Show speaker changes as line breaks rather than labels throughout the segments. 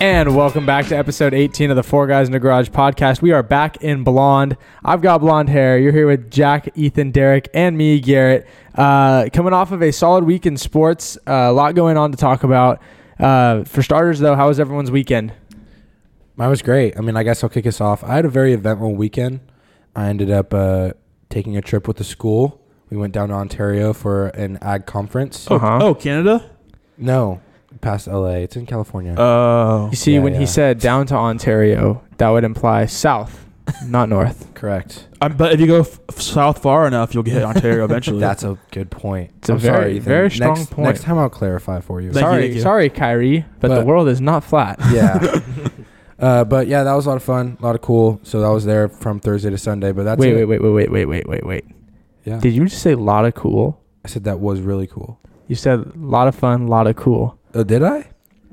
And welcome back to episode 18 of the Four Guys in the Garage podcast. We are back in blonde. I've got blonde hair. You're here with Jack, Ethan, Derek, and me, Garrett. Uh, coming off of a solid week in sports, uh, a lot going on to talk about. Uh, for starters, though, how was everyone's weekend?
Mine was great. I mean, I guess I'll kick us off. I had a very eventful weekend. I ended up uh, taking a trip with the school. We went down to Ontario for an ag conference.
Oh,
Uh-huh.
oh, Canada?
No, past LA. It's in California.
Uh.
Oh.
You see,
Yeah,
when
yeah.
he said down to Ontario, that would imply south, not north.
Correct.
I bet if you go f- f- south far enough, you'll get Ontario eventually.
That's a good point.
It's a very- very
Next-
strong point.
Next time I'll clarify for you.
Thank you,
sorry,
thank you.
sorry, Kyrie, but, the
But-
world is not flat.
yeah. Uh, but yeah, that was a lot of fun, a lot of cool. So that was there from Thursday to Sunday. But that's
wait,
it.
wait, wait, wait, wait, wait, wait, wait, wait.
Yeah,
Did you just say lot of cool?
I said that was really cool.
You said lot of fun, lot of cool.
Oh, did I?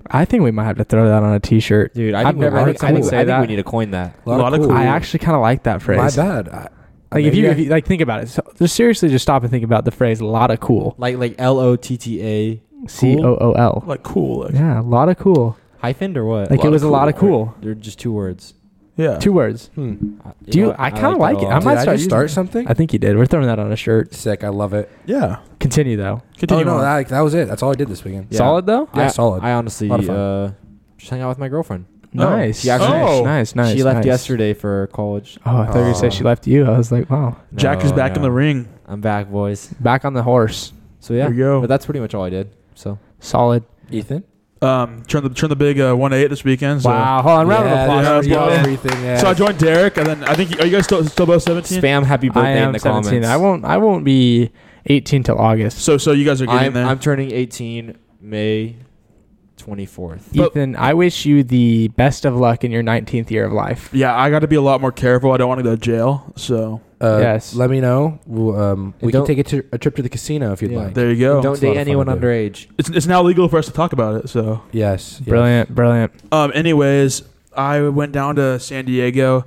I think we might have to throw that on a T-shirt.
Dude, I
I've
think we-
never
I
heard
think- I
someone
think-
say
I think
that.
we need to coin that.
A lot,
Lot
of
of
cool.
cool.
I actually kind of like that phrase.
My bad. I,
Like if
maybe
you,
I-
if you like think about it, so, just seriously just stop and think about the phrase "lot of cool."
Like like L O T T A
C O O L.
like cool. Like,
Yeah, a lot of cool.
hyphen or what?
Like it was a lot of cool.
They're just two words.
yeah.
Two words.
hmm.
I- you
Do you-
know,
I kinda
that
like
a
it.
lot.
I might
Did I
start
just
using
start
that.
something?
I think you did. We're throwing that on a shirt.
Sick. I love it.
Yeah.
Continue though.
Oh
Continue
no,
on.
that, like, that was it. That's all I did this weekend.
Yeah.
Solid though.
Yeah,
I-
solid.
I honestly
Lot of fun.
uh, just hang out with my girlfriend.
Nice.
She actually-
nice,
Oh.
nice, nice.
she left
nice.
yesterday for college.
Oh, I thought you said she
Oh.
left you. I was like, wow.
Jack is
No,
back in
no.
the ring.
I'm back, boys.
Back on the horse.
So yeah,
There you go.
but that's pretty much all I did. So
Solid.
Ethan.
Um, turn the turn the big uh, one eight this weekend. So.
Wow. Hold on. Round of applause.
there
for
you go.
Ethan.
Everything. Yeah.
So I joined Derek, and then I think are you guys still still both seventeen?
spam happy
I
birthday
am
in the
17.
comments.
I won't. I won't be 18 till August.
So so you guys are getting
I'm,
there.
I'm turning 18 May 24th.
But-
Ethan, I wish you the best of luck in your 19th year of life.
yeah, I got to be a lot more careful. I don't want to go to jail. So
uh,
Yes.
Let me know. We'll, um,
And
we can
don't-
take a, tri- a trip to the casino if you'd
Yeah.
like.
there you go.
Don't
it's a lot
date
of fun
anyone
to do.
underage.
It's it's now legal for us to talk about it. So
Yes. yes.
Brilliant, brilliant.
Um, anyways, I went down to San Diego,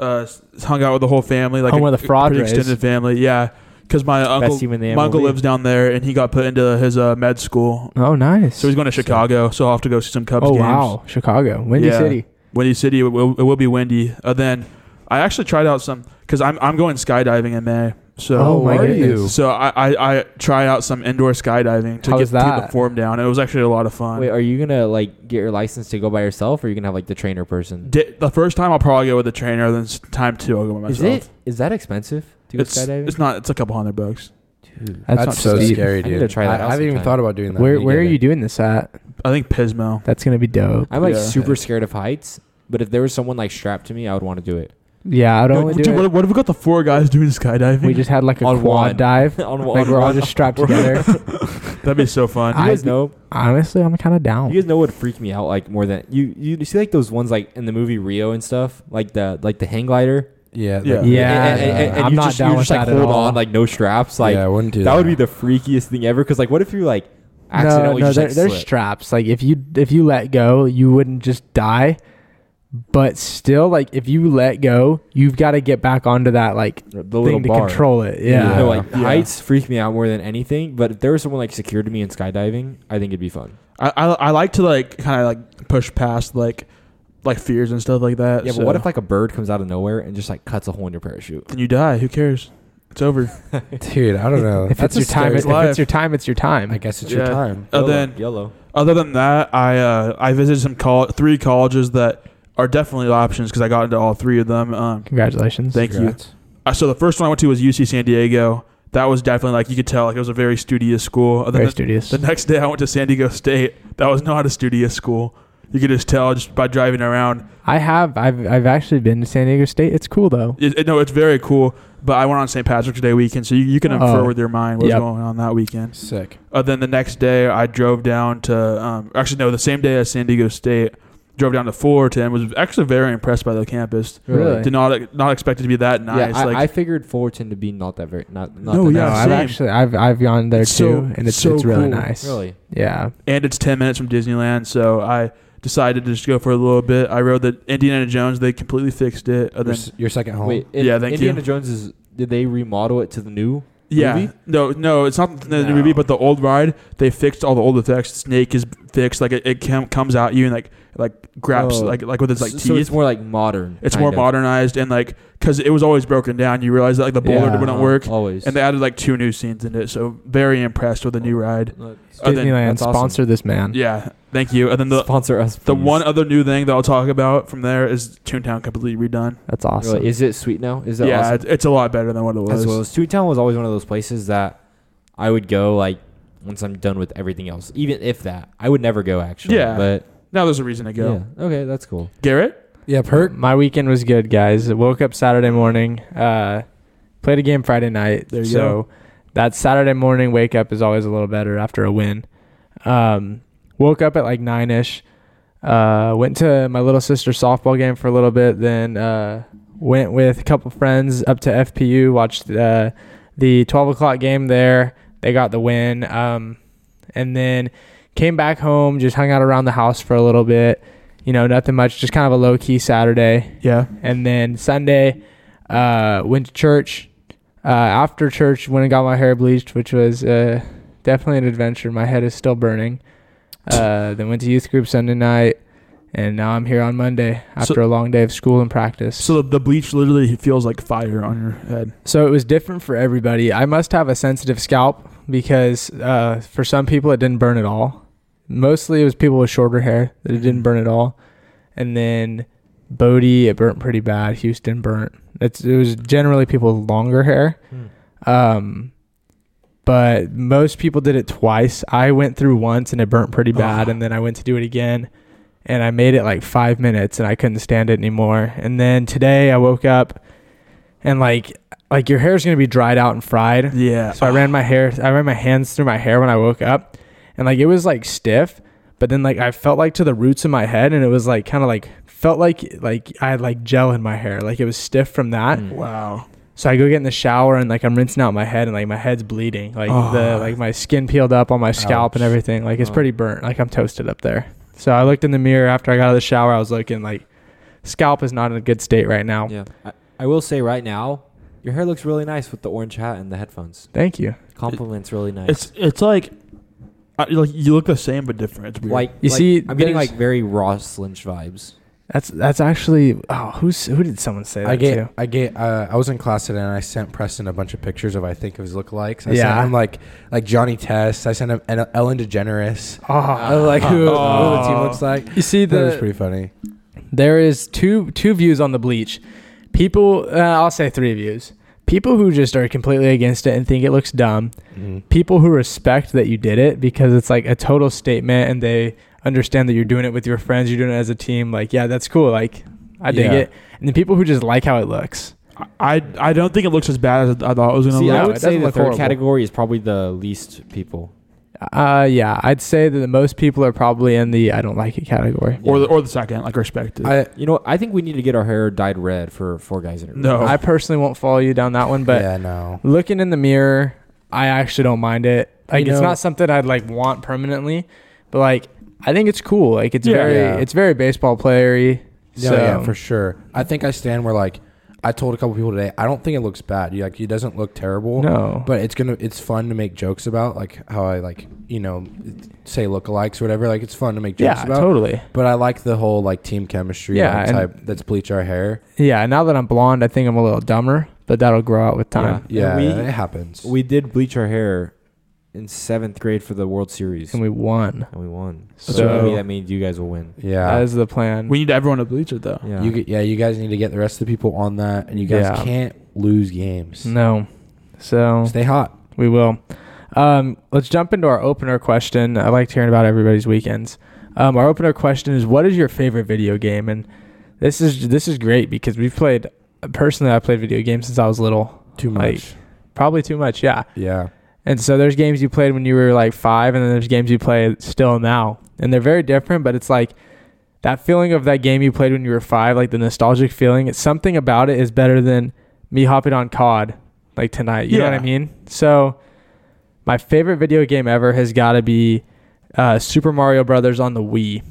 uh, s- hung out with the whole family, like
Home of the fraud
pretty
rays.
extended family. Yeah, because my uncle,
team in the
my uncle
MLB.
lives down there, and he got put into his uh, med school,
Oh, nice.
so he's going to Chicago. So I'll have to go see some Cubs
oh,
games.
wow. Chicago, Windy
Yeah.
City.
Windy City, it will, it will be windy. Uh, then I actually tried out some because I'm I'm going skydiving in May. So.
Oh, my
are
goodness.
So I, I, I tried out some indoor skydiving to
How
get,
was
keep the
that?
form down. It was actually a lot of fun.
Wait, are you gonna like get your license to go by yourself, or are you gonna have like the trainer person?
Di- the first time I'll probably go with a trainer. Then s- time two I'll go by
Is
myself.
it is that expensive to go
it's,
skydiving?
it's not. It's a couple hundred bucks.
Dude,
That's,
That's,
not
so
steep.
scary,
I need
dude.
to try that
I,
out
haven't even
sometime.
thought about doing that.
Where
You
Where
get
are
it.
you doing this at?
I think Pismo.
That's gonna be dope.
I'm like
Yeah.
super scared of heights, but if there was someone like strapped to me, I would want to do it.
Yeah, I'd only
Dude,
do
what,
it.
if- what have we got the four guys doing skydiving?
We just had like a
On
quad
one.
dive.
on,
Like we're all just strapped together.
That'd be so fun.
I-
You guys know.
Honestly, I'm kind of
You
down.
guys know what freaked me out like more than you. You see like those ones like in the movie Rio and stuff, like the like the hang glider.
Yeah.
Yeah.
like-
Yeah.
and, and, and, and
I'm
you
not
just,
down
you
with
just like
that at
hold
all.
on, like no straps. Like
yeah. I wouldn't do
that,
that.
would be the freakiest thing ever. Because like, what if you like
No,
accidentally
no,
just
there,
like,
there's
slip?
straps. Like if you if you let go, you wouldn't just die. But still, like if you let go, you've got to get back onto that like
the little
thing to
bar.
control it.
Yeah.
Yeah.
No, like
Yeah.
heights freak me out more than anything. But if there was someone like secured to me in skydiving, I think it'd be fun.
I, I, I like to like kind of like push past like like fears and stuff like that.
Yeah,
so-
but what if like a bird comes out of nowhere and just like cuts a hole in your parachute?
then you die? Who cares? It's over.
dude. I don't know.
If
That's
it's
a
your time,
scary-
if
life.
it's your time, it's your time.
I guess it's your
Yeah.
time.
Uh,
Yellow,
then
yellow.
other than that, I uh, I visited some col- three colleges that are definitely options because I got into all three of them. Um,
Congratulations.
thank you.
Congrats.
Uh, so the first one I went to was UC San Diego. That was definitely like you could tell like it was a very studious school. Other
Very
than
studious.
The next day, I went to San Diego State. That was not a studious school. You could just tell just by driving around.
I have. I've. I've actually been to San Diego State. It's cool though.
It, it- no, it's very cool. But I went on St. Patrick's Day weekend, so you, you can infer
Oh.
with your mind what's
Yep.
going on that weekend.
Sick.
Uh, then the next day, I drove down to um, actually no, the same day as San Diego State, drove down to Fullerton. Was actually very impressed by the campus.
Really?
Did not not expect it to be that nice.
yeah, I,
like
I figured Fullerton to be not that very not. not
No,
that
yeah,
no,
nice.
I've
same.
actually. I've. I've gone there
It's
too,
so-
and it's.
so
it's really
cool.
nice.
really.
Yeah.
and it's 10 minutes from Disneyland. So I decided to just go for a little bit. I rode the Indiana Jones. They completely fixed it. Uh,
Your,
then,
s- your second home.
Wait,
Yeah,
yeah,
thank you.
Indiana Jones is. Did they remodel it to the new?
yeah,
movie?
no, no, it's not the
No.
movie, but the old ride. They fixed all the old effects. Snake is fixed. Like it, it com- comes at you and like like grabs
Oh.
like like with its like
so,
teeth.
so it's more like modern.
It's
kind
more
of.
modernized and like because it was always broken down. You realize that like the boulder
Yeah.
wouldn't work,
always.
and they added like two new scenes in it. So very impressed with the new ride.
That's-
Uh, then-
Disneyland
that's awesome.
sponsor this man.
Yeah, thank you. And then the
sponsor us.
the
please.
one other new thing that I'll talk about from there is Toontown completely redone.
That's awesome.
Really, is it sweet now? Is that
yeah,
awesome?
it- it's a lot better than what it was.
As well, Sweet Town was always one of those places that I would go like once I'm done with everything else. Even if that, I would never go actually.
Yeah.
but
now there's a reason to go.
yeah. Okay, that's cool.
Garrett,
Yeah, Perk.
My weekend was good, guys. I woke up Saturday morning, uh, played a game Friday night.
There you
so
go.
that Saturday morning wake up is always a little better after a win. Um, woke up at like nine ish. Uh, went to my little sister's softball game for a little bit. Then uh, went with a couple friends up to FPU. Watched uh, the twelve o'clock game there. They got the win. Um, and then came back home. Just hung out around the house for a little bit. You know, nothing much. Just kind of a low key Saturday
yeah,
and then Sunday, uh, went to church. Uh, after church, went and got my hair bleached, which was uh, definitely an adventure. My head is still burning. Uh, then went to youth group Sunday night, and now I'm here on Monday after a long day of school and practice. So,
so the, the bleach literally feels like fire on your head.
it was different for everybody. I must have a sensitive scalp because uh, for some people it didn't burn at all. Mostly it was people with shorter hair that it didn't burn at all, and then Bodie it burnt pretty bad. Houston burnt. It's, it was generally people with longer hair. Um, but most people did it twice. I went through once and it burnt pretty bad, and then I went to do it again, and I made it like five minutes, and I couldn't stand it anymore. And then today I woke up, and like like your hair's gonna be dried out and fried.
Yeah,
So I ran my hair, I ran my hands through my hair when I woke up, and like it was like stiff, but then like I felt like to the roots of my head, and it was like kind of like felt like like I had like gel in my hair, like it was stiff from that.
Mm.
Wow.
So I go get in the shower and like I'm rinsing out my head and like my head's bleeding. Like
Oh.
the like my skin peeled up on my scalp and
Ouch.
everything. Like it's
Oh.
pretty burnt. Like I'm toasted up there. So I looked in the mirror after I got out of the shower. I was looking like scalp is not in a good state right now.
Yeah, I, I will say right now, your hair looks really nice with the orange hat and the headphones.
Thank you.
Compliments really nice.
It's it's like, I, like you look the same but different. It's weird.
like
You
like,
see,
I'm getting
there's-
like very Ross Lynch vibes.
That's that's actually oh who's who did someone say that
I get,
to?
I get, uh, I was in class today and I sent Preston a bunch of pictures of I think of his lookalikes. I
Yeah.
sent him like, like Johnny Test. I sent him Ellen- Ellen DeGeneres. I
Oh,
was like who, who the team
Oh.
looks like.
you see
that was
the
pretty funny.
there is two two views on the bleach. People, uh, I'll say three views. People who just are completely against it and think it looks dumb. people who respect that you did it because it's like a total statement and they understand that you're doing it with your friends, you're doing it as a team. Like, yeah, that's cool. Like, I dig
Yeah.
it. And then people who just like how it looks.
I I don't think it looks as bad as I thought Oh, it was gonna
See,
look.
I
no,
would
it
say
doesn't
the
look
third
horrible.
category is probably the least people.
Uh, yeah, I'd say that the most people are probably in the I don't like it category.
or
Yeah.
the or the second, like respected.
I,
You know, I think we need to get our hair dyed red for four guys in a row.
No. Oh.
I personally won't follow you down that one, but
yeah, no.
looking in the mirror, I actually don't mind it. Like,
You
it's
know-
not something I'd like want permanently, but like, I think it's cool. Like, it's
Yeah.
very,
Yeah. Oh,
it's very baseball playery.
Yeah,
so,
yeah, for sure. I think I stand where like I told a couple people today. I don't think it looks bad. You, like it doesn't look terrible.
no,
But it's gonna it's fun to make jokes about like how I like you know say lookalikes or whatever. Like it's fun to make jokes
yeah,
about.
totally.
But I like the whole like team chemistry
Yeah,
like,
and-
type that's bleach our hair.
Yeah, now that I'm blonde, I think I'm a little dumber, but that'll grow out with time.
Yeah,
we-
it happens.
We did bleach our hair in seventh grade for the World Series,
And
and we,
we won.
won. So,
So-
maybe that means you guys will win.
That
yeah.
is the plan.
we need everyone to bleach it though.
Yeah.
You get, yeah, you guys need to get the rest of the people on that, and you guys
Yeah.
can't lose games.
no. So
Stay hot.
we will. Um, let's jump into our opener question. I liked hearing about everybody's weekends. Um, our opener question is what is your favorite video game? And this is this is great because we've played personally I played video games since I was little.
Too
Like-
much.
Probably too much, yeah.
yeah.
And so there's games you played when you were like five, and then there's games you play still now. And they're very different, but it's like that feeling of that game you played when you were five, like the nostalgic feeling, it's something about it is better than me hopping on COD like tonight. You know what I
Yeah.
mean? So my favorite video game ever has got to be uh, Super Mario Brothers on the Wii.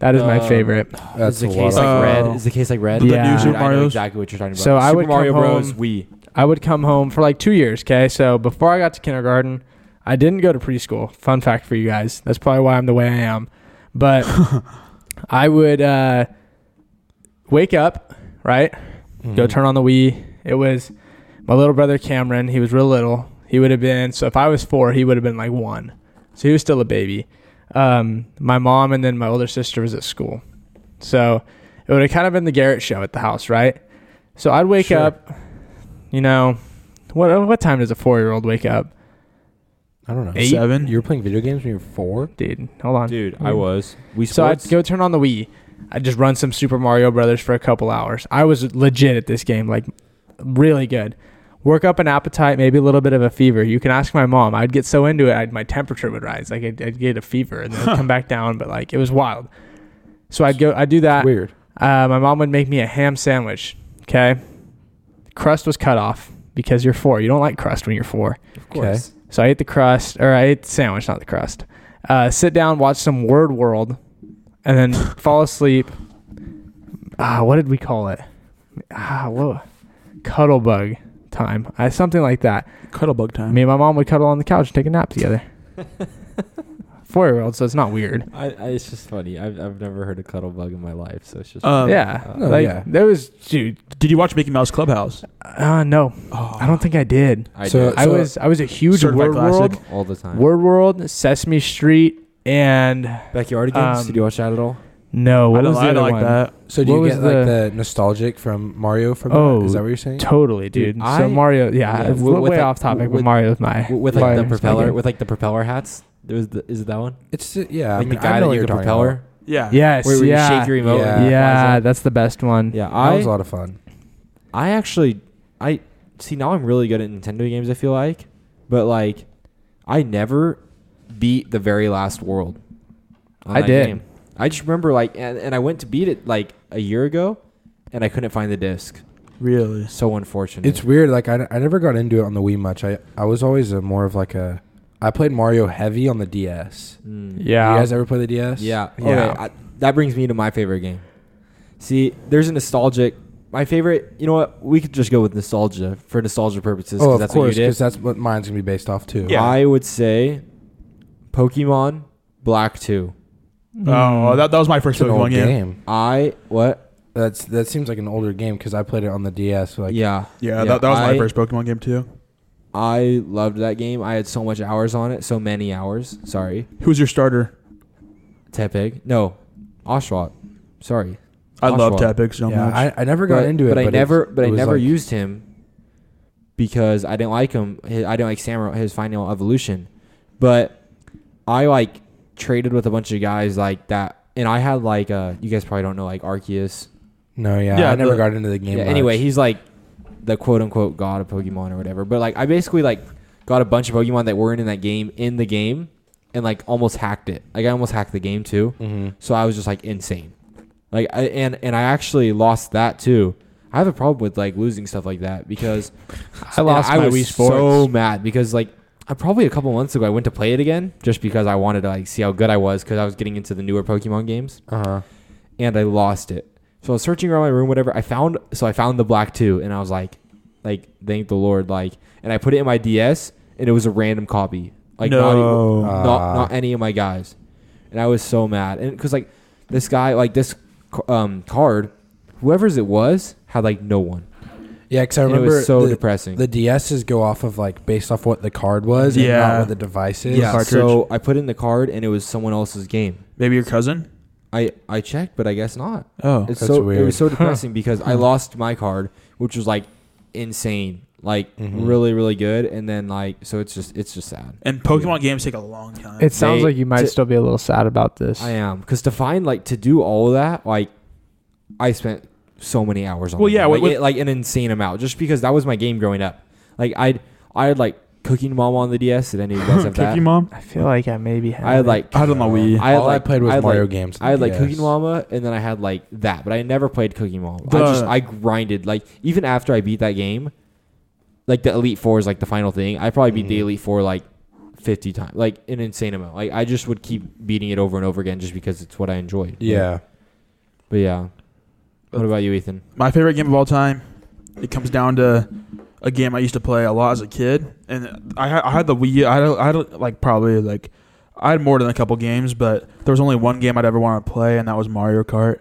That is my
Um,
favorite.
That's
is the
a
case
lot.
of-
like
Oh.
red? Is the case like red?
The
Yeah. new
Dude,
Super
I know
Marios?
exactly what you're talking about.
So I
Super
would come
Mario Bros.
home-
We
I would come home for like two years, okay? So before I got to kindergarten, I didn't go to preschool. Fun fact for you guys. That's probably why I'm the way I am. But I would uh, wake up, right? Go turn on the Wii. It was my little brother Cameron. He was real little. He would have been, so if I was four, he would have been like one. So he was still a baby. Um, my mom and then my older sister was at school. So it would have kind of been the Garrett show at the house, right? So I'd wake
Sure.
up, you know, what, uh, what time does a four year old wake up?
I don't know.
Eight?
Seven.
You were playing video games when you were four.
Dude, hold on.
Dude, I was. We
So
sports.
I'd go turn on the Wii. I'd just run some Super Mario Brothers for a couple hours. I was legit at this game, like really good. Work up an appetite, maybe a little bit of a fever. You can ask my mom. I'd get so into it, I'd, my temperature would rise. Like I'd, I'd get a fever and then it'd come back down, but like it was wild. So I'd go, I'd do that.
Weird.
Uh, my mom would make me a ham sandwich. Okay, crust was cut off because you're four. You don't like crust when you're four.
of
course.
So I ate the crust, or I ate the sandwich, not the crust. Uh, sit down, watch some Word World, and then fall asleep. Ah, what did we call it? Ah, whoa, cuddle bug time. I something like that.
Cuddle bug time.
Me and my mom would cuddle on the couch and take a nap together. Four year old, so it's not weird.
I, I, it's just funny. I've, I've never heard a cuddle bug in my life, so it's just.
Uh,
Um,
yeah,
no,
like
yeah.
there was, dude.
Did you watch Mickey Mouse Clubhouse?
Uh, no,
Oh,
I don't think I did.
I
so-
do
I was I was a huge
Certified
Word
classic.
World,
all the time.
Word World, Sesame Street, and
Backyard
games?
games.
Um,
Did you watch that at all?
no, what
I don't,
was the
I
other
don't like
one?
that.
So do
What
you
was
get like
the-
the nostalgic from Mario from
Oh,
that? Is that what you're saying?
Totally, dude.
Dude,
so
I-
Mario, yeah,
yeah,
it's
with-
way
with, like,
off topic, but
with-
Mario's my
With like the
Mario's my
propeller,
game.
with like the propeller hats. There was the, is it that one?
It's yeah.
like
I mean,
the
I
guy
know
that
what
you
you're
could
talking
propeller.
Yeah.
yes,
uh, Where, where
yeah,
you shake your remote.
Yeah.
yeah,
and it flies up.
that's the best one.
yeah.
About.
I
That was a lot of fun.
I actually, I see now I'm really good at Nintendo games. I feel like, but like, I never beat the very last world. on
I
that
did.
I just remember like, and, and I went to beat it like a year ago, and I couldn't find the disc.
Really?
So unfortunate.
It's weird. Like I, I never got into it on the Wii much. I I was always a more of like a. I played Mario heavy on the DS.
Mm.
yeah.
You guys ever play the DS?
Yeah.
Yeah.
Okay. I, that brings me to my favorite game. See, there's a nostalgic. My favorite. You know what? We could just go with nostalgia for nostalgia purposes. 'cause
Oh, of
that's
course,
What you did.
because that's what mine's gonna be based off too.
Yeah.
I would say, Pokemon Black Two.
Oh, that, that was my
it's
first
an old
Pokemon game.
game.
I what?
That's that seems like an older game because I played it on the DS. So like,
yeah.
Yeah, That, that was
I,
my first Pokemon game too.
I loved that game. I had so much hours on it, so many hours. Sorry,
Who's your starter?
Tepig. No, Oshawott. Sorry,
I love
Oshawott.
Tapix so
yeah,
much.
I, I never got
but,
into it.
but I
it's-
never, but
it
I
was
never
like-
used him because I didn't like him. Hi- I didn't like Samurai, his final evolution. But I like traded with a bunch of guys like that, and I had like uh, you guys probably don't know like Arceus.
No, yeah,
Yeah,
I never
the-
got into the game.
Yeah,
much.
anyway, he's like the quote unquote god of Pokemon or whatever. But like I basically like got a bunch of Pokemon that weren't in that game in the game and like almost hacked it. Like I almost hacked the game too.
Mhm.
So I was just like insane. Like I and and I actually lost that too. I have a problem with like losing stuff like that because
I lost
and I
my
was
Wii Sports.
so mad because like I probably a couple months ago I went to play it again just because I wanted to like see how good I was because I was getting into the newer Pokemon games
Uh-huh.
and I lost it. So I was searching around my room, whatever. I found so I found the black two, and I was like, like thank the Lord, like. And I put it in my DS, and it was a random copy, like not,
No.
even, not
Ah.
not any of my guys, and I was so mad, and because like this guy, like this um, card, whoever's it was had like no one.
Yeah, because I
And it was
remember
so
the,
depressing.
The DSs go off of like based off what the card was, and
Yeah.
not what the device is.
Yeah. cartridge.
So I put in the card, and it was someone else's game.
Maybe your cousin?
I I checked, but I guess not.
Oh.
it's
That's
so it
weird.
was so depressing because
Hmm.
I lost my card, which was like insane, like
Mm-hmm.
really really good, and then like so it's just it's just sad.
And Pokemon games take a long time.
it sounds
They-
like you might
to-
still be a little sad about this.
I am because to find like to do all that like I spent so many hours on.
Well,
the
yeah,
game. like,
with-
it- like an insane amount just because that was my game growing up. Like I'd I'd like Cooking Mom on the DS. Did any of you guys have that?
Cookie Mom?
I feel like I maybe had
I had like
I had it on my Wii.
I had
All
like
I played was
I had,
Mario
like-
games.
I had like
Yes.
Cooking Mama, and then I had like that, but I never played Cooking Mama. I
The-
just I grinded like even after I beat that game, like the Elite Four is like the final thing. I probably beat the Elite Four like fifty times, like an insane amount. Like I just would keep beating it over and over again just because it's what I enjoyed.
Yeah.
but yeah. What about you, Ethan?
My favorite game of all time. It comes down to a game I used to play a lot as a kid, and I had, I had the Wii. I had, I had like probably like I had more than a couple games, but there was only one game I'd ever want to play, and that was Mario Kart.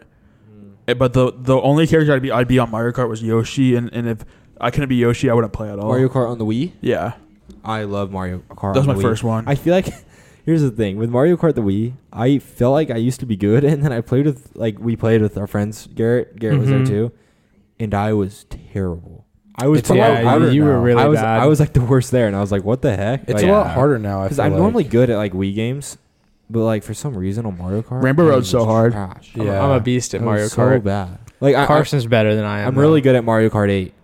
Eh, But the the only character I'd be I'd be on Mario Kart was Yoshi, and, and if I couldn't be Yoshi, I wouldn't play at all.
Mario Kart on the Wii.
yeah,
I love Mario Kart.
that was
on
my
the Wii.
first one.
I feel like here's the thing with Mario Kart the Wii. I felt like I used to be good, and then I played with like we played with our friends. Garrett, Garrett was there
Mhm.
too, and I was terrible. I was
It's a
probably-
lot
yeah,
I
you,
harder
was,
you were
now.
really
I was
bad.
I was like the worst there, and I was like, what the heck?
It's
Like,
a lot harder now. I
because
feel
I'm
like.
normally good at like Wii games, but like for some reason on Mario Kart,
Rainbow
I
Road's so
was
hard.
Trash.
I'm, a-
Yeah.
I'm a beast at
I was
Mario
so
Kart.
bad. Like I, I,
Carson's better than I am.
I'm
though.
really good at Mario Kart 8.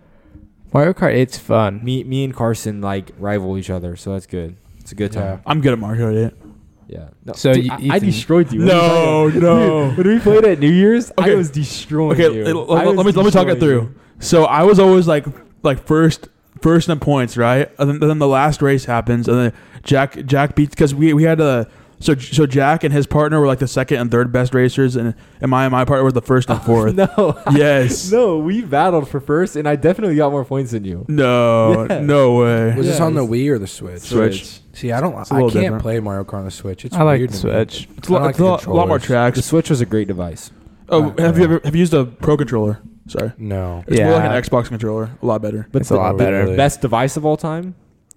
Mario Kart 8's fun.
Me, me and Carson like rival each other, so that's good. It's a good time.
I'm good at Mario Kart. yeah.
Yeah. No,
So
dude,
you-
I, I
Ethan-
destroyed you. What are you talking about?
No, no.
When we played at New Year's,
Okay.
I was destroying
Okay,
you.
let,
I
let- let
was
me let me talk it
destroying
through.
you.
So I was always like like first first in points, right? And then, then the last race happens, and then Jack Jack beats because we we had a so so Jack and his partner were like the second and third best racers, and and my my partner was the first and fourth.
No,
Yes.
no, we battled for first, and I definitely got more points than you.
No,
Yeah.
no way.
Was this
Yeah,
on the
it's-
Wii or the Switch?
Switch.
See, I don't. I
It's a little
can't
different.
play Mario Kart on the Switch. It's
I like
weird
the
to me.
Switch.
It's a lot,
I like
it's a
the
lot, a lot more
controllers.
The
tracks.
Switch was a great device.
Oh,
Uh,
have you
yeah.
ever have you used a pro controller? Sorry,
No.
it's more like
Yeah.
an Xbox controller. A lot better.
But
It's
the
a lot
the-
better.
really-
best device of all time,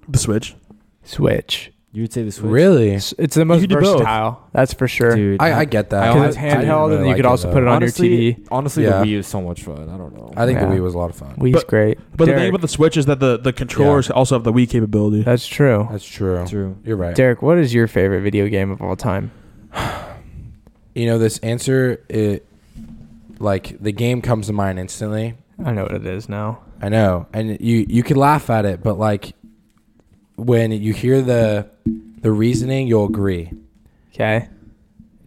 The Switch.
Switch.
you would say the Switch.
Really?
It's, it's the most
could do both.
versatile. That's for sure.
dude?
I, I get that.
Because
I-
it's
I didn't
handheld, and
really
you could
like it,
also
though.
put it on
honestly,
your TV.
Honestly,
Yeah.
the Wii is so much fun. I don't know.
I think
Yeah.
the Wii was a lot of fun.
Wii's
But-
great.
But the thing
Derek,
about the Switch is that the the controllers also have the Wii capability.
that's true.
That's true.
True.
You're right.
Derek, what is your favorite video game of all time?
You know this answer. It like the game comes to mind instantly.
I know what it is now.
I know, and you you can laugh at it, but like when you hear the the reasoning, you'll agree.
Okay,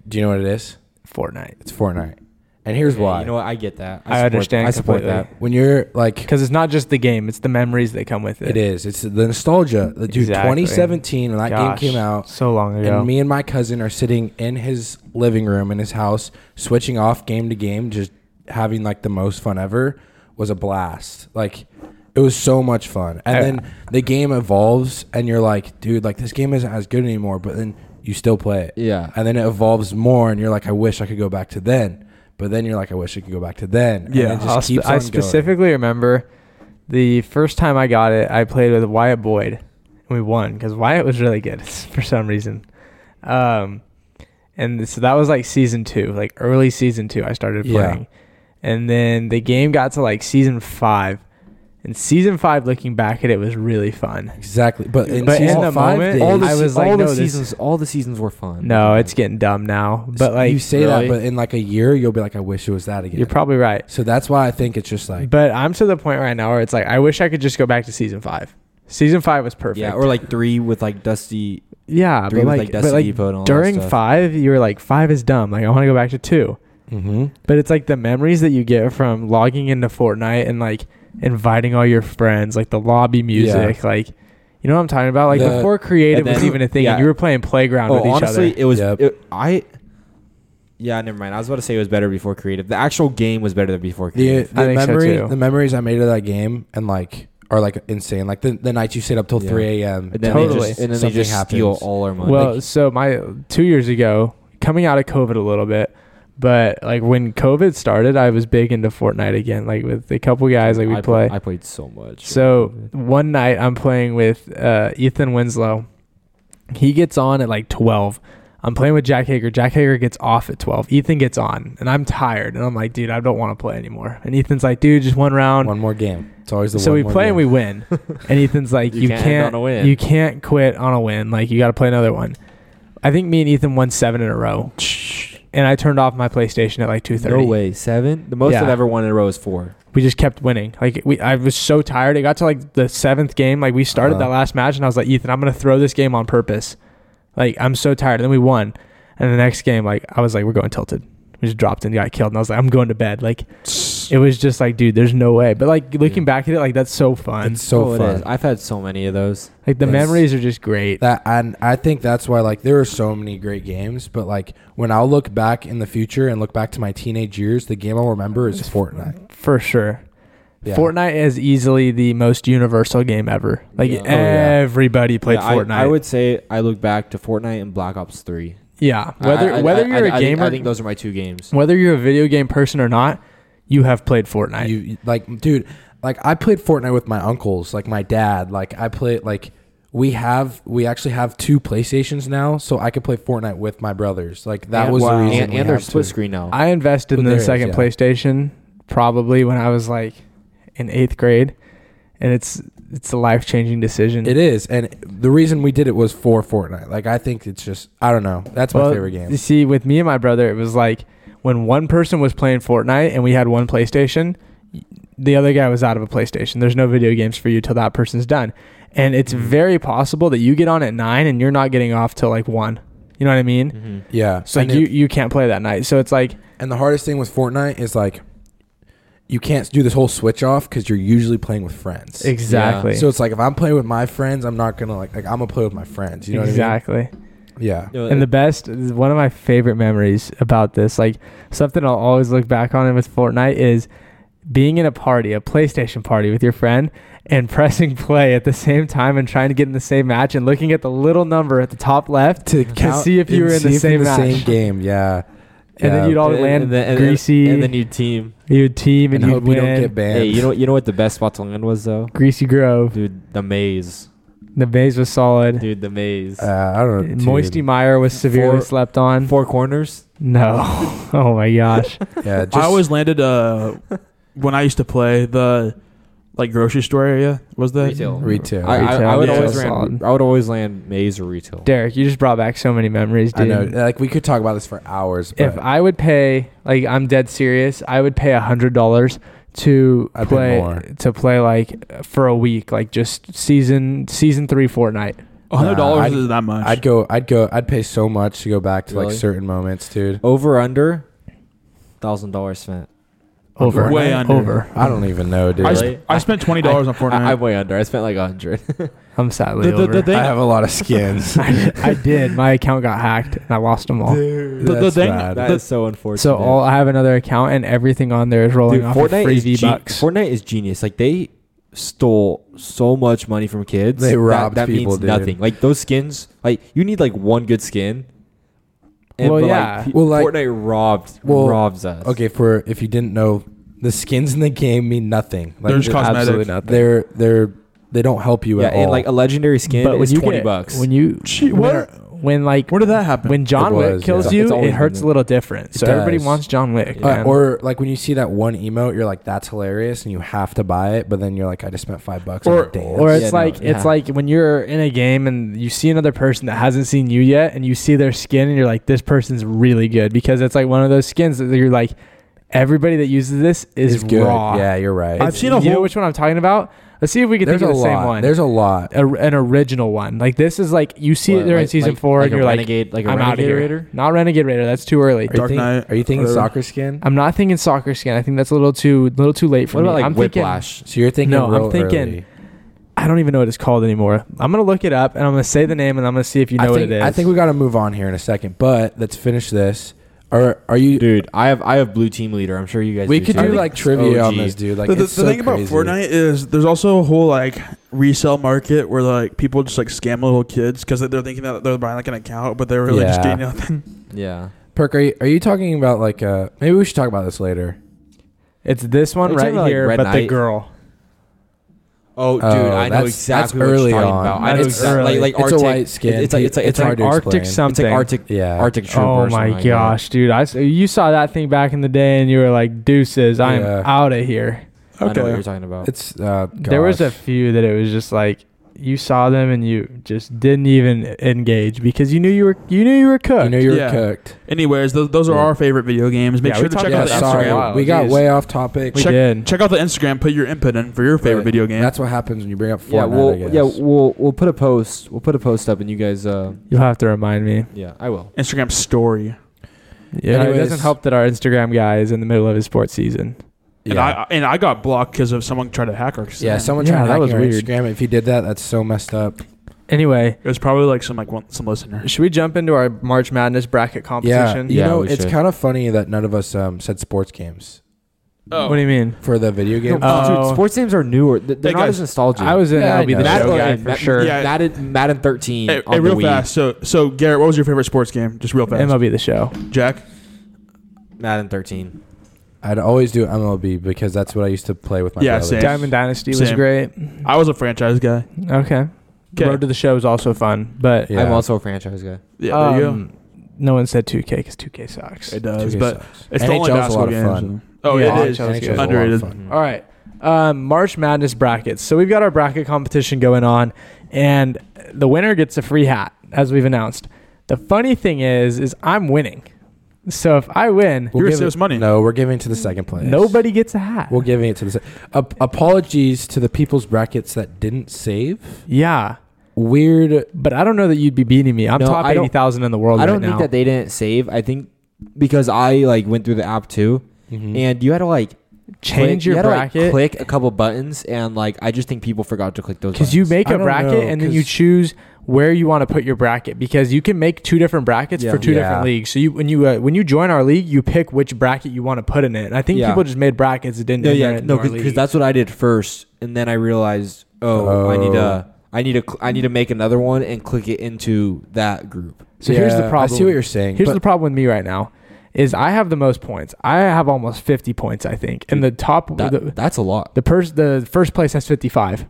Do you know what it is?
Fortnite.
It's Fortnite, and here's
Yeah,
why.
You know what? I get that.
I,
support-
understand.
I support
completely.
that.
when you're like
because it's not just the game; it's the memories that come with it.
It is. It's the nostalgia. Dude,
Exactly.
2017 when that
Gosh,
game came out,
so long ago.
and me and my cousin are sitting in his living room in his house, switching off game to game, just having like the most fun ever. Was a blast. Like it was so much fun. And
I-
then the game evolves, and you're like, dude, like this game isn't as good anymore. But then you still play it.
Yeah.
And then it evolves more, and you're like, I wish I could go back to then. But then you're like, I wish I could go back to then. And
Yeah.
it just
I'll
keeps
spe- I
on
specifically remember the first time I got it. I played with Wyatt Boyd, and we won because Wyatt was really good for some reason. Um, and so that was like season two, like early season two. I started
Yeah.
playing, and then the game got to like season five. And season five, looking back at it, was really fun.
Going. Exactly. But in
But in
season
the
five,
moment,
days-
all the I was
all
like,
the
no, this-
seasons, all the seasons were fun.
No, it's getting dumb now, but like
you say that,
really?
but in like a year, you'll be like, I wish it was that again.
you're probably right.
so that's why I think it's just like
But I'm to the point right now where it's like I wish I could just go back to season five. Season five was perfect.
yeah, or like three with like Dusty,
yeah,
three
but
with
like,
like, Dusty
but like
Depot and all
during
that stuff.
five, you were like five is dumb. Like I want to go back to two.
Mm-hmm.
But it's like the memories that you get from logging into Fortnite and like inviting all your friends, like the lobby music, like you know what I'm talking about. Like
The-
before creative
and then-
was even a thing,
yeah.
and you were playing playground with
Oh,
each
honestly,
other.
it was.
Yep.
It, I. Yeah, never mind. I was about to say it was better before creative. The actual game was better than before
the,
creative.
the
think so,
memory,
too.
the memories I made of that game, and like are like insane. Like the, the nights you stayed up till
Yeah.
three a.m.
and then
totally.
they just, and then they just steal all our money.
Well,
Like,
so my two years ago, coming out of COVID a little bit, but like when COVID started, I was big into Fortnite again, like with a couple guys, like we
I
play.
I played so much.
So one night I'm playing with uh, Ethan Winslow. He gets on at like 12. I'm playing with Jack Hager. Jack Hager gets off at 12. Ethan gets on, and I'm tired. And I'm like, dude, I don't want to play anymore. And Ethan's like, dude, just one round.
one more game. It's always the
so
one
we
more
play and we
game.
win. and Ethan's like, you,
You can't
can't,
end on a win."
you can't quit on a win. Like you got to play another one. I think me and Ethan won seven in a row. And I turned off my PlayStation at like 2:30.
no way, seven. The most
Yeah.
I've ever won in a row is four.
we just kept winning. Like we, I was so tired. It got to like the seventh game. Like we started
Uh-huh.
that last match, and I was like, Ethan, I'm gonna throw this game on purpose. Like I'm so tired. And then we won. And the next game, like I was like, we're going tilted. We just dropped and got killed. And I was like, I'm going to bed. Like it was just like, dude, there's no way. But like looking
Yeah.
back at it, like that's so fun.
It's so
Oh, it
fun.
is. I've had so many of those.
like the
it's-
memories are just great.
That and I think that's why like there are so many great games, but like when I'll look back in the future and look back to my teenage years, the game I'll remember is Fortnite.
for sure.
Yeah.
Fortnite is easily the most universal game ever. Like
Yeah. Oh,
yeah.
everybody played
Yeah, I-
Fortnite.
I, would say I look back to Fortnite and Black Ops Three.
yeah. Whether
I- I-
whether
I-
you're
I-
a
I think-
gamer,
I think those are my two games.
whether you're a video game person or not, you have played Fortnite.
You you- like, dude, like I played Fortnite with my uncles, like my dad. Like I played like we have we actually have two PlayStations now, so I could play Fortnite with my brothers. Like that
And-
was
wow.
the reason.
And,
we
and they're
have
split
two.
screen now.
I invested in
Well,
the
there is,
second
yeah.
PlayStation probably when I was like in eighth grade, and it's it's a life changing decision.
It is, and the reason we did it was for Fortnite. Like I think it's just I don't know. That's my
Well,
favorite
You
game.
see, with me and my brother, it was like when one person was playing Fortnite and we had one PlayStation, the other guy was out of a PlayStation. There's no video games for you till that person's done. And
Mm.
it's very possible that you get on at nine and you're not getting off till like one. You know what I mean?
Mm.
hmm
Yeah.
So like
And it-
you, you can't play that night. So it's like
And the hardest thing with Fortnite is like you can't do this whole switch off because you're usually playing with friends.
exactly,
So it's like if I'm playing with my friends, I'm not gonna like like I'm gonna play with my friends. You know
exactly.
what I mean? Yeah.
No,
And the best, one of my favorite memories about this, like something I'll always look back on with Fortnite is being in a party, a PlayStation party with your friend, and pressing play at the same time and trying to get in the same match and looking at the little number at the top left,
To,
see if you were in
see
the
if you're
same match.
same game. Yeah.
and
Yeah.
then you'd all
and-
land
and then- and then-
greasy,
and then you team.
you'd team, and,
and hope
you'd
we
win.
don't get banned.
Hey, you know you know what the best spot to land was though,
greasy Grove,
dude? The maze,
the maze was solid.
dude. The maze.
Uh, I don't know. dude.
Moisty Meyer was severely
Four-
slept on.
Four corners.
No, oh my gosh,
Yeah. Just,
I always landed uh when I used to play the like grocery store area was the
Retail.
retail.
I, I,
Retail,
I would
yeah.
Retail's
always land,
solid.
I would always land maze or retail.
Derek, you just brought back so many memories,
I
dude.
know. Like we could talk about this for hours. But
if I would pay, like I'm dead serious, I would pay a hundred dollars to
I'd pay more.
play to play like for a week, like just season season three Fortnite.
A hundred
Nah,
dollars
I'd-
is not much.
I'd go. I'd go. I'd pay so much to go back to
Really?
like certain moments, dude.
Over under, thousand dollars spent.
Over,
Way under.
over.
I don't even know, dude.
I,
I,
Really?
sp- I spent twenty dollars on Fortnite.
I, I'm way under. I spent like a hundred.
I'm sadly
the, the, the
over.
thing,
have a lot of skins.
I, I did. My account got hacked and I lost them all.
the
That's
thing-
bad.
that is so unfortunate.
So all I have another account and everything on there is rolling
Dude,
off of
Fortnite
free
is
V
gen-
bucks.
Fortnite is genius. Like they stole so much money from kids.
They
that-
robbed
that,
people,
means
dude.
nothing. Like those skins. Like you need like one good skin.
Well,
but,
yeah.
Like, pe-
Well, like-
Fortnite robbed
Well,
robs us.
Okay, for if you didn't know, the skins in the game mean nothing. Like,
They're just cosmetic.
Absolutely nothing.
They're they're they don't help you
Yeah,
at all.
and like a legendary skin
but when
is
you
twenty
get,
bucks.
when you
Gee,
when,
what-
when like
where did that happen?
when John
It
Wick
was,
kills
yeah.
you,
It's always
it
been
hurts a
that.
little different.
It
So everybody
does.
wants John Wick.
Yeah.
Uh,
man.
or like when you see that one emote, you're like, "That's hilarious," and you have to buy it. But then you're like, "I just spent five bucks
or,
on a dance."
or it's
Yeah, no,
like
yeah.
it's like when you're in a game and you see another person that hasn't seen you yet and you see their skin and you're like this person's really good because it's like one of those skins that you're like everybody that uses this is
It's good.
raw
Yeah, you're right.
I've
It's-
seen a
you know
whole-
which one i'm talking about let's see if we can
there's
think
a
of the same
lot.
one
There's a lot.
a, an original one like this is like you see it
What,
there in
like-
season
like-
four
like
and
a
you're like
renegade, like a
i'm out of
renegade
here
raider.
not renegade raider that's too early
Are you,
Dark
think-
Knight,
are you thinking
whatever.
soccer skin?
i'm not thinking soccer skin i think that's a little too little too late for
What
me
about like
i'm thinking
Whiplash?
So you're thinking?
No, I'm
real
thinking-
early.
i don't even know what it's called anymore i'm gonna look it up and i'm gonna say the name and i'm gonna see if you know
I
what
think,
it is
I think we got to move on here in a second, but let's finish this. Are are you?
Dude, I have I have blue team leader. I'm sure you guys.
we
do
could
too.
do like trivia on
OG.
this, dude. Like
the, the,
it's
the
so
thing about
crazy.
Fortnite is there's also a whole like resale market where like people just like scam little kids because they're thinking that they're buying like an account, but they're really just
Yeah.
getting nothing.
Yeah.
Perk, are you, are you talking about like uh maybe we should talk about this later.
It's this one
Are you
right
talking about, like,
here,
Red
but the
Knight?
girl.
Oh, dude,
Oh,
I know
that's-
exactly
that's
what
early
you're talking
on.
about. I know
That's
exactly
early.
like, like
It's a
Arctic.
white skin.
It's like it's like
It's
it's like
hard to
Arctic
explain. It's
It's
something.
like Arctic
Yeah.
Arctic Trooper.
oh
or
my
something like that.
gosh, dude! I s- you saw that thing back in the day, and you were like, "Deuces, I'm
Yeah.
out of here."
I know what you're
Okay,
talking about.
It's uh
There was a
gosh.
few that it was just like you saw them and you just didn't even engage because you knew you were you knew you were cooked.
you know you were
Yeah.
cooked.
anyways, those, those are
Yeah.
our favorite video games. Make
Yeah, we
sure to
talked
check
Yeah,
out the
about that for a
sorry.
Instagram.
while,
we got
geez.
way off topic.
we did.
Check out the Instagram. Put your input in for your favorite
But
video game.
That's what happens when you bring up Fortnite.
yeah,
I
we'll
guess.
yeah we'll we'll put a post we'll put a post up and you guys uh
You'll have to remind me.
yeah I will.
Instagram story.
Yeah, it
Anyways.
doesn't help that our Instagram guy is in the middle of his sports season.
yeah.
And I and I got blocked because of someone tried to hack our.
yeah, someone
Yeah,
tried
that
to hack
was
your
weird.
Instagram. If you did that, that's so messed up.
Anyway,
It was probably like some like one, some listener.
should we jump into our March Madness bracket
Yeah,
competition?
you
Yeah,
know,
we
it's
should.
kind of funny that none of us um, said sports games.
Oh.
What do you mean?
for the video game.
Uh,
Dude,
Oh.
sports games are newer. Th- They're
Hey,
not
guys,
as nostalgic.
I was in
Yeah,
I'll be
I
the
know.
show
Madden,
guy
okay,
for
Ma-
sure.
Yeah.
Madden, Madden 13
Hey,
on
hey,
the
real
Wii.
fast. So, so Garrett, what was your favorite sports game? Just real fast.
MLB the show.
Jack.
Madden 13.
I'd always do MLB because that's what I used to play with my
Yeah,
brothers.
same.
Diamond Dynasty was
Same.
great.
I was a franchise guy.
Okay.
Okay.
Road to the show is also fun, but
Yeah.
I'm also a franchise guy.
Yeah, there you
um, no one said 2K because 2k sucks.
go. It does,
2K
but
sucks.
it's the
NHL's
only
a
basketball
lot of
game.
fun.
Oh,
Yeah,
it is.
NHL.
NHL's a lot of
Underrated.
fun.
All right. Um, March Madness brackets. So we've got our bracket competition going on, and the winner gets a free hat, as we've announced. The funny thing is, is I'm winning. So if I win,
You're
give
serious
it-
money.
No, we're giving it to the second place.
nobody gets a hat.
We're giving it to the second. apologies to the people's brackets that didn't save.
yeah.
Weird.
But I don't know that you'd be beating me. I'm
No,
top
I don't-
eighty thousand in the world.
I don't
right
think
now.
that they didn't save. I think because I like went through the app too, and you had to like
change
click, you
your
had To, like,
bracket
click a couple buttons, and like I just think people forgot to click those.
because you
buttons.
make
I
a
don't
bracket
know,
and then you
'cause-
choose where you want to put your bracket because you can make two different brackets
Yeah.
for two
Yeah.
different leagues. So you when you uh, when you join our league, you pick which bracket you want to put in it. And I think
Yeah.
people just made brackets that didn't.
no,
enter
yeah,
into
no,
our
because
league.
that's what I did first, and then I realized, oh, I need to, I need to, cl- I need to make another one and click it into that group.
So here's the
Yeah,
problem.
I see what you're saying.
Here's
but
the problem with me right now is I have the most points. I have almost 50 points, I think. And the top
That,
the,
that's a lot.
the pers- the first place has 55.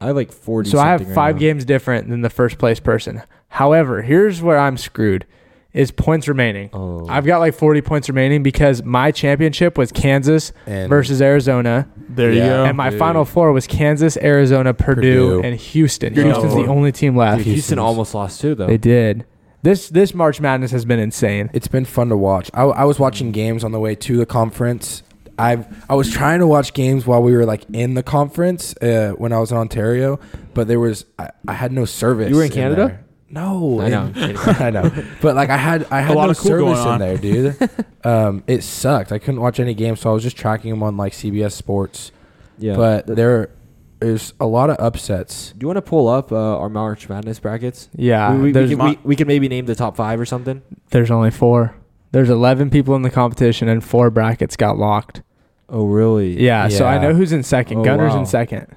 I have like forty.
So I have
something right
five
now.
games different than the first place person. However, here's where I'm screwed is points remaining.
Oh.
I've got like 40 points remaining because my championship was Kansas
and
versus Arizona
There
Yeah.
Oh,
you
and
go.
my
dude.
final four was Kansas, Arizona, Purdue,
Purdue.
and Houston.
You're
Houston's
number
the
four.
only team
Dude,
left.
Houston
Houston's-
almost lost too, though.
They did. This this March Madness has been insane.
It's been fun to watch. I, I was watching games on the way to the conference. I've I was trying to watch games while we were like in the conference uh, when I was in Ontario, but there was I, I had no service.
You were in Canada?
there. No,
I know.
in-
I'm kidding.
I know, but like I had I had
lot
no
of cool going
service
on.
in there, dude. um, it sucked. I couldn't watch any games, so I was just tracking them on like CBS Sports.
yeah,
But there is a lot of upsets.
do you want to pull up uh, our March Madness brackets?
Yeah,
we, we, we,
Uh, there's
can, we, we can maybe name the top five or something.
there's only four. There's 11 people in the competition and four brackets got locked.
Oh, really?
Yeah, so I
Yeah.
know who's in second.
Oh,
Gunner's
wow.
in second.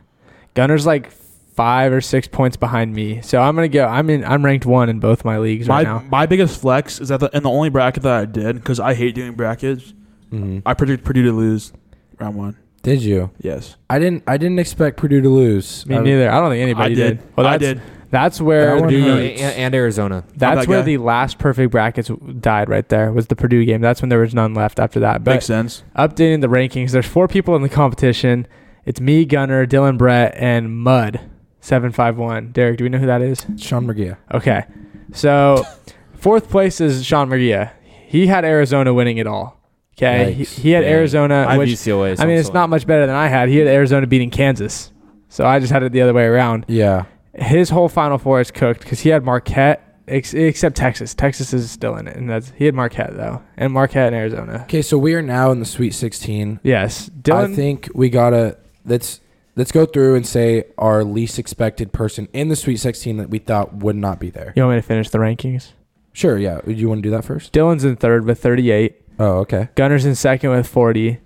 Gunner's like five or six points behind me. So I'm gonna go. I'm in. I'm ranked one in both my leagues
My
right now.
my biggest flex is that the, in the only bracket that I did because I hate doing brackets.
Mhm.
I predicted Purdue to lose round one.
Did you?
Yes,
I didn't. I didn't expect Purdue to lose. Uh,
Me
I-
neither. I don't think anybody
I did.
did. Well,
I
that's,
did.
That's where
That one
Purdue-
No,
hurt.
and, and Arizona.
that's
that
where
guy.
the last perfect brackets w- died. Right there was the Purdue game. That's when there was none left after that. But
Makes sense.
updating the rankings, there's four people in the competition. It's me, Gunner, Dylan Brett, and Mud. Seven five one. Derek, do we know who that is?
Sean McGee.
Okay. So fourth place is Sean Maria. He had Arizona winning it all. Okay. He,
Yikes.
he had
Yeah.
Arizona,
Uh, I have
which
UCLA. so
I mean,
I'm
it's
so-
not much better than I had. He had Arizona beating Kansas. So I just had it the other way around.
Yeah.
His whole Final Four is cooked because he had Marquette, ex- except Texas. Texas is still in it, and that's he had Marquette though, and Marquette and Arizona.
Okay, so we are now in the Sweet 16.
Yes, Dylan.
I think we gotta let's let's go through and say our least expected person in the Sweet 16 that we thought would not be there.
you want me to finish the rankings?
Sure. Yeah. Do you want to do that first?
Dylan's in third with 38.
Oh, okay.
Gunner's in second with 40.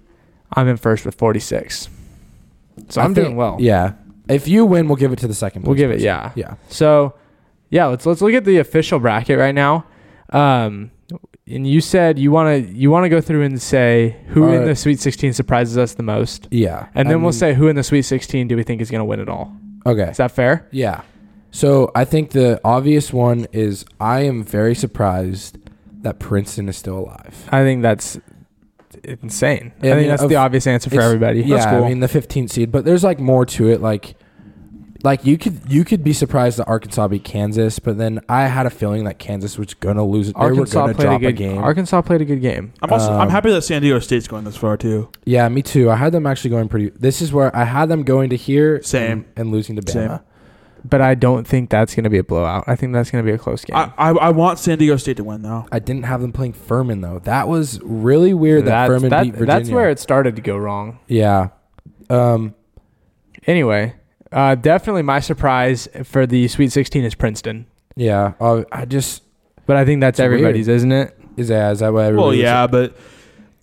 I'm in first with 46. So I'm
I think-
doing well.
Yeah. If you win, we'll give it to the second.
We'll
place
give it,
person.
yeah.
Yeah.
So, yeah, let's let's look at the official bracket right now. Um, and you said you want to you want to go through and say who in
Uh,
the Sweet 16 surprises us the most,
Yeah.
and
I
then we'll
mean-
say who in the Sweet 16 do we think is going to win it all.
Okay.
Is that fair?
Yeah. So I think the obvious one is I am very surprised that Princeton is still alive.
I think that's insane. I,
Yeah, I
think
mean,
that's
of-
the obvious answer for
it's-
everybody.
Yeah, I mean the 15th seed, but there's like more to it. Like, like you could you could be surprised that Arkansas beat Kansas, but then I had a feeling that Kansas was gonna lose. it. They were
Arkansas
gonna
played a
drop
good
a game.
Arkansas played a good game.
I'm also I'm
Um,
happy that San Diego State's going this far too.
yeah, me too. I had them actually going pretty. This is where I had them going to here,
Same.
and, and losing to Bama.
Same.
But I don't think that's going to be a blowout. I think that's going to be a close game.
I, I I want San Diego State to win though.
I didn't have them playing Furman though. That was really weird that,
That's-
Furman
that-
beat Virginia.
that's where it started to go wrong.
yeah. Um,
Anyway, uh, definitely my surprise for the Sweet 16 is Princeton,
yeah. Uh, I just
but I think that's
It's
everybody's, isn't it?
is that is that what everybody?
Well,
was-
yeah, but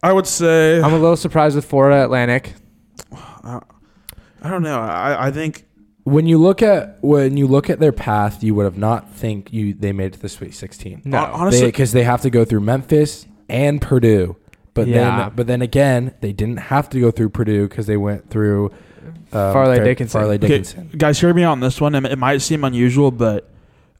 I would say
I'm a little surprised with Florida Atlantic.
I don't know. I, I think
When you look at when you look at their path, you would have not think you they made it to the Sweet 16.
No.
hon- honestly,
because they, have to go through Memphis and Purdue. But
Yeah.
then, but then again, they didn't have to go through Purdue because they went through um,
Farleigh
Far-
Dickinson.
Farleigh
Okay,
Dickinson.
guys, hear me out on this one. It it might seem unusual, but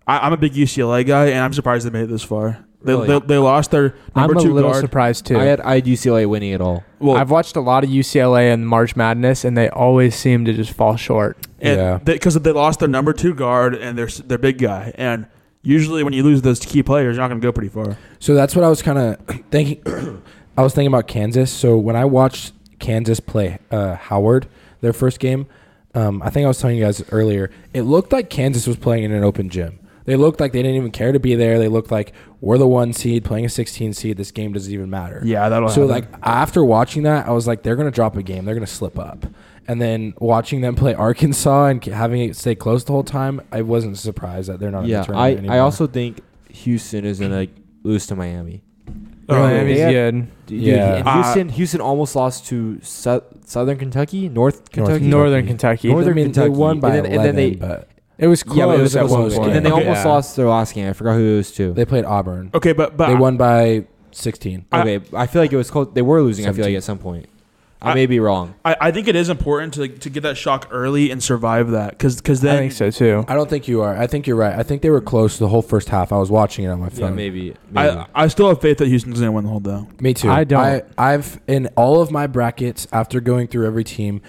I, I'm a big UCLA guy, and I'm surprised they made it this far. They,
Really?
they, they lost their
I'm
number
a
two
little
guard.
surprised too.
I had I had UCLA winning it all.
well,
I've watched a lot of UCLA and March Madness, and they always seem to just fall short.
Yeah.
and because they, lost their number two guard and their s- their big guy, and usually when you lose those key players, you're not going to go pretty far.
So that's what I was kind of thinking. I was thinking about Kansas. So when I watched Kansas play uh, Howard, their first game, um, I think I was telling you guys earlier, it looked like Kansas was playing in an open gym. They looked like they didn't even care to be there. They looked like we're the one seed playing a 16 seed. This game doesn't even matter.
Yeah, that'll
So
happen.
like after watching that, I was like, they're gonna drop a game. They're gonna slip up. And then watching them play Arkansas and ca- having it stay close the whole time, I wasn't surprised that they're not. in the
Yeah, I,
tournament
I
anymore.
also think Houston is gonna lose to Miami.
Oh,
Miami's
they have-
good.
Dude,
Yeah.
and
Uh,
Houston Houston almost lost to Sou- Southern Kentucky, North Kentucky,
Northern Kentucky.
Northern
I mean,
Kentucky.
they won by
And then- and
11,
then they-
but
It was close
Yeah, but it was
at
close.
one
close
point.
And then they
Okay.
almost
Yeah.
lost their last game. I forgot who it was to.
they played Auburn.
Okay, but but
Ah.
They won by 16.
I-
okay, I feel like it was close. They were losing. I feel
17.
like at some point. I,
I-
may be wrong.
I, I think it is important to to get that shock early and survive that because then
I think so too.
I don't think you are. I think you're right. I think they were close the whole first half. I was watching it on my
Yeah,
phone.
maybe. maybe.
I, I still have faith that Houston's going to win the whole down.
Me too.
I don't.
I, I've in all of my brackets after going through every team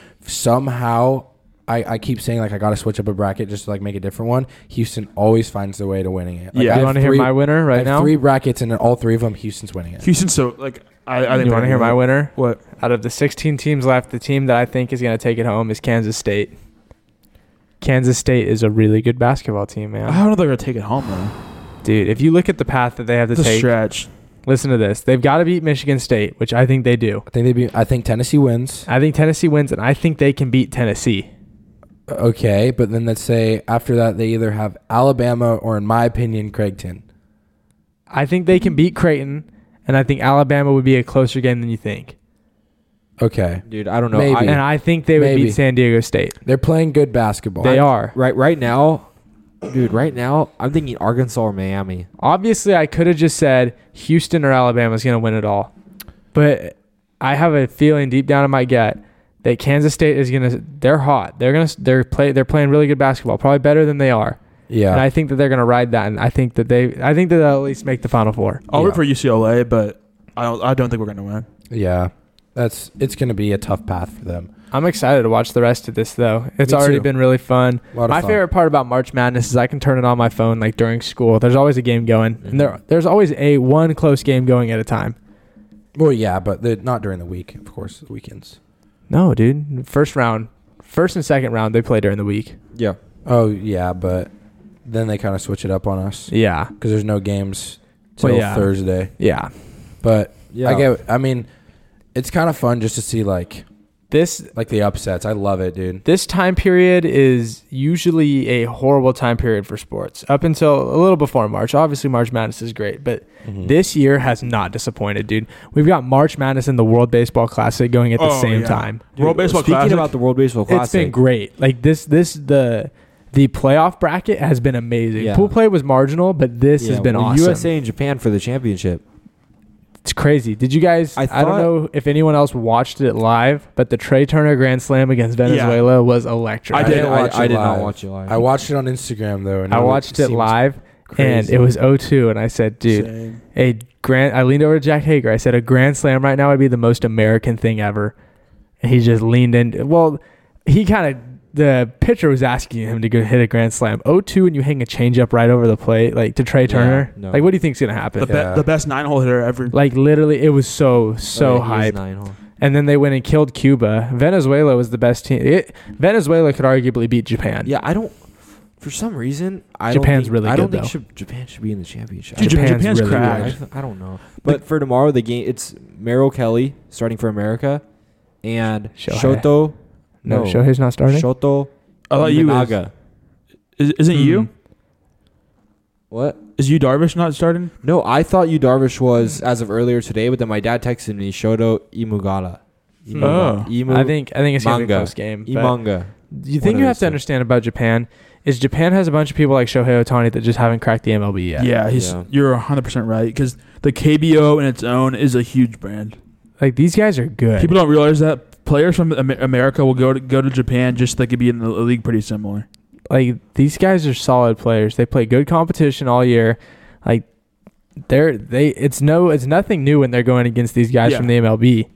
somehow. I, I keep saying like I got to switch up a bracket just to like make a different one. Houston always finds the way to winning it. Like,
Yeah.
I
Do you
have
want to hear
three-
my winner
I
right
have
now?
Three brackets and in all three of them, Houston's winning it.
Houston's so like I, I
Do
think.
you want to hear my winner?
What?
Out of the 16 teams left, the team that I think is going to take it home is Kansas State. Kansas State is a really good basketball team,
I
man.
don't know if they're going to take it home though.
Dude, if you look at the path that they have to
It's a
take,
stretch.
listen to this. They've got to beat Michigan State, which I think they do.
I think they be. I think Tennessee wins.
I think Tennessee wins, and I think they can beat Tennessee.
Okay, but then let's say after that they either have Alabama or, in my opinion, Craigton.
I think they can beat Creighton, and I think Alabama would be a closer game than you think.
Okay,
dude, I don't know.
Maybe.
I-
And I think they would
Maybe.
beat San Diego State.
they're playing good basketball.
They are.
right right now, dude. Right now, I'm thinking Arkansas or Miami.
Obviously, I could have just said Houston or Alabama's going to win it all. But I have a feeling deep down in my gut that Kansas State is going to they're hot. They're going to they're play they're playing really good basketball, probably better than they are.
Yeah,
And I think that they're going to ride that and I think that they I think that they'll at least make the final four.
I'll root
Yeah.
for UCLA, but I don't. I don't think we're going to win.
yeah. That's it's going to be a tough path for them.
I'm excited to watch the rest of this though. It's
Me
already
too.
been really fun.
A lot of
My
fun.
favorite part about March Madness is I can turn it on my phone like during school. There's always a game going. And there there's always a one close game going at a time.
Well, yeah, but they're not during the week, of course, the weekends.
No, dude. First round, first and second round, they play during the week.
Yeah,
Oh yeah, but then they kind of switch it up on us
Yeah,
because there's no games till
yeah.
Thursday.
yeah.
But
yeah.
I get. I mean, it's kind of fun just to see like
This
like the upsets. I love it, dude.
this time period is usually a horrible time period for sports. Up until a little before March, obviously March Madness is great, but this year has not disappointed, dude. We've got March Madness and the World Baseball Classic going at the
Oh,
same
yeah.
time.
World Baseball
Speaking
Classic.
about the World Baseball Classic,
It's been great. Like this, this the the playoff bracket has been amazing.
Yeah.
Pool play was marginal, but this
Yeah,
has been
well,
awesome.
USA and Japan for the championship.
It's crazy. Did you guys? I,
I
don't
thought-
know if anyone else watched it live, but the Trey Turner grand slam against Venezuela was electric.
I did.
didn't watch
I,
it
did not
live.
watch it live.
I watched it on Instagram though. And
I
was-
watched it
seemed-
live, and
crazy.
it was 0-2, and I said, "Dude,
Same.
a grand." I leaned over to Jack Hager. I said, "A grand slam right now would be the most American thing ever," and he just leaned in. Well, he kind of. The pitcher was asking him to go hit a grand slam. 0-2 and you hang a changeup right over the plate, like to Trey
Yeah,
Turner.
no.
Like, what do you think's gonna happen?
the, be-
Yeah.
the best nine hole hitter ever.
uh, like, literally, it was so so
Okay, he was
hype.
nine, huh?
and then they went and killed Cuba. Venezuela was the best team. It, Venezuela could arguably beat Japan.
Yeah, I don't. For some reason, I
Japan's
don't think,
really
I don't
good,
think should- Japan should be in the championship.
Dude, Japan's,
Japan's really
I,
cracked.
good.
I- I don't know. But for tomorrow, the game it's Merrill Kelly starting for America, and
Shohei.
Shoto.
No,
No.
Shohei's not starting.
Shoto.
I thought you was-
Imanaga.
Mm-hmm.
Is, isn't
Hmm.
you?
What?
Is you Darvish not starting?
No, I thought you Darvish was as of earlier today, but then my dad texted me Shoto Imugala.
Hmm.
Oh.
Imu,
I think I think it's gonna be a
Manga.
close game. but-
Imanga.
You
One
think
of
you
those
have
two.
to understand about Japan is Japan has a bunch of people like Shohei Otani that just haven't cracked the MLB yet.
Yeah, he's
Yeah.
you're 100 percent right because the KBO in its own is a huge brand.
Like these guys are good.
People don't realize that players from Am- America will go to go to Japan just so they could be in the league pretty similar.
like these guys are solid players. They play good competition all year. Like they're they it's no it's nothing new when they're going against these guys
Yeah.
from the MLB.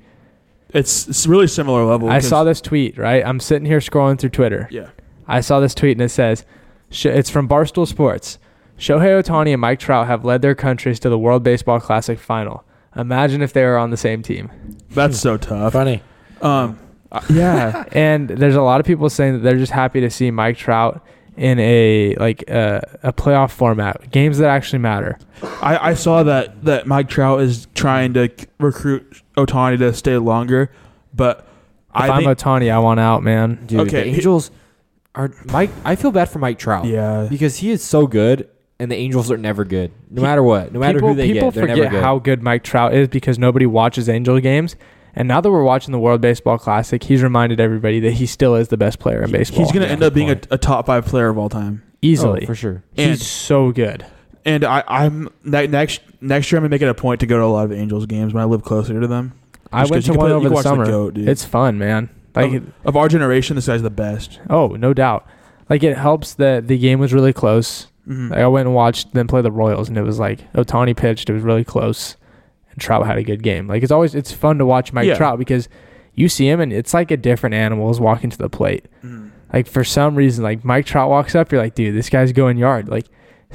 It's, it's really similar level.
I saw
that.
this tweet, right? I'm sitting here scrolling through Twitter.
Yeah,
I saw this tweet and it says Sh- it's from Barstool Sports. Shohei Otani and Mike Trout have led their countries to the World Baseball Classic final. Imagine if they were on the same team.
that's so tough.
Funny.
Um, I- yeah,
and there's a lot of people saying that they're just happy to see Mike Trout in a like uh, a playoff format, games that actually matter.
I, I saw that that Mike Trout is trying to c- recruit Otani to stay longer, but
If I
I
am
think
Otani, I want out, man.
Dude,
Okay,
the
he-
Angels are Mike. I feel bad for Mike Trout.
yeah.
because he is so good, and the Angels are never good, no matter what, no matter
people
who they
people
get, they're never
forget
good. Oh,
how good Mike Trout is because nobody watches Angel games. And now that we're watching the World Baseball Classic, he's reminded everybody that he still is the best player in baseball.
He's going to
yeah,
end up being a,
point.
a top five player of all time.
easily.
Oh, for sure.
And
he's so good.
and I, I'm ne- next next year I'm gonna make it a point to go to a lot of Angels games when I live closer to them.
I went
Just 'cause you
to
can
one
play- you
over
can
the
watch the
summer.
GOAT, dude.
it's fun, man. Like,
Of our generation, this guy's the best.
oh, no doubt. Like it helps that the game was really close.
Mhm.
Mm-hmm. Like I went and watched them play the Royals, and it was like Otani pitched. It was really close, and Trout had a good game. Like it's always it's fun to watch Mike
Yeah.
Trout because you see him, and it's like a different animal is walking to the plate.
Mhm.
Like for some reason, like Mike Trout walks up, you're like, dude, this guy's going yard. Like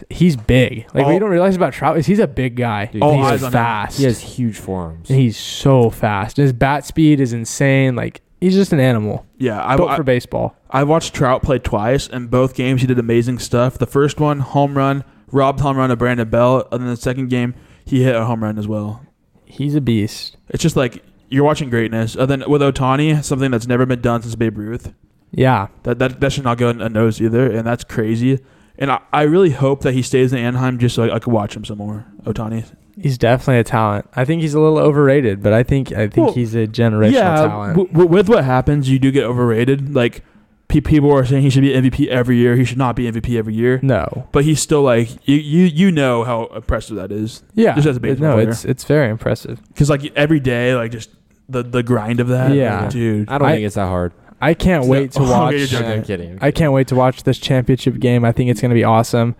he's big. Like what
All-
you don't realize about Trout is he's a big guy.
Dude,
And
all
he's
Oh. eyes on him.
fast.
He has huge forearms.
And he's so fast. His bat speed is insane. Like he's just an animal
Yeah, I,
built
I,
for baseball.
I watched Trout play twice, and both games he did amazing stuff. The first one, home run, robbed home run to Brandon Bell, and then the second game he hit a home run as well.
He's a beast.
It's just like you're watching greatness. And then with Otani, something that's never been done since Babe Ruth.
Yeah.
That that, that should not go unnoticed either, and that's crazy. And I, I really hope that he stays in Anaheim just so I, I could watch him some more. Otani,
He's definitely a talent. I think he's a little overrated, but I think I think
Well,
he's a generational talent.
W- w- with what happens, you do get overrated. Like pe- people are saying he should be MVP every year. He should not be MVP every year.
no.
But he's still like you. You, you know how impressive that is.
Yeah.
Just as a baseball
no,
player.
it's it's very impressive.
Because like every day, like just the the grind of that.
Yeah.
like, dude.
I don't
I-
think it's that hard.
I can't
So-
wait to
Okay,
watch
you're
No,
joking.
I'm kidding.
I can't wait to watch this championship game. I think it's going to be awesome.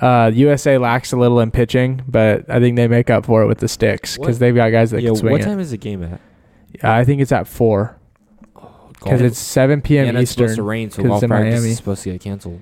Uh, USA lacks a little in pitching, but I think they make up for it with the sticks because
What-
they've got guys that
Yeah,
can swing
what
it.
time is the game at?
I think it's at four because it's seven p.m.
and it's supposed to
Eastern.
rain, so
'cause
golf
it's in
practice
Miami.
is supposed to get canceled.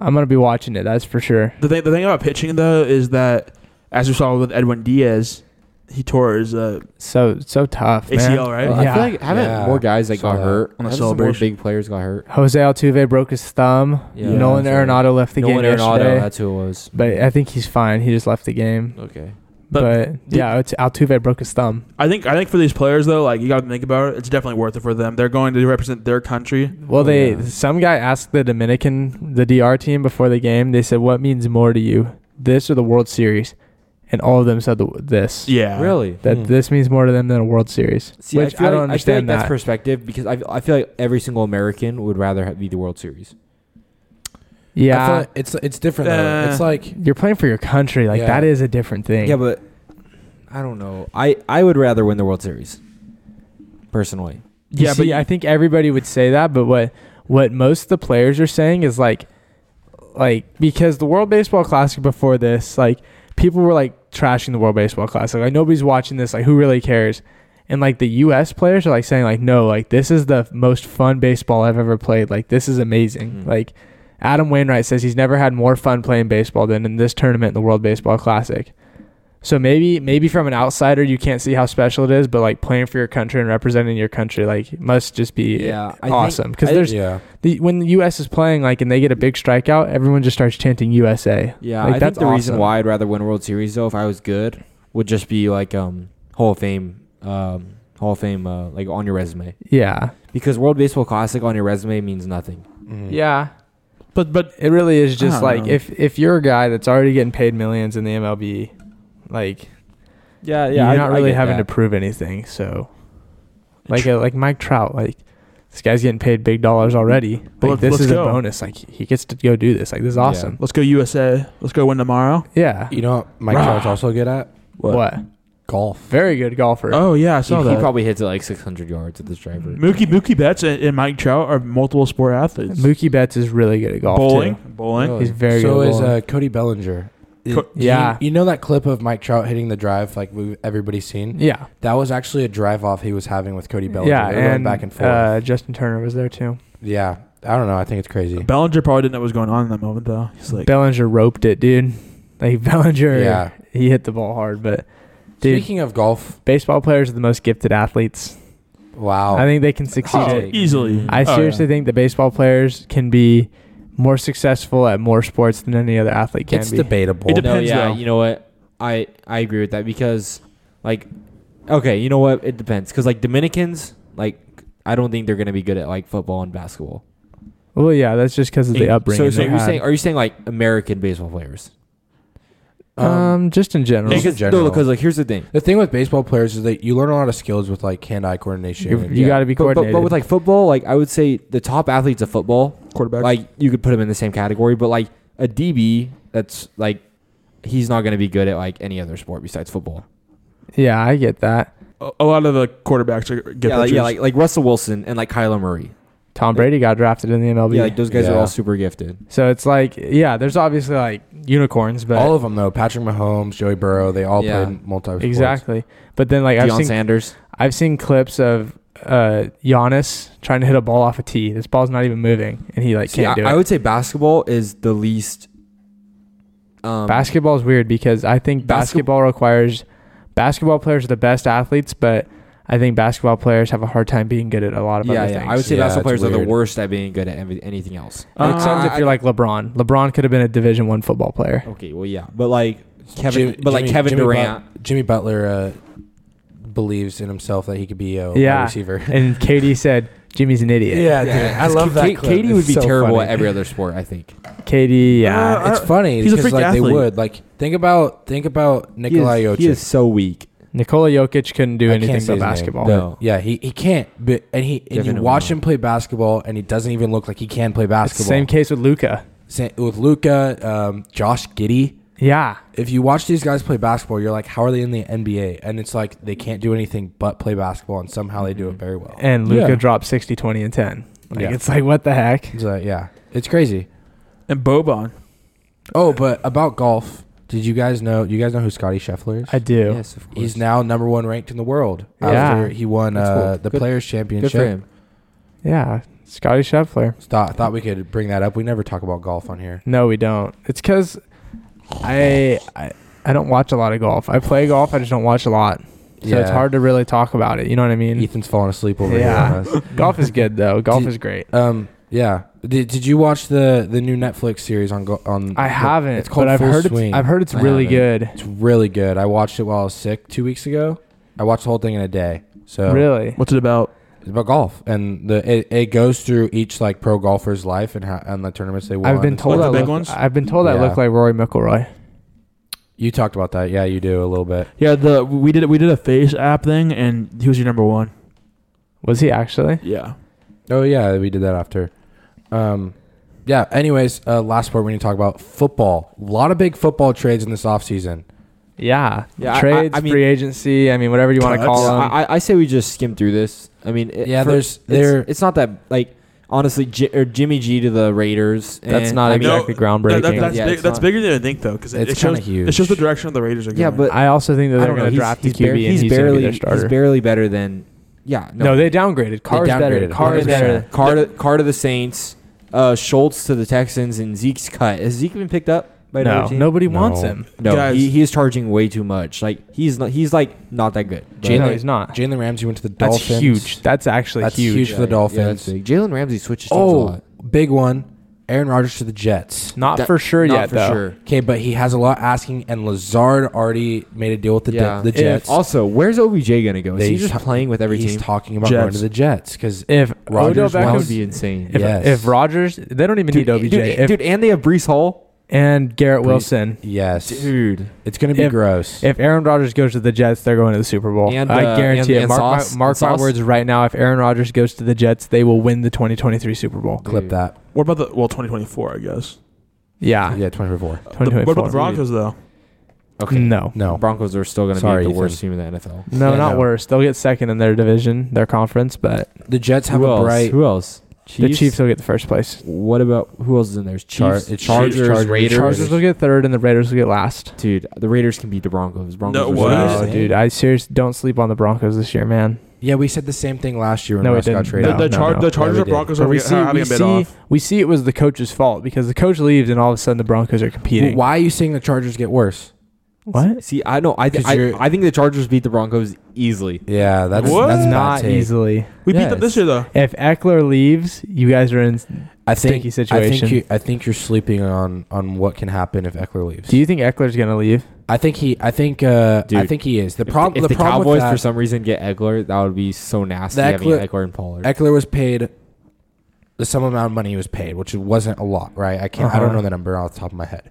I'm going to be watching it. That's for sure.
The thing the thing about pitching though is that as we saw with Edwin Diaz, he tore his uh,
So so tough, man.
ACL right.
Well,
I feel
Yeah.
like haven't
Yeah.
more guys that
Saw
got
that.
hurt?
On the
haven't some more
celebration.
big players got hurt?
Jose Altuve broke his thumb.
Yeah,
Nolan
that's right.
Arenado left the
Nolan
game yesterday.
Arenado, that's who it was.
But I think he's fine. He just left the game.
Okay.
But,
But-
yeah, it's Altuve broke his thumb.
I think I think for these players though, like you got to think about it. It's definitely worth it for them. They're going to represent their country.
Well,
Oh,
they
yeah.
some guy asked the Dominican, the DR team before the game. They said, "What means more to you, this or the World Series?" And all of them said the, this.
Yeah,
Really?
That
Hmm.
this means more to them than a World Series,
See,
which I,
I,
don't
feel like, I feel like
understand
that's
that.
perspective because I, I feel like every single American would rather ha- be the World Series.
I feel
yeah,
like it's it's different. though.
Uh,
It's like
you're playing for your country. Like
Yeah.
that is a different thing.
Yeah, but I don't know. I, I would rather win the World Series, personally.
You
Yeah, but
see,
you-
I think everybody would say that, but what what most of the players are saying is like like because the World Baseball Classic before this, like people were like trashing the World Baseball Classic. Like nobody's watching this, like who really cares? And like the US players are like saying like no, like this is the most fun baseball I've ever played. Like this is amazing.
Mhm.
Like Adam Wainwright says he's never had more fun playing baseball than in this tournament in the World Baseball Classic. So maybe maybe from an outsider you can't see how special it is, but like playing for your country and representing your country like must just be
Yeah, I think-
awesome. Because
I-
there's
yeah,
the, when the U.S. is playing like and they get a big strikeout, everyone just starts chanting USA.
Yeah,
Like,
I
that's
think the reason
awesome.
why I'd rather win a World Series though, if I was good, would just be like um Hall of Fame, um Hall of Fame, uh, like on your resume.
Yeah,
Because World Baseball Classic on your resume means nothing.
Mhm.
yeah.
But but
It really is just
don't
like
know.
if if you're a guy that's already getting paid millions in the MLB, like
Yeah,
you're not really having to prove anything. So, like uh, like Mike Trout, like this guy's getting paid big dollars already.
Well,
Like
let's-
this
let's
is
go.
a bonus. Like he gets to go do this. Like this is
Yeah.
awesome.
let's go USA. Let's go win tomorrow.
Yeah.
You know what Mike
Rah.
Trout's also good at?
What?
Golf.
Very good golfer.
Oh yeah, I saw
he,
that.
he probably hits it like 600 yards at this driver.
Mookie Mookie Betts and, and Mike Trout are multiple sport athletes.
Mookie Betts is really good at golf
bowling,
too.
bowling.
He's very
so
good at
is
bowling.
uh, Cody Bellinger.
Co-
Do you-
Yeah.
You, know that clip of Mike Trout hitting the drive like we everybody's seen?
Yeah.
That was actually a drive off he was having with Cody Bellinger.
Yeah,
They were going
and,
back and forth.
Uh, Justin Turner was there too.
yeah. I don't know. I think it's crazy.
Bellinger probably didn't know what was going on in that moment though. He's like,
Bellinger roped it, dude. Like Bellinger,
Yeah.
he hit the ball hard, but dude,
Speaking of golf,
baseball players are the most gifted athletes.
wow.
I think they can succeed.
oh,
at,
Succeeded.
easily.
I
Oh,
seriously think that baseball players can be more successful at more sports than any other athlete can
it's
be.
debatable.
It dep-
no,
Depends,
yeah,
though.
you know what? I I agree with that because like okay, you know what? It depends cuz like Dominicans like I don't think they're going to be good at like football and basketball.
well, yeah, that's just because of the upbringing.
So, so
they
you're
had.
saying are you saying like American baseball players?
um, just in general,
Just in
Because no,
general.
because like here's the thing.
the thing with baseball players is that you learn a lot of skills with like hand eye coordination.
You're-
and-
you gotta be
But- but- But,
coordinated.
with like football, like I would say the top athletes of football,
quarterback.
like you could put them in the same category. But like a DB, that's like he's not going to be good at like any other sport besides football.
yeah, I get that.
a, a lot of the quarterbacks are get
yeah, like, yeah, like like Russell Wilson and like Kyler Murray.
Tom Brady got drafted in the MLB,
Yeah, like those guys are
Yeah.
all super gifted.
so it's like, yeah, there's obviously like unicorns, but
all of them though. Patrick Mahomes, Joey Burrow, they all
Yeah.
played multi. sports.
exactly. But then like I've
Deion
seen
Sanders.
I've seen clips of uh Giannis trying to hit a ball off a tee. This ball's not even moving, and he like
See,
can't
I,
do it.
I would say basketball is the least. Um,
basketball is weird because I think
Basket-
basketball requires basketball players are the best athletes, but I think basketball players have a hard time being good at a lot of
Yeah,
other
yeah.
things.
I would say
Yeah,
basketball
it's
players are the
weird.
worst at being good at every- anything else.
Uh,
Except if
I-
you're like LeBron. LeBron could have been a Division One football player.
Okay, well, yeah, but like Kevin,
Jimmy-
but like
Jimmy-
Kevin
Jimmy
Durant.
But- Jimmy Butler uh, believes in himself that he could be a wide
Yeah.
receiver.
And KD said Jimmy's an idiot.
I love that.
Ka-
clip.
Katie would
It's
be
so
terrible
funny.
at every other sport. I think.
KD, yeah.
Uh,
It's funny
He's a
because
freak
like they
athlete.
would like think about think about Nikolai
he is,
Jokic.
he is so weak.
Nikola Jokic couldn't do
I
anything
can't say
but
his name,
basketball.
but
No.
Yeah, he, he can't. But and he and you
Definitely
watch
not.
him play basketball, and he doesn't even look like he can play
It's the
basketball.
same case with Luca.
Sa- with Luca, um, Josh Giddy.
Yeah.
If you watch these guys play basketball, you're like, how are they in the NBA? And it's like they can't do anything but play basketball, and somehow they do it very well.
And Luca
Yeah.
dropped 60, 20, and 10. Like,
Yeah.
It's like, what the heck?
So, yeah, it's crazy.
and Boban.
Oh, but about golf, did you guys know? You guys know who Scotty Scheffler is?
I do.
Yes, of course.
He's now number one ranked in the world.
Yeah.
after he won
That's
uh,
cool.
the
Good-
Players
good
Championship.
for him.
Yeah. Scotty Scheffler.
Thought thought we could bring that up. We never talk about golf on here.
No, we don't. It's because I, I I don't watch a lot of golf. I play golf. I just don't watch a lot, so it's hard to really talk about it. You know what I mean?
Ethan's falling asleep over
Yeah.
here. On us.
golf is good though. Golf
Did-
is great.
Um. Yeah. Did, did you watch the the new Netflix series on go, on?
I haven't.
It's called
but I've
Full
heard
Swing.
It's, I've heard it's
I
really good.
It's really good. I watched it while I was sick two weeks ago. I watched the whole thing in a day. So
Really.
What's it about?
it's about golf, and the it, it goes through each like pro golfer's life and how and the tournaments they won.
I've been
It's-
told
Like the
I look,
big ones?
I've been told I
Yeah.
look like Rory McIlroy.
you talked about that. Yeah, you do a little bit.
Yeah, the we did we did a face app thing, and he was your number one.
Was he actually?
Yeah,
Oh yeah, we did that after. Um, yeah. Anyways, uh, last sport we need to talk about football. A lot of big football trades in this offseason.
Yeah.
Yeah, I- I-
Trades,
I mean-
free agency. I mean, whatever you want to
Tucks.
call
Yeah,
them.
I, I- I say we just skim through this. I mean, it,
Yeah,
for-
there's-
it's,
there-
It's not that like honestly, J, or Jimmy G to the Raiders.
That's
and-
not
I mean,
exactly groundbreaking.
That- that- that's
Yeah,
big,
it's
that's
not-
bigger than I think though, because it,
It's
it shows
kinda huge.
it shows the direction of the Raiders are going.
Yeah, but
I also think that
I
they're
don't know.
going to
He's,
draft
he's,
the QB
bar-
and
he's
he's, going to be
barely
their starter.
he's barely better than yeah.
no, they downgraded. Carr's better.
downgraded.
Carr's
100%.
better.
Carr to, Carr to the Saints, uh, Schultz to the Texans, and Zeke's cut. Has Zeke been picked up by another
No,
team?
nobody
No.
wants him.
no.
Guys.
He, he is charging way too much. Like he's not. He's like not that good. But-
no, he's not.
Jalen Ramsey went to the
That's
Dolphins.
huge. That's actually
That's
huge.
huge. for the
Yeah, yeah, that's
Dolphins.
Oh, big. Jalen Ramsey switches jobs a
Oh,
lot.
big one. Aaron Rodgers to the Jets.
Not
That-
for sure
not
yet,
for
though.
sure.
Okay, but he has a lot asking, and Lazard already made a deal with the
Yeah.
the
If-
Jets.
also, where's OBJ gonna go? Is
They
he just
ta-
playing with every
he's
team?
talking about
Jets.
going to the Jets because
If Rodgers
Rodgers
Odell
that would
Beckham,
be insane.
if,
Yes.
if Rodgers, they don't even need OBJ.
dude,
if,
dude, and they have Brees Hall.
and Garrett
Brees-
Wilson.
yes,
Dude,
it's gonna be
if-
gross.
If Aaron Rodgers goes to the Jets, they're going to the Super Bowl.
And,
I
uh,
guarantee it.
and- and
Mark,
Sauce-
my, mark
and
my
Sauce?
words right now. If Aaron Rodgers goes to the Jets, they will win the 2023 Super Bowl.
Clip
dude.
that.
What about the well, 2024? I guess.
Yeah.
Yeah, twenty four.
The- what about
2024.
the Broncos though?
okay.
No.
No,
Broncos are still gonna
Sorry,
be the
Ethan.
worst team in the NFL.
No,
Yeah,
not
no.
worse. They'll get second in their division, their conference, but
the Jets have
who
a
else?
bright.
Who else?
the Chiefs will get the first place.
What about who else is in there? Chiefs,
Char- it's
Chargers,
Chiefs, Chargers,
Raiders.
Chargers will get third, and the Raiders will get last.
Dude, the Raiders can beat the Broncos. Broncos are
what?
so
Wow,
insane.
dude, I seriously don't sleep on the Broncos this year, man.
Yeah, we said the same thing last year when
No, we
Russ got
didn't.
traded.
No,
the, the,
no,
Char-
no.
the Chargers
Yeah, we
or
did.
Broncos
But
are
we
we
see,
having
we,
a bit
see,
off.
we see it was the coach's fault because the coach leaves, and all of a sudden the Broncos are competing.
Well, why are you saying the Chargers get worse?
What?
See, I know. I, th-
'Cause
I
you're-
I think the Chargers beat the Broncos easily.
Yeah, that's
What?
that's a bad
Not
take.
easily.
We
Yeah,
beat them this year though.
If Eckler leaves, you guys are in.
I think
Sticky situation.
I think, you, I think you're sleeping on on what can happen if Eckler leaves.
Do you think Eckler's gonna leave?
I think he. I think. Uh, I
Dude,
think he is. The
If
problem.
if
The,
the,
problem
Cowboys
with that,
for some reason get Eggler, that would be so nasty
The
having
Eckler-
Eggler and Pollard.
Eckler was paid the sum amount of money he was paid, which wasn't a lot, right? I can't. I don't
Uh-huh.
know the number off the top of my head.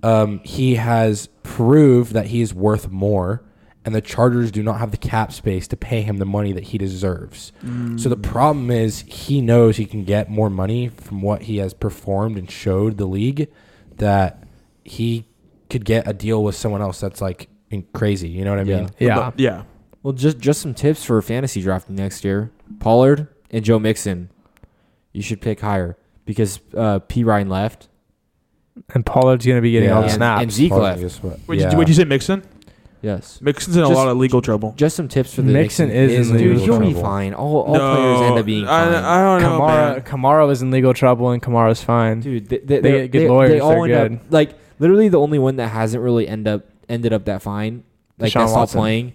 Um, he has proved that he's worth more, and the Chargers do not have the cap space to pay him the money that he deserves. So the
Mm.
problem is he knows he can get more money from what he has performed and showed the league that he could get a deal with someone else that's like in- crazy. You know what I mean?
Yeah.
But, yeah.
well, just just some tips for fantasy drafting next year. Pollard and Joe Mixon, you should pick higher because uh, P Ryan left.
And Pollard's gonna be getting
Yeah.
all the
And-
snaps.
and Zeke
Part of
left.
it is what-
Would,
yeah.
you, would you say Mixon?
Yes.
Mixon's in
Just-
a lot of legal trouble.
Just some tips for the
Mixon
Knicks.
is in
dude.
legal
He'll be
trouble.
fine. All, all players end up being fine.
I, I don't know.
Kamara,
man.
Kamara was in legal trouble, and Kamara's fine.
dude, they,
They
they, they,
get good
they,
lawyers,
they all
they're
end up like literally the only one that hasn't really end up ended up that fine. Like
Deshaun
that's not
Watson.
playing.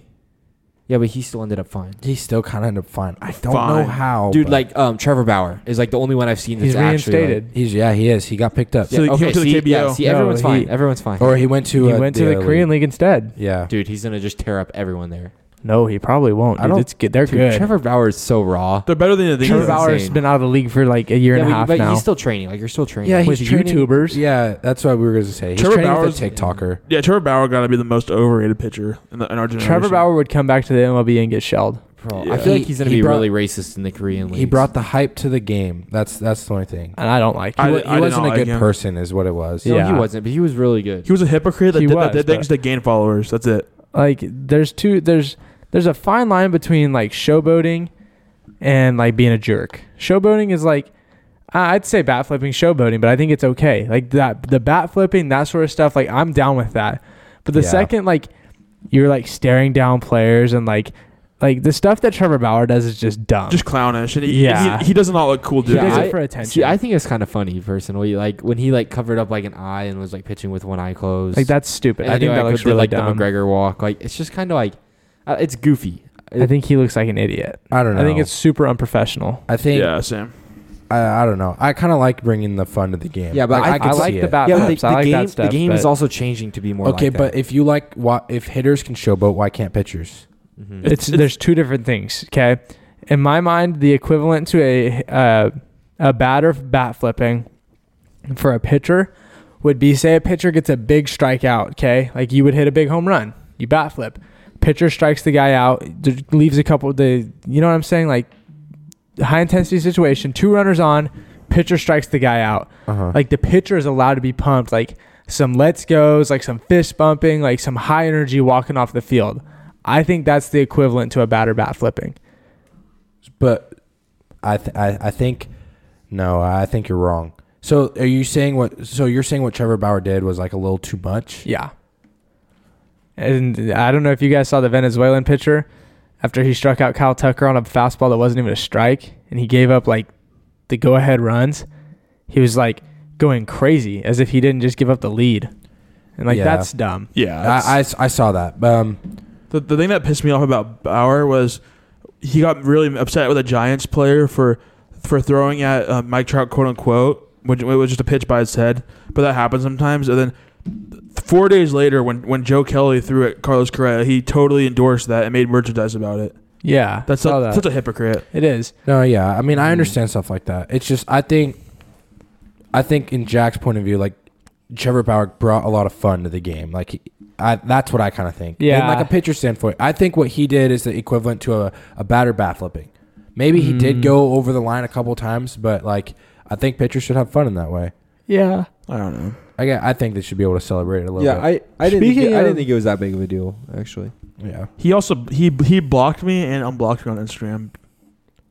Yeah, but he still ended up fine.
He still kind of ended up fine. I don't know
Fine.
how,
Dude,
but
like um, Trevor Bauer is like the only one I've seen that's
Oh, He's
actually, like-
reinstated.
he's yeah, he is. He got picked up,
So he
yeah, okay,
went to the
see,
KBO.
yeah, see,
No,
everyone's
he-
fine. Everyone's fine.
or he went to
he
uh,
went to the
other
Korean
league.
League instead.
Yeah,
Dude, he's gonna just tear up everyone there.
No, he probably won't.
I
Dude.
don't-
It's good. They're
Dude,
good. Trevor,
Trevor Bauer is so raw.
They're better than you think.
Trevor Bauer-
Bauer's
insane.
been out of the league for like a year
yeah,
and a
but,
half
but
now.
he's still training. Like you're still training.
Yeah,
with
he's training-
YouTubers.
yeah. That's what we were gonna say. He's
Trevor
training with
Bauer's-
a TikToker.
Yeah, Trevor Bauer got to be the most overrated pitcher in, the, in our generation.
Trevor Bauer would come back to the MLB and get shelled.
Bro,
Yeah.
I feel
He-
like he's gonna
he
be
brought-
really racist in the Korean league.
He brought the hype to the game. That's that's the only thing.
And I don't like him.
I-
He, wa-
did-
he
did
wasn't a
not
good
like him.
person, is what it was.
No,
Yeah.
he wasn't, but he was really good.
He was a hypocrite that
He
did,
was,
that did things
but-
to gain followers. That's it.
like there's two there's there's a fine line between like showboating and like being a jerk. Showboating is like I- I'd say bat flipping showboating, but I think it's okay. Like that the bat flipping, that sort of stuff, like I'm down with that. But the
Yeah.
second like you're like staring down players and like like the stuff that Trevor Bauer does is just dumb.
Just clownish, and he,
Um, Yeah.
he, he does not look cool,
he
dude.
does
Yeah,
it
I-
for attention.
See, I think it's kind of funny personally. Like when he like covered up like an eye and was like pitching with one eye closed.
like that's stupid.
And
I
then
think
he,
that
like,
looks
did,
really
like
dumb.
the McGregor walk. Like it's just kind of like uh, it's goofy.
I think he looks like an idiot.
I don't know.
I think it's super unprofessional.
I think.
yeah, Sam.
I, I don't know. I kind of like bringing the fun to the game.
Yeah, but I-
could
I like
see
the
it.
bat
yeah, but the,
flips. I
the
like
game
that stuff.
the game
but-
is also changing to be more.
Okay,
like
but if you like, why, if hitters can showboat, why can't pitchers?
that. Mhm.
it's, there's two different things. Okay, in my mind, the equivalent to a uh, a batter bat flipping for a pitcher would be say a pitcher gets a big strikeout. Okay, like you would hit a big home run, you bat flip. Pitcher strikes the guy out, d- leaves a couple. The you know what I'm saying? Like high intensity situation, two runners on, pitcher strikes the guy out
Uh-huh.
like the pitcher is allowed to be pumped like some let's goes like some fist bumping like some high energy walking off the field i think that's the equivalent to a batter bat flipping
But I, th- I I think no, I think you're wrong. So are you saying what? So you're saying what Trevor Bauer did was like a little too much?
yeah and i don't know if you guys saw the venezuelan pitcher after he struck out kyle tucker on a fastball that wasn't even a strike and he gave up like the go ahead runs he was like going crazy as if he didn't just give up the lead and like
Yeah.
that's dumb
Yeah, that's-
I, I s- I saw that. Um,
The, the thing that pissed me off about Bauer was he got really upset with a Giants player for for throwing at uh, Mike Trout, quote unquote, which it was just a pitch by his head. But that happens sometimes. And then th- four days later, when when Joe Kelly threw at Carlos Correa, he totally endorsed that and made merchandise about it.
Yeah,
That's
saw
su-
that.
such a hypocrite.
it is.
No, yeah. I mean,
Mm-hmm.
I understand stuff like that. It's just I think, I think in Jack's point of view, like Trevor Bauer brought a lot of fun to the game. Like, he, I that's what I kind of think.
Yeah.
In like a pitcher standpoint, I think what he did is the equivalent to a a batter bat flipping. Maybe he did
Mm.
go over the line a couple times, but like I think pitchers should have fun in that way.
Yeah,
I don't know.
I get, I think they should be able to celebrate it a little
Yeah,
bit.
I, I didn't
Speaking
think, I
of-
didn't think it was that big of a deal actually.
yeah.
He also he he blocked me and unblocked me on Instagram.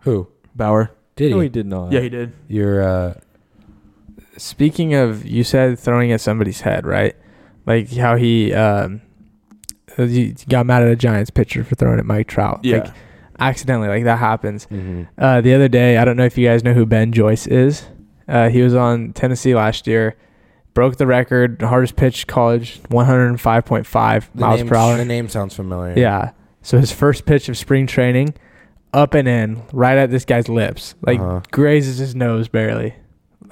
Who
Bauer.
did he?
No, he did not.
Yeah, he did.
Your uh,
Speaking of, you said throwing at somebody's head, right? Like how he um, he got mad at a Giants pitcher for throwing at Mike Trout.
Yeah.
Like, accidentally, like that happens.
Mm-hmm.
Uh, the other day, I don't know if you guys know who Ben Joyce is. Uh, he was on Tennessee last year, broke the record, hardest pitch college, 105.5
the
miles
name,
per hour.
The name sounds familiar.
Yeah. So his first pitch of spring training, up and in, right at this guy's lips, like
Uh-huh.
grazes his nose barely,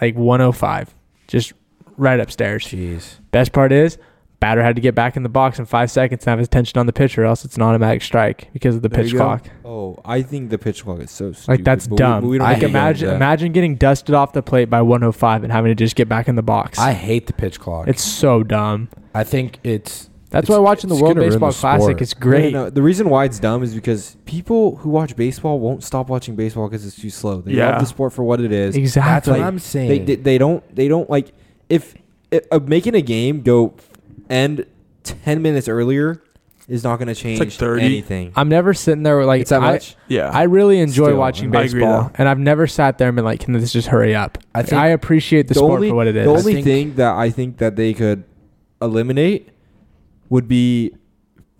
like 105, just right upstairs.
Jeez.
Best part is, batter had to get back in the box in five seconds and have his attention on the pitcher, or else it's an automatic strike because of the
There
pitch
you go.
clock.
Oh, I think the pitch clock is so stupid.
Like that's
but we-
dumb.
but We, don't
I
like
have to
hate
go
imagine
into that.
imagine getting dusted off the plate by 105 and having to just get back in the box.
I hate the pitch clock.
it's so dumb.
I think it's
That's
It's-
why watching the
it's
World
gonna ruin
Baseball
the
Classic
sport.
is great.
No, no, no. The reason why it's dumb is because people who watch baseball won't stop watching baseball because it's too slow. They
Yeah.
love the sport for what it is.
that's
Exactly.
what I'm saying.
They, they they don't they don't like if, if uh, making a game go end ten minutes earlier is not going to change
30.
anything.
I'm never sitting there with, like
it's that
I,
much.
Yeah.
I really enjoy
Still,
watching
I agree,
baseball,
though.
and I've never sat there and been like, "Can this just hurry up?"
I
Like,
think
I appreciate the,
the
sport
only
for what it is.
the only
think-
thing that I think that they could eliminate would be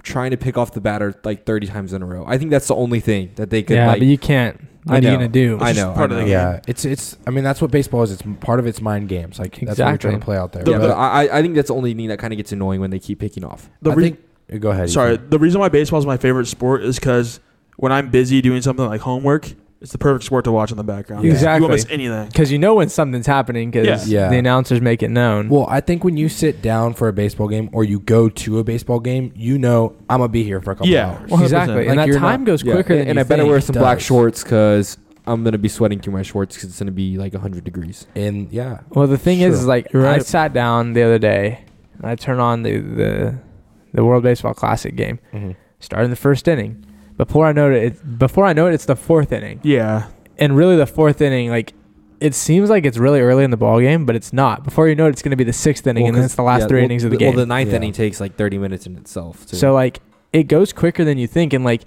trying to pick off the batter like 30 times in a row. I think that's the only thing that they could
yeah,
like.
but you can't. What
I
are you
know.
gonna do?
I
It's just
know.
part
I
of the
know.
game.
yeah, it's it's. I mean, that's what baseball is. It's m- part of its mind games. Like that's what we're
Exactly.
trying to play out there.
Yeah,
But
but I, I- I think that's the only thing that kind of gets annoying when they keep picking off.
the
I
re-
think. uh, Go ahead.
sorry,
Ethan.
the reason why baseball is my favorite sport is because when I'm busy doing something like homework, it's the perfect sport to watch in the background.
Yeah. Exactly.
You won't miss anything.
Because you know when something's happening because
Yeah. Yeah.
the announcers make it known.
Well, I think when you sit down for a baseball game or you go to a baseball game, you know I'm gonna be here for a couple
Yeah.
hours.
Well,
exactly,
100%.
and
Like,
that
you're
time
not-
goes
Yeah,
quicker
and,
than
and
you
I better
think.
wear some
does.
black shorts because I'm gonna be sweating through my shorts because it's gonna be like 100 degrees.
And yeah,
Well, the thing
Sure.
is, is like
You're
I
right.
sat down the other day and I turned on the the, the World Baseball Classic game,
Mm-hmm.
starting the first inning. Before I know it, it, before I know it, it's the fourth inning,
Yeah.
and really the fourth inning, like it seems like it's really early in the ball game, but it's not. Before you know it, it's going to be the sixth inning, and then it's the last three innings of the game.
Well, the ninth
Yeah.
inning takes like 30 minutes in itself. Too.
so like it goes quicker than you think, and like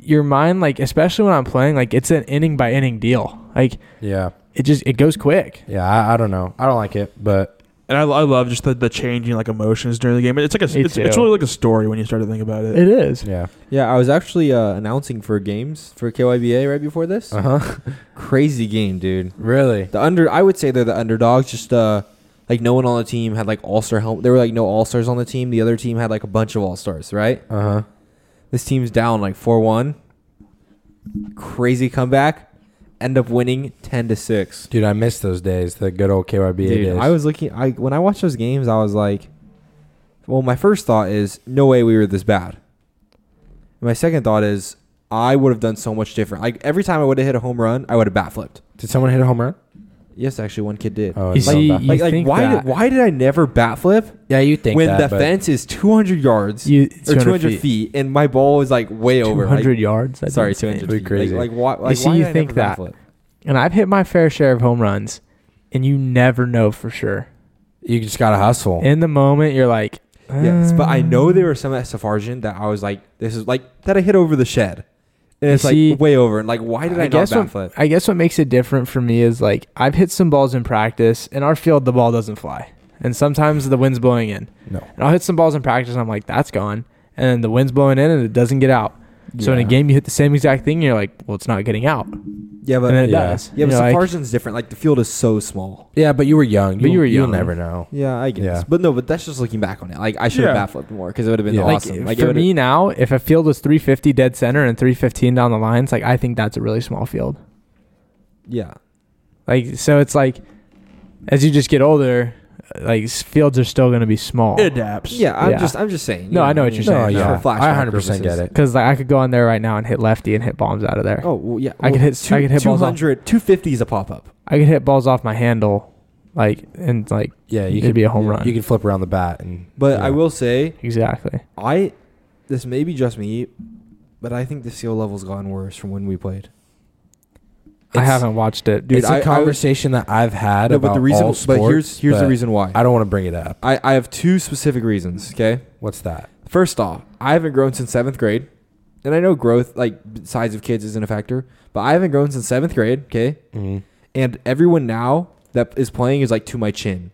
your mind, like especially when I'm playing, like it's an inning by inning deal. Like
yeah,
it just it goes quick.
yeah. I, I don't know. I don't like it, but
And I, I love just the, the changing like emotions during the game. It's like a
Me
it's, it's
too.
really like a story when you start to think about it.
is.
yeah.
yeah, I was actually uh, announcing for games for KYBA right before this.
Uh huh.
Crazy game, dude.
really?
The under, I would say they're the underdogs. Just uh, like no one on the team had like all star help. There were like no all stars on the team. The other team had like a bunch of all stars, right?
Uh huh.
This team's down like four one. Crazy comeback, end up winning ten to six.
Dude, I miss those days. The good old KYBA
Dude,
days.
I was looking. I when I watched those games, I was like, well, my first thought is no way we were this bad. And my second thought is I would have done so much different. Like every time I would have hit a home run, I would have bat flipped.
Did someone hit a home run?
Yes, actually, one kid did.
You
Oh, I love
see,
that.
Uh, you
like, like
think
why
that-
did why did I never bat flip
yeah, you think
when
that,
the
but-
fence is 200 yards
You-
or
200
200 feet. and my ball is like way over? like-
200 yards. That's
sorry,
insane.
200
Be
feet.
crazy.
Like, like why? Like,
see,
why
you
did I never
think
bat
that.
flip?
And I've hit my fair share of home runs, and you never know for sure.
you just gotta hustle.
In the moment, you're like,
Oh. Yes, but I know
"Uh,
there were some at Safarjan that I was like, this is like that I hit over the shed, and
You
it's
see,
like way over. And like, why did I, not
guess
bat
what,
flip?
I guess what makes it different for me is like I've hit some balls in practice. In our field, the ball doesn't fly, and sometimes the wind's blowing in.
no.
And I'll hit some balls in practice, and I'm like, that's gone. And then the wind's blowing in, and it doesn't get out. So in a
Yeah.
game, you hit the same exact thing, and you're like, well, it's not getting out,
Yeah, but
and then it
yeah.
does.
yeah, but
You're like,
Safarjan's different. Like the field is so small.
Yeah, but you were young.
But
you,
you were
You'll
young.
never know.
Yeah, I guess.
Yeah.
But no, but that's just looking back on it. Like I should have
Yeah.
bat flipped more because it would have been
Yeah.
like,
awesome. Like it
for
would've-
me now, if a field was 350 dead center and 315 down the lines, like I think that's a really small field.
yeah.
Like so, it's like as you just get older, uh, like s- fields are still going to be small.
It adapts.
Yeah, I'm
Yeah.
just I'm just saying. you
No, I know what you're
mean?
saying.
No,
No.
yeah,
For flashback
I 100% get
purposes.
it.
Because like I could go on there right now and hit lefty and hit bombs out of there.
Oh well, yeah.
I could hit- I could hit balls off.
200, 250 is a pop up.
I could hit balls off my handle, like and like
Yeah, you
It'd
could
be a home
yeah,
run.
You could flip around the bat, and
But
yeah.
I will say,
exactly.
I this may be just me, but I think the skill level's gotten worse from when we played.
I
It's-
haven't watched it, dude.
it's a
I- I was-
conversation that I've had about
but the reason,
all sports.
but here's here's the
but
reason why.
I don't want to bring it up.
I, I have two specific reasons. Okay,
What's that?
first off, I haven't grown since seventh grade, and I know growth, like size of kids, isn't a factor, but I haven't grown since seventh grade. Okay,
Mm.
and everyone now that is playing is like to my chin,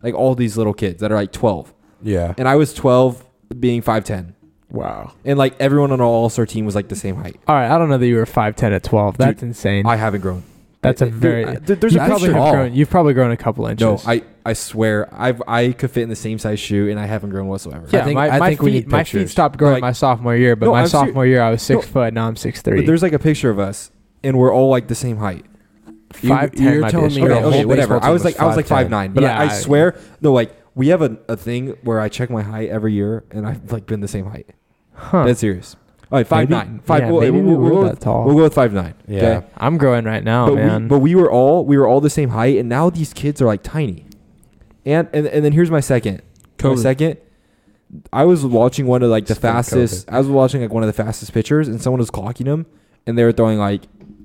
like all these little kids that are like twelve,
Yeah,
and I was twelve, being five ten,
wow.
and like everyone on our all star team was like the same height.
All right, I don't know that you were five ten at twelve. That's insane.
I haven't grown.
That's a
Dude,
very.
I- there- there's
you
a
probably
picture.
have
All.
grown. You've probably grown a couple inches.
No, I, I swear I've I could fit in the same size shoe and I haven't grown whatsoever.
Yeah,
I think-
my,
I
my
think
feet
we need
my feet
pictures.
stopped growing
Like-
my sophomore year, but
No,
my
I'm ser-
sophomore year I was six
No.
foot. Now I'm six three.
But there's like a picture of us and we're all like the same height.
You-
five ten.
you're
might
telling
be
me
a stretch.
you're
Okay,
Your whole
okay, whatever.
baseball
I was
team
like
was
I was like
5'10".
five nine, but
Yeah,
I,
I-
I swear no, like we have a, a thing where I check my height every year and I've like been the same height.
Huh.
That's serious. All right, five
Maybe-
nine, five.
yeah,
we'll,
maybe
we'll,
we were
we'll,
that tall.
we'll go with five nine.
Yeah.
I'm growing right
Oh,
now,
but
man.
we but we were all we were all the same height, and now these kids are like tiny. And and, and then here's my second. My
COVID.
second, I was watching one of like the
It's been
fastest. I was watching like one of the fastest pitchers, and someone was clocking him, and they were throwing like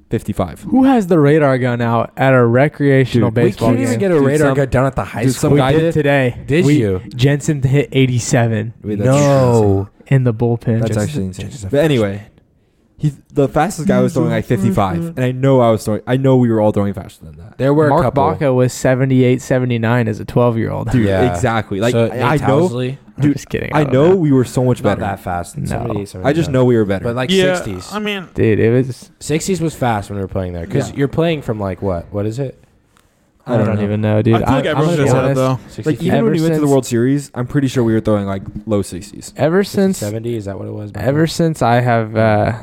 55.
Who has the radar gun out at a recreational
Dude, we
baseball
we can't
game?
even get a
Dude,
radar
some-
gun down at the high
dude,
school.
some
we
guy
did
did?
today.
Did
We-
you?
Jensen hit 87
Wait, that's
no,
in the bullpen.
That's
Jensen-
actually insane.
Jensen's a
But anyway, he the fastest guy was throwing like 55, and I know I was throwing. I know we were all throwing faster than that.
there were
Mark
a couple.
Baca was 78, 79 as a 12 year old.
Dude,
Yeah.
exactly. Like
So
I, I
Nate
know,
Housley,
I'm just kidding.
I
don't
know we were so much
not
better.
that fast.
No.
78,
I just
79.
know we were better.
but like
Yeah,
sixties.
I mean,
Dude, it was.
Sixties was fast when we were playing there because
Yeah.
you're playing from like what? What is it?
I don't, even know, dude.
I feel like
I'm
everyone
gonna be
should have said it
honest,
though.
60,
Like even
Ever
when we went to the
since-
World Series, I'm pretty sure we were throwing like low 60s.
Ever since,
seventy. Is that what it was? back
ever
then?
since I have uh,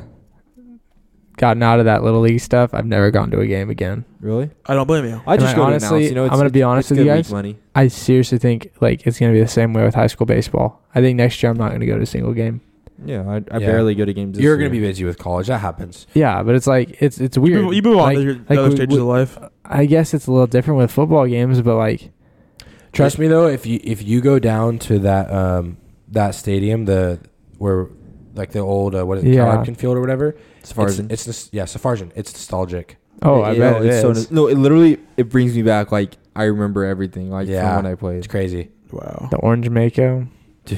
gotten out of that little league stuff, I've never gone to a game again.
Really?
I don't blame you.
I
And
just
I
go
honestly-
to announce, you know,
I'm
it's,
gonna be
it's-
honest
it's
with you
good
guys.
league Money.
I seriously think like it's gonna be the same way with high school baseball. I think next year I'm not gonna go to a single game.
Yeah, I, I
Yeah.
barely go to games. This
you're gonna be
year.
busy with college. That happens.
Yeah, but it's like it's it's weird.
You move, you move on
Like-
to your,
like
the other
we-
stages
we-
of life.
I guess it's a little different with football games, but like
Trust me though, if you if you go down to that um that stadium, the where like the old uh, what is it,
Yeah.
Cal Ripken Field or whatever.
as far as in-
It's, it's nos- yeah, Safarjan. It's nostalgic.
oh, I
it-
bet
oh,
it
it's
is.
so no, it literally it brings me back. Like I remember everything. Like
Yeah.
from when I
It's
played,
crazy.
Wow.
the orange mako.
the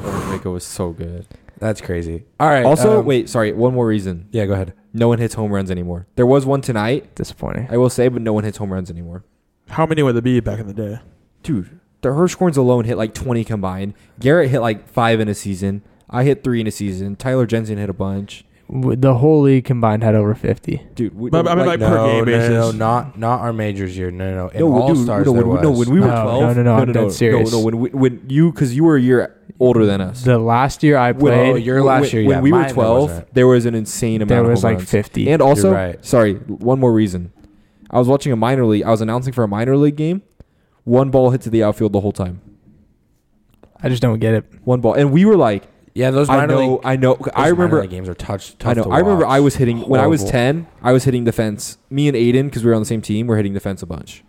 Olympico was so good.
That's crazy. All right.
Also,
um,
wait, sorry, one more reason.
Yeah, go ahead.
No one hits home runs anymore. There was one tonight,
Disappointing.
I will say, but no one hits home runs anymore.
How many would there be back in the day?
Dude, the Hirschhorns alone hit like 20 combined. Garrett hit like five in a season. I hit three in a season. Tyler Jensen hit a bunch.
W- The whole league combined had over fifty.
Dude, we,
But I mean, like, per
no,
game
no, no, no,
basis.
not not our majors year. No, no, no. In
no,
all
dude,
stars
no,
there
when,
was.
no, when we were
No,
12.
no, no, no, I'm
no,
dead
no,
serious.
No, no, when, we, when you, because you were a year older than us.
The last year I
When-
played,
oh, your last
when,
year,
when
yeah,
we
mine
were
there
12,
wasn't.
there was an insane amount
there
of
was
home
like
runs.
fifty.
And also,
right.
sorry, one more reason. I was watching a minor league. I was announcing for a minor league game. One ball hit to the outfield the whole time.
I just don't get it.
One ball, and we were like,
yeah, those
I
minor
know,
league.
I know,
those
I
minor
remember.
league games are touch.
I
tough
know.
to
I remember.
watch.
I was hitting when I was
Horrible.
ten. I was hitting the fence. Me and Aiden, because we were on the same team, were hitting the fence a bunch.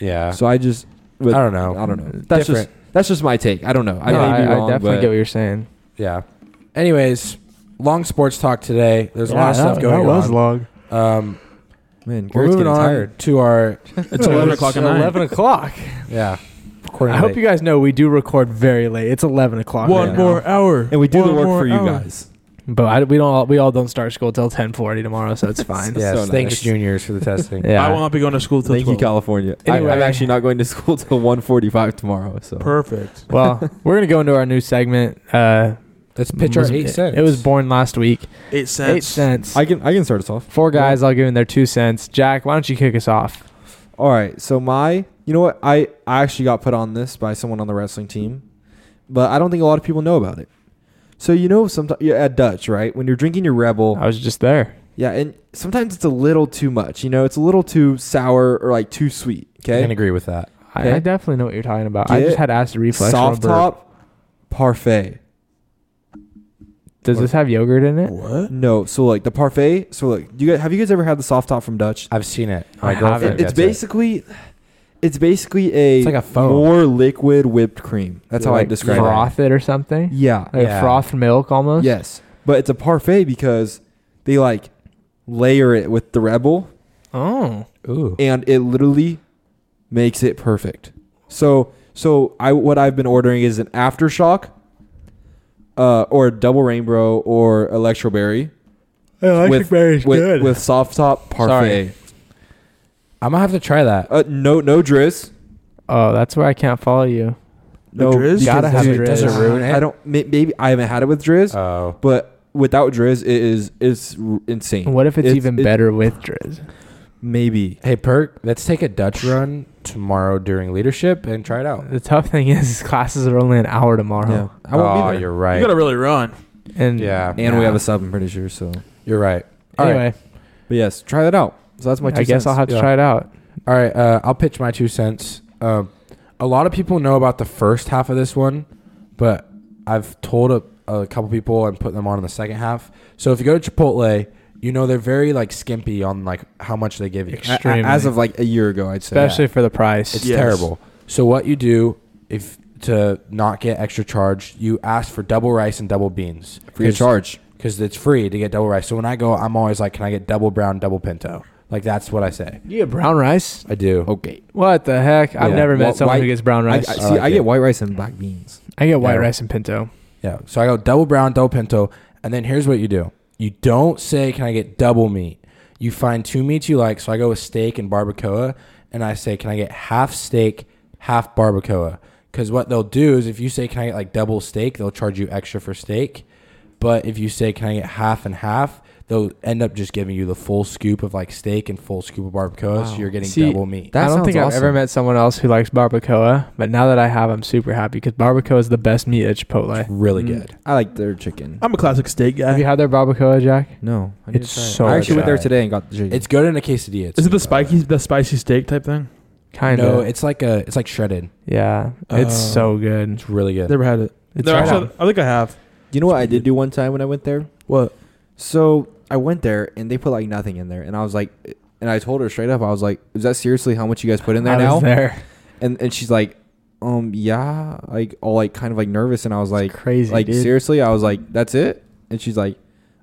Yeah.
So I just, but
I don't know.
I don't know. That's
Different.
just that's just my take. I don't know. I
No,
may be
I,
wrong,
definitely
but
get what you're saying.
Yeah. Anyways, long sports talk today. There's a
Yeah,
lot of stuff
that-
going
that
on.
was
long. Um,
man,
we're
Garrett's
moving
getting
on
tired.
to our
It's 11 o'clock at night.
Eleven o'clock.
yeah.
I hope you guys know we do record very late. It's eleven o'clock.
One
right now.
more hour.
And we do
One
the work
more
for you
hour.
Oh.
guys.
But I, we don't. All, we all don't start school till ten forty tomorrow, so it's fine.
Yes,
so
thanks
nice.
juniors for the testing.
Yeah.
I will not be going to school till
Thank you,
12.
California. I,
Anyway.
I'm actually not going to school till 1:45 tomorrow. So
Perfect.
Well, we're gonna go into our new segment. Uh,
Let's pitch our
was-
eight
it-
cents.
It was born last week.
Eight cents.
Eight cents.
I can I can start us off.
Four guys. I'll give them their two cents. Jack, why don't you kick us off?
All right, so my, you know what, I I actually got put on this by someone on the wrestling team, but I don't think a lot of people know about it. So you know, sometimes yeah, at Dutch, right? When you're drinking your Rebel,
I was just there.
Yeah, and sometimes it's a little too much. You know, it's a little too sour or like too sweet.
I can
Okay,
agree with that.
I,
Okay.
I definitely know what you're talking about. I
Get
just had acid reflux. from a
soft
burp.
top parfait.
Does this have yogurt in it?
What?
No, so like the parfait. So like, do you guys have you guys ever had the soft top from Dutch?
I've seen it.
I
My
haven't.
girlfriend.
It-
gets
it's
it.
basically, it's basically a
It's like a foam.
more liquid whipped cream. That's how I
Like
describe it.
Froth it or something.
Yeah,
Like
Yeah.
frothed milk almost.
yes, but it's a parfait because they like layer it with the rebel,
Oh.
Ooh.
and it literally makes it perfect. So so I what I've been ordering is an aftershock, uh, or a double rainbow or electro berry with, with, with soft top parfait.
I'm gonna have to try that.
Uh, no no driz.
Oh, that's where I can't follow you.
No,
No drizz?
because
Gotta have
dude,
drizz.
does
Does it
ruin it?
I don't. may- Maybe I haven't had it with Driz,
Oh,
but without Driz, it is it's r- insane.
And what if it's,
It's-
even
it-
better with Driz?
Maybe
hey Perk, let's take a Dutch run tomorrow during leadership and try it
Oh.
out.
The tough thing is, is classes are only an hour tomorrow.
I won't
oh,
be there.
you're
You
right.
gotta really run.
And
yeah,
And we have a sub, I'm pretty sure. So,
You're right. All right.
anyway,
but yes, try that out. So that's my. Two
I guess
cents.
I'll have to
Yeah.
try it out.
All right, uh, I'll pitch my two cents. Um, a lot of people know about the first half of this one, but I've told a, a couple people and put them on in the second half. So if you go to Chipotle, you know they're very like skimpy on like how much they give you.
Ex-
A- a-
Extremely.
as of like a year ago, I'd say.
Especially for the price.
It's
Yes.
terrible. So what you do if to not get extra charge, you ask for double rice and double beans
free of charge.
because it's free to get double rice. So when I go, I'm always like, can I get double brown, double pinto? Like that's what I say.
you get brown rice?
I do.
Okay.
What the heck? I've
Yeah.
never met
Well,
someone
why-
who gets brown
I, I
rice. I,
see.
I like
I get
it.
white rice and black beans.
get white
Yeah.
rice and pinto.
Yeah. So I go double brown, double pinto, and then here's what you do. You don't say, "Can I get double meat?" You find two meats you like. So I go with steak and barbacoa, and I say, "Can I get half steak, half barbacoa?" Because what they'll do is, if you say, "Can I get like double steak?" they'll charge you extra for steak. But if you say, "Can I get half and half?" they'll end up just giving you the full scoop of like steak and full scoop of barbacoa.
Wow.
So you're getting
See,
double meat.
That
I don't
sounds
think I've ever
awesome.
met someone else who likes barbacoa, but now that I have, I'm super happy because barbacoa is the best meat at Chipotle.
really
Mm.
good.
I like their chicken.
I'm a classic steak
Have you
guy.
had their barbacoa, Jack?
No, I
It's
to try it.
so
I actually
good.
went there today and got the chicken.
It's good in a quesadilla.
Is it the
spiky?
spiky, the spicy steak type thing?
Kind
no,
of.
it's like a it's like shredded.
yeah, it's
Uh,
so
Oh.
good.
It's really good.
Never had it.
It's
No,
right
actually,
on.
I think I have.
You know what I did do one time when I went there?
What?
So I went there and they put like nothing in there, and I was like, and I told her straight up, I was like, "Is that seriously how much you guys put in there
I
now?"
was there.
And and she's like, "Um, yeah," like all like kind of like nervous, and I was like,
Crazy.
"Like
dude.
seriously?" I was like, "That's it," and she's like,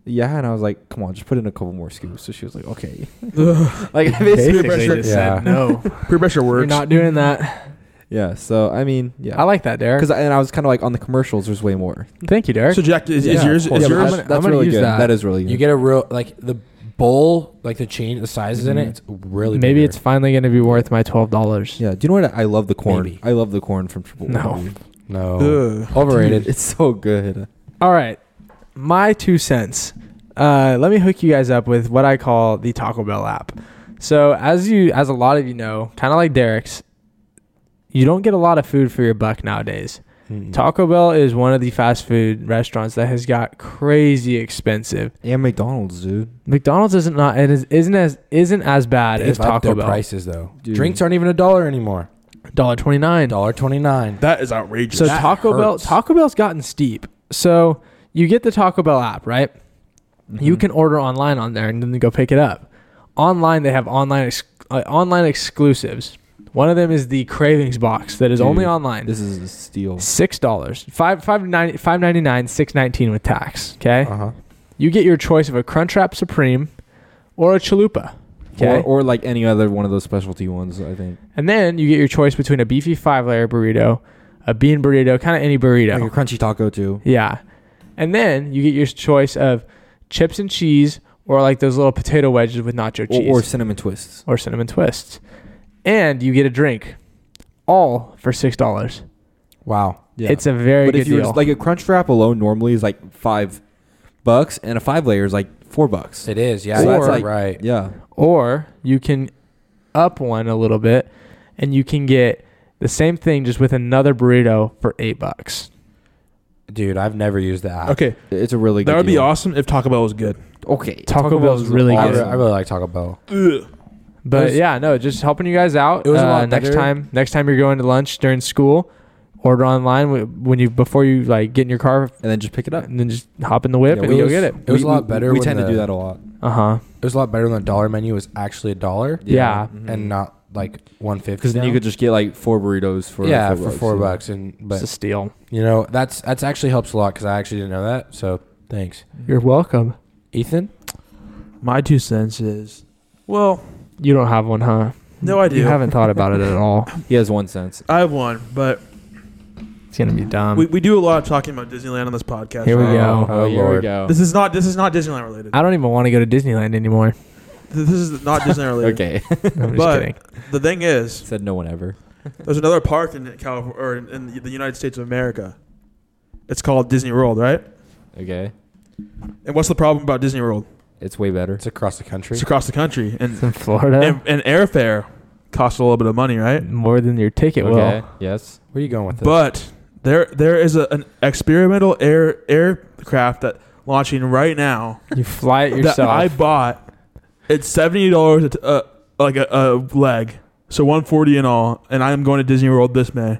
"Yeah," and I was like, "Come on, just put in a couple more scoops." So she was like, "Okay," like
Basically
basically,
pressure.
just
Yeah.
said no.
Peer pressure works.
You're not doing that.
yeah. So I mean,
I
yeah,
like that, Derek.
because and I was kind of like on the commercials, there's way more.
Thank you, Derek.
so Jack, is,
Yeah,
is
of
yours?
course.
Is
Yeah, but
yours?
I'm gonna-
That's
I'm gonna
really
use
good.
that.
that is really good.
You get a real like the bowl, like the change, the sizes in
Mhm.
it. It's really
Maybe
bigger.
it's finally going to be worth my twelve dollars.
yeah. Do you know what? I love the corn.
Maybe.
I love the corn from Triple.
No.
no
Ugh.
overrated.
it's so good.
All right, my two cents. Uh, let me hook you guys up with what I call the Taco Bell app. So, as you, as a lot of you know, kind of like Derek's, you don't get a lot of food for your buck nowadays.
Mm.
Taco Bell is one of the fast food restaurants that has got crazy expensive.
And McDonald's, dude.
McDonald's isn't not it is isn't as isn't as bad
They've
as
upped
Taco
their
Bell.
prices though.
Dude.
Drinks aren't even a dollar anymore.
Dollar twenty nine.
Dollar twenty nine.
That is outrageous.
So
That
Taco Bell
hurts.
Taco Bell's gotten steep. So you get the Taco Bell app, right?
Mm-hmm.
You can order online on there and then go pick it up. Online they have online ex- uh, online exclusives. One of them is the Cravings box that is
Dude,
only online.
This is a steal.
Six dollars, five five ninety five ninety nine, six nineteen with tax. Okay,
Uh-huh.
Uh huh.
you get your choice of a Crunchwrap Supreme or a Chalupa. Okay,
Or, or like any other one of those specialty ones, I think.
and then you get your choice between a beefy five layer burrito, a bean burrito, kind of any burrito.
Like a crunchy taco too.
Yeah. And then you get your choice of chips and cheese or like those little potato wedges with nacho
Or,
cheese
or
or,
cinnamon twists.
cinnamon twists. And you get a drink. All for six dollars.
Wow.
Yeah.
It's a very
but
good
if you were
deal.
just, like a crunch wrap alone normally is like five bucks and a five layer is like four bucks.
It is. Yeah.
So
that's
that's like-
right.
yeah.
or you can up one a little bit and you can get the same thing just with another burrito for eight bucks.
Dude, I've never used the app.
Okay,
It's a really good
that would be
deal.
awesome if Taco Bell was good.
Okay.
Taco, Bell's, really
I,
good.
re- I really like Taco Bell.
But
It was-
yeah, no, just helping you guys out.
It was a
Uh,
lot
next
better.
time. Next time you're going to lunch during school, order online wh- when you before you like get in your car
and then just pick it up.
and then just hop in the whip
Yeah,
and
we
go
was-
get it.
It was
We-
a lot
we-
better.
We
when
tend to
the-
do that a lot.
Uh huh.
It was a lot better when the dollar menu was actually a dollar
Yeah.
and not like one fifty.
Mm-hmm. Because then you could just get like four burritos for
yeah
four
for
bucks,
four
yeah.
bucks. And but
It's a steal.
you know that's that's actually helps a lot because I actually didn't know that. So thanks,
You're welcome.
Ethan.
My two cents is, well,
You don't have one, huh?
No, I do.
You haven't thought about it at all.
He has one cent.
I have one, but
It's gonna be dumb.
we, we do a lot of talking about Disneyland on this podcast.
Um, Here we
right?
go.
Oh,
Oh,
here we
Lord.
go.
This is not this is not Disneyland related.
I don't even want to go to Disneyland anymore.
This is not Disneyland related.
okay.
I'm just
But-
kidding.
The thing is,
Said no one ever.
there's another park in California or in, in the United States of America. It's called Disney World, right?
Okay.
And what's the problem about Disney World?
It's way better.
It's across the country.
It's across the country, and
It's in Florida.
and, and airfare costs a little bit of money, right?
More than your ticket
okay.
will.
Yes.
Where are you going with this?
But there there is a, an experimental air aircraft that launching right now
You fly it
that I
yourself.
bought. It's seventy dollars uh, like a, a leg, so one forty in all, and I am going to Disney World this May.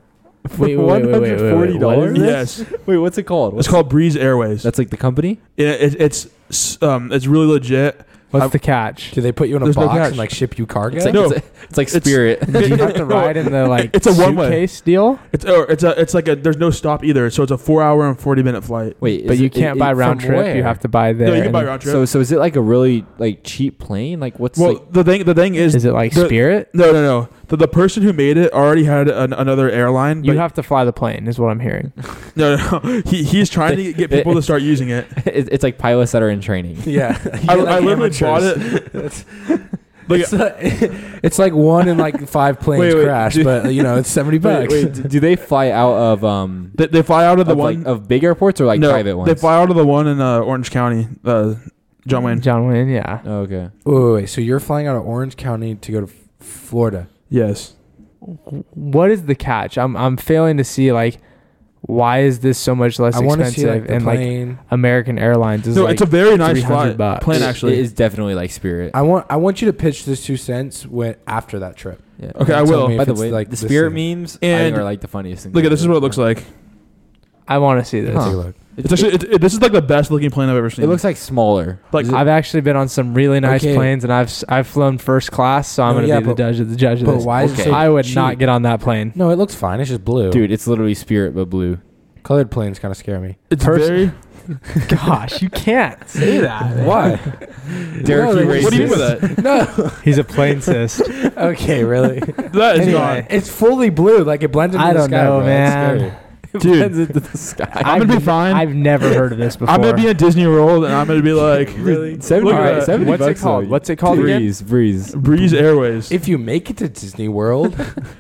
Wait, wait, wait, wait, wait, wait, wait, what is
$140?
this?
Yes,
Wait, what's it called?
it's called Breeze Airways.
That's like the company.
Yeah, it, it's s- um, it's really legit.
What's
I've-
the catch?
do they put you in a
There's no
box
catch.
and like ship you cargo?
It's like,
No.
it's, it's like
It's-
Spirit.
Do you have to ride in the like
It's a one-way.
suitcase deal?
It's or it's a it's like a there's no stop either, so it's a four hour and forty minute flight.
Wait, is
But you
it-
can't
it-
buy
it-
round
from
trip. You
where?
have to buy there.
no, you can
and
buy
then-
round trip.
So so is it like a really like cheap plane? Like what's
well,
like,
the thing the thing is,
Is it like
the-
Spirit?
no no no the, the person who made it already had an, another airline. But
You have to fly the plane, is what I'm hearing.
no no, no. he he's trying to get people to start using it.
it- it's like pilots that are in training.
yeah,
I, I literally bought it. Like,
it's, like, it's like one in like five planes
Wait, wait,
crash,
do-
but you know it's seventy bucks.
Wait, wait, do they fly out of um
they, they fly out of the
of,
one
like, of big airports or like
no,
private ones?
They fly out of the one in uh, Orange County, uh, John Wayne.
John Wayne, yeah.
Oh, okay.
Wait, wait, wait, so you're flying out of Orange County to go to F- Florida?
Yes.
What is the catch? I'm I'm failing to see like why is this so much less
I want to
expensive
see like the
and like
plane.
American Airlines is
no,
like
it's a very nice flight.
300 bucks.
Plane
It-
actually.
it is definitely like Spirit.
I want I want you to pitch this two cents when after that trip.
Yeah.
Okay,
Tell
I will.
me if
By the
it's
way,
like
the
this
Spirit
thing.
memes I think
And-
are like the funniest thing.
Look at this is what it looks like.
I want to see this.
Huh.
It's actually it, it- this is like the best looking plane I've ever seen.
It looks like smaller.
Like,
Is it-
I've actually been on some really nice
Okay.
planes, and I've s- I've flown first class, so I'm
No,
gonna
yeah,
be the
but-
judge of the judge of
But
this.
why is it
Okay.
so
I would
cheap?
not get on that plane.
No, it looks fine. It's just blue.
dude, it's literally Spirit but blue.
colored planes kind of scare me.
it's
pers-
very.
Gosh, you can't say that.
Why?
Derek,
No, that's-
you racist.
What do you mean by that?
no.
He's a plane cyst.
Okay, really.
That is
Anyway.
It's fully blue, like it blends into
I
the
don't
sky,
know,
bro. It's
man.
scary.
not, dude. I'm gonna be fine.
I've never heard of this before.
I'm gonna be in Disney World and I'm gonna be like
Really?
Seventy,
Look at
bucks-
that.
70
What's it
bucks
called?
though.
What's it called again?
Breeze, breeze.
Breeze Airways,
If you make it to Disney World,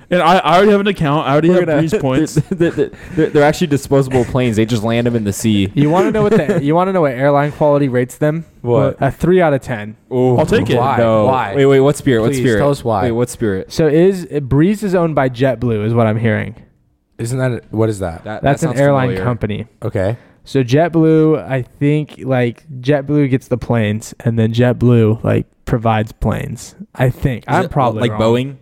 and I, I already have an account. I already
We're
have
gonna-
Breeze points.
They're, they're- they're- they're actually disposable planes. They just land them in the sea.
You want to know what the you want to know what airline quality rates them?
What?
A three out of ten.
I'll take it.
Why?
No.
Why?
Wait, wait. What spirit? What
Please,
spirit?
tell us why.
Wait, what spirit?
So is Breeze is owned by JetBlue, is what I'm hearing.
isn't that a- what is that?
That- that
That's an
sounds
airline
familiar.
company.
Okay.
So JetBlue, I think like JetBlue gets the planes, and then JetBlue like provides planes. I think
Is
I'm
it
probably
like
wrong.
Boeing.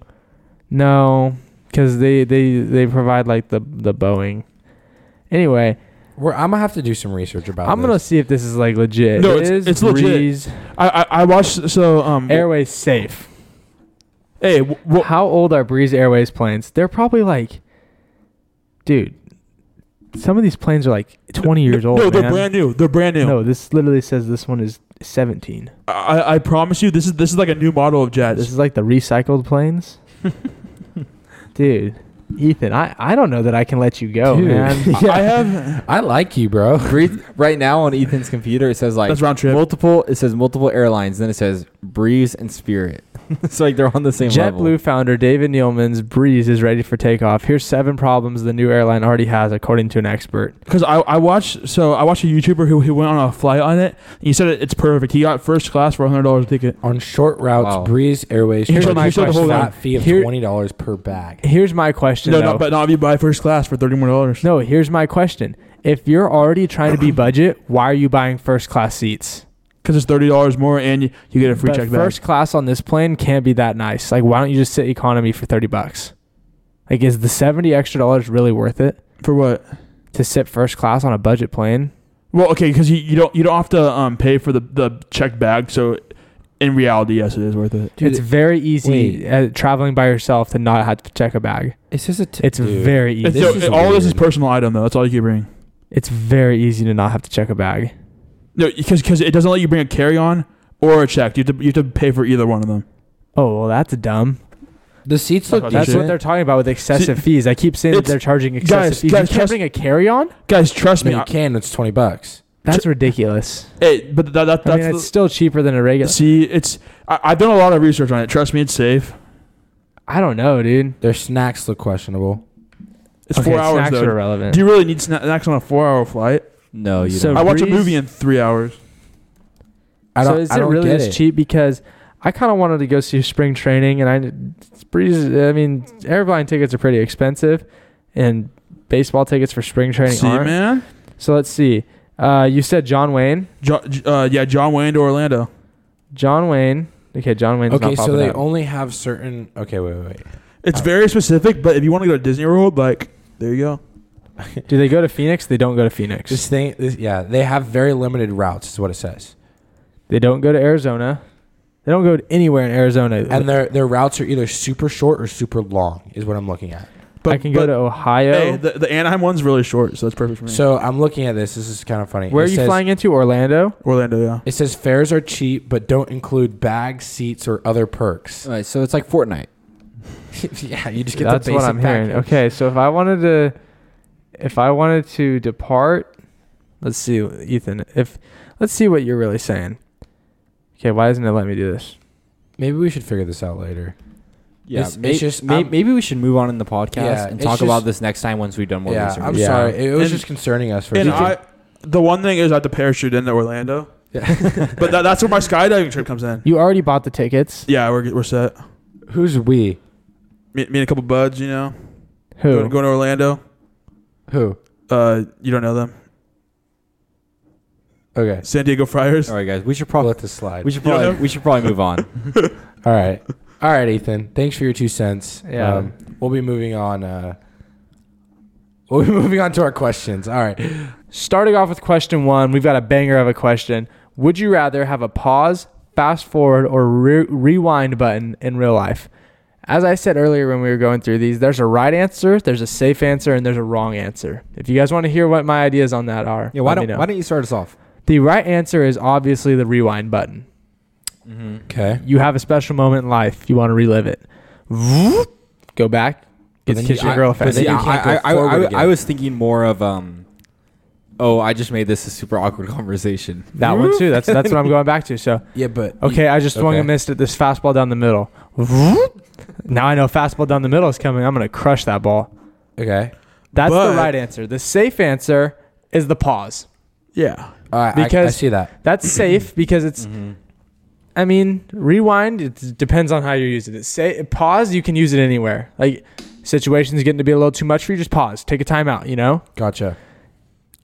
No, because they they they provide like the the Boeing. Anyway,
We're, I'm gonna have to do some research about.
I'm gonna
this.
see if this is like legit.
No, it's- it's legit.
Breeze
I, I I watched so um
Airways safe.
Hey, w- w-
How old are Breeze Airways planes? They're probably like, dude, some of these planes are like 20 years old.
No, they're
man.
brand new. They're brand new.
No, this literally says this one is 17.
I, I promise you, this is this is like a new model of jets.
This is like the recycled planes. Dude, Ethan, I, I don't know that I can let you go,
Dude.
man.
I have
I like you, bro.
Breeze. Right now on Ethan's computer, it says like
that's round trip.
multiple. It says multiple airlines. Then it says Breeze and Spirit.
it's like they're on the same level.
JetBlue founder David Nealman's Breeze is ready for takeoff. Here's seven problems the new airline already has, according to an expert.
Because I, I watched so I watched a YouTuber who, who went on a flight on it. And he said it, it's perfect. He got first class for a hundred dollars a ticket.
On short routes,
Wow.
Breeze Airways
Here's
charges
my
a
question.
flat fee of
Here-
twenty dollars per bag.
Here's my question.
No,
though.
no, but not if you buy first class for thirty more dollars.
No, here's my question. If you're already trying to be budget, why are you buying first class seats?
because it's thirty dollars more and you, you get a free
But
check
first class on this plane can't be that nice. Like, why don't you just sit economy for 30 bucks? Like, is the 70 extra dollars really worth it
bag for what?
to sit first class on a budget plane?
Well, okay, because you, you don't you don't have to um, pay for the the check bag. So in reality, yes, it is worth it.
Dude,
it's very easy
wait.
uh, traveling by yourself to not have to check a bag.
It's just a. T-
It's
dude.
very easy.
It's
It's,
This
so-
is
all this is
weird.
personal item though. That's all you can bring.
very easy to not have to check a bag.
No, because because it doesn't let you bring a carry on or a check. You have to you have to pay for either one of them.
Oh, well, that's dumb.
The seats
That's
look.
what-
That's what they're talking about with excessive fees. I keep saying that
It's-
they're charging excessive
guys,
fees.
guys,
you can't
trust-
bring a carry on?
Guys, trust
No,
me.
you
I,
can. It's twenty bucks.
That's ridiculous.
it, but that, that,
I
that's
mean,
the-
it's still cheaper than a regular.
see, it's I, I've done a lot of research on it. Trust me, it's safe.
I don't know, dude.
Their snacks look questionable.
It's four hours
Snacks
though.
are irrelevant.
Do you really need sna- snacks on a four-hour flight?
no, you
So-
don't.
I watch a
Breeze-
movie in three hours.
I don't.
so is
I
it
don't
really
get
as
it.
cheap? Because I kind of wanted to go see spring training, and I breeze. I mean, airline tickets are pretty expensive, and baseball tickets for spring training
See,
aren't.
man.
So let's see. Uh, you said John Wayne.
Jo- uh, yeah, John Wayne to Orlando.
John Wayne. Okay, John Wayne's
Okay,
not
so
popping
they
up.
only have certain. Okay, wait, wait, wait.
It's
Oh.
very specific, but if you want to go to Disney World, like there you go.
Do they go to Phoenix? They don't go to Phoenix.
This thing, this, yeah, they have very limited routes, is what it says,
they don't go to Arizona. They don't go to anywhere in Arizona.
and their their routes are either super short or super long, is what I'm looking at.
But
I can go to Ohio.
Hey, the, the Anaheim one's really short, so that's perfect for me.
So I'm looking at this. This is kind of funny.
Where
It
are you
says-
flying into? Orlando.
Orlando, yeah.
It says fares are cheap, but don't include bags, seats, or other perks.
All
Uh,
right, so it's like Fortnite.
yeah, you just get
That's
the basic
what I'm hearing.
package.
Okay, so if I wanted to, if I wanted to depart, let's see, Ethan. If let's see what you're really saying. Okay, why doesn't it let me do this?
Maybe we should figure this out later.
Yeah,
It's-
may-
it's just-
may-
I'm-
maybe we should move on in the podcast
Yeah,
and
it's
talk about
just-
this next time once we've done more
yeah,
research.
I'm
Yeah.
sorry. It was
And-
just concerning us for.
And
You can-
I, the one thing is I have to parachute into Orlando,
Yeah.
but that, that's where my skydiving trip comes in.
You already bought the tickets.
Yeah, we're, we're set.
who's we?
Me, me and a couple buds, you know,
Who?
Go, going to Orlando.
Who?
Uh, you don't know them,
Okay,
San Diego Friars.
All right, guys, we should
probably
probably
let this slide.
we should
You don't
probably
know?
we should probably move on.
All right. All right, Ethan. Thanks for your two cents. Um,
Yeah.
we'll be moving on. Uh, we'll be moving on to our questions. All right.
Starting off with question one, we've got a banger of a question. Would you rather have a pause, fast forward, or re- rewind button in real life? As I said earlier when we were going through these, there's a right answer, there's a safe answer, and there's a wrong answer. If you guys want to hear what my ideas on that are,
Yeah, why
let me
don't
know.
why don't you start us off?
The right answer is obviously the rewind button.
Okay.
You have a special moment in life. You want to relive it. Vroom. Go back.
But
Gets
then
kiss
you-
your
I-
girlfriend.
but then
See,
you
I,
can't go
I, I, I-
forward
I-
again.
I was thinking more of um, oh, I just made this a super awkward conversation.
that one too. That's that's what I'm going back to. So
Yeah, but
okay, I just swung
Okay.
and missed at this fastball down the middle. Vroom. Now I know fastball down the middle is coming. I'm gonna crush that ball.
okay.
That's
But-
the right answer. The safe answer is the pause.
Yeah,
All right. I- I,
Because-
see that.
That's safe because it's. I mean, rewind. It depends on how you're using it. Say pause. You can use it anywhere. Like situations getting to be a little too much for you. Just pause. Take a timeout. You know.
Gotcha.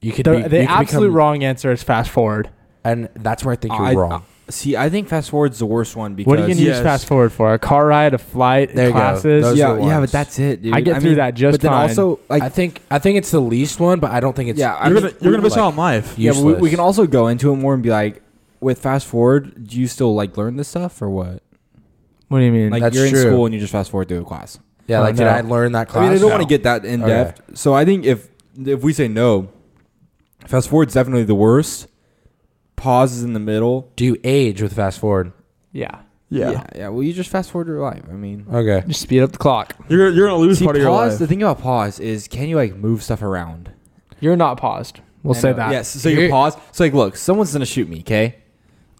You could
The,
be
the
you could
absolute
become-
wrong answer is fast forward.
and that's where I think you're
I-
wrong.
See, I think fast forward's the worst one because
What are you gonna
Yes.
use fast forward for? A car ride, a flight,
There you go.
classes.
Those
yeah,
are the
yeah,
ones.
but that's it. Dude.
I get through
mean,
that just
But then
fine.
also, like,
I think I think it's the least one, but I don't think it's.
yeah, I
you're
mean,
gonna you're gonna miss
like-
out on life.
yeah, but we, we
useless.
can also go into it more and be like, with fast forward, do you still like learn this stuff or what?
what do you mean?
Like
That's
you're
true.
in school and you just fast forward through a class.
Yeah,
Oh,
like did
no.
I learn that class?
I mean, I don't want
No.
to get that in
Okay.
depth. So I think if if we say no, fast forward's definitely the worst. Pause is in the middle.
Do you age with fast forward?
yeah,
Yeah,
yeah. yeah, Well, you just fast forward your life. I mean,
Okay.
just speed up the clock.
you're you're gonna lose
See,
part of your
pause.
life.
The thing about pause is, can you like move stuff around?
You're not paused. We'll
I
say
know.
that.
Yes. So you
You're-
pause. So like, look, someone's gonna shoot me. Okay.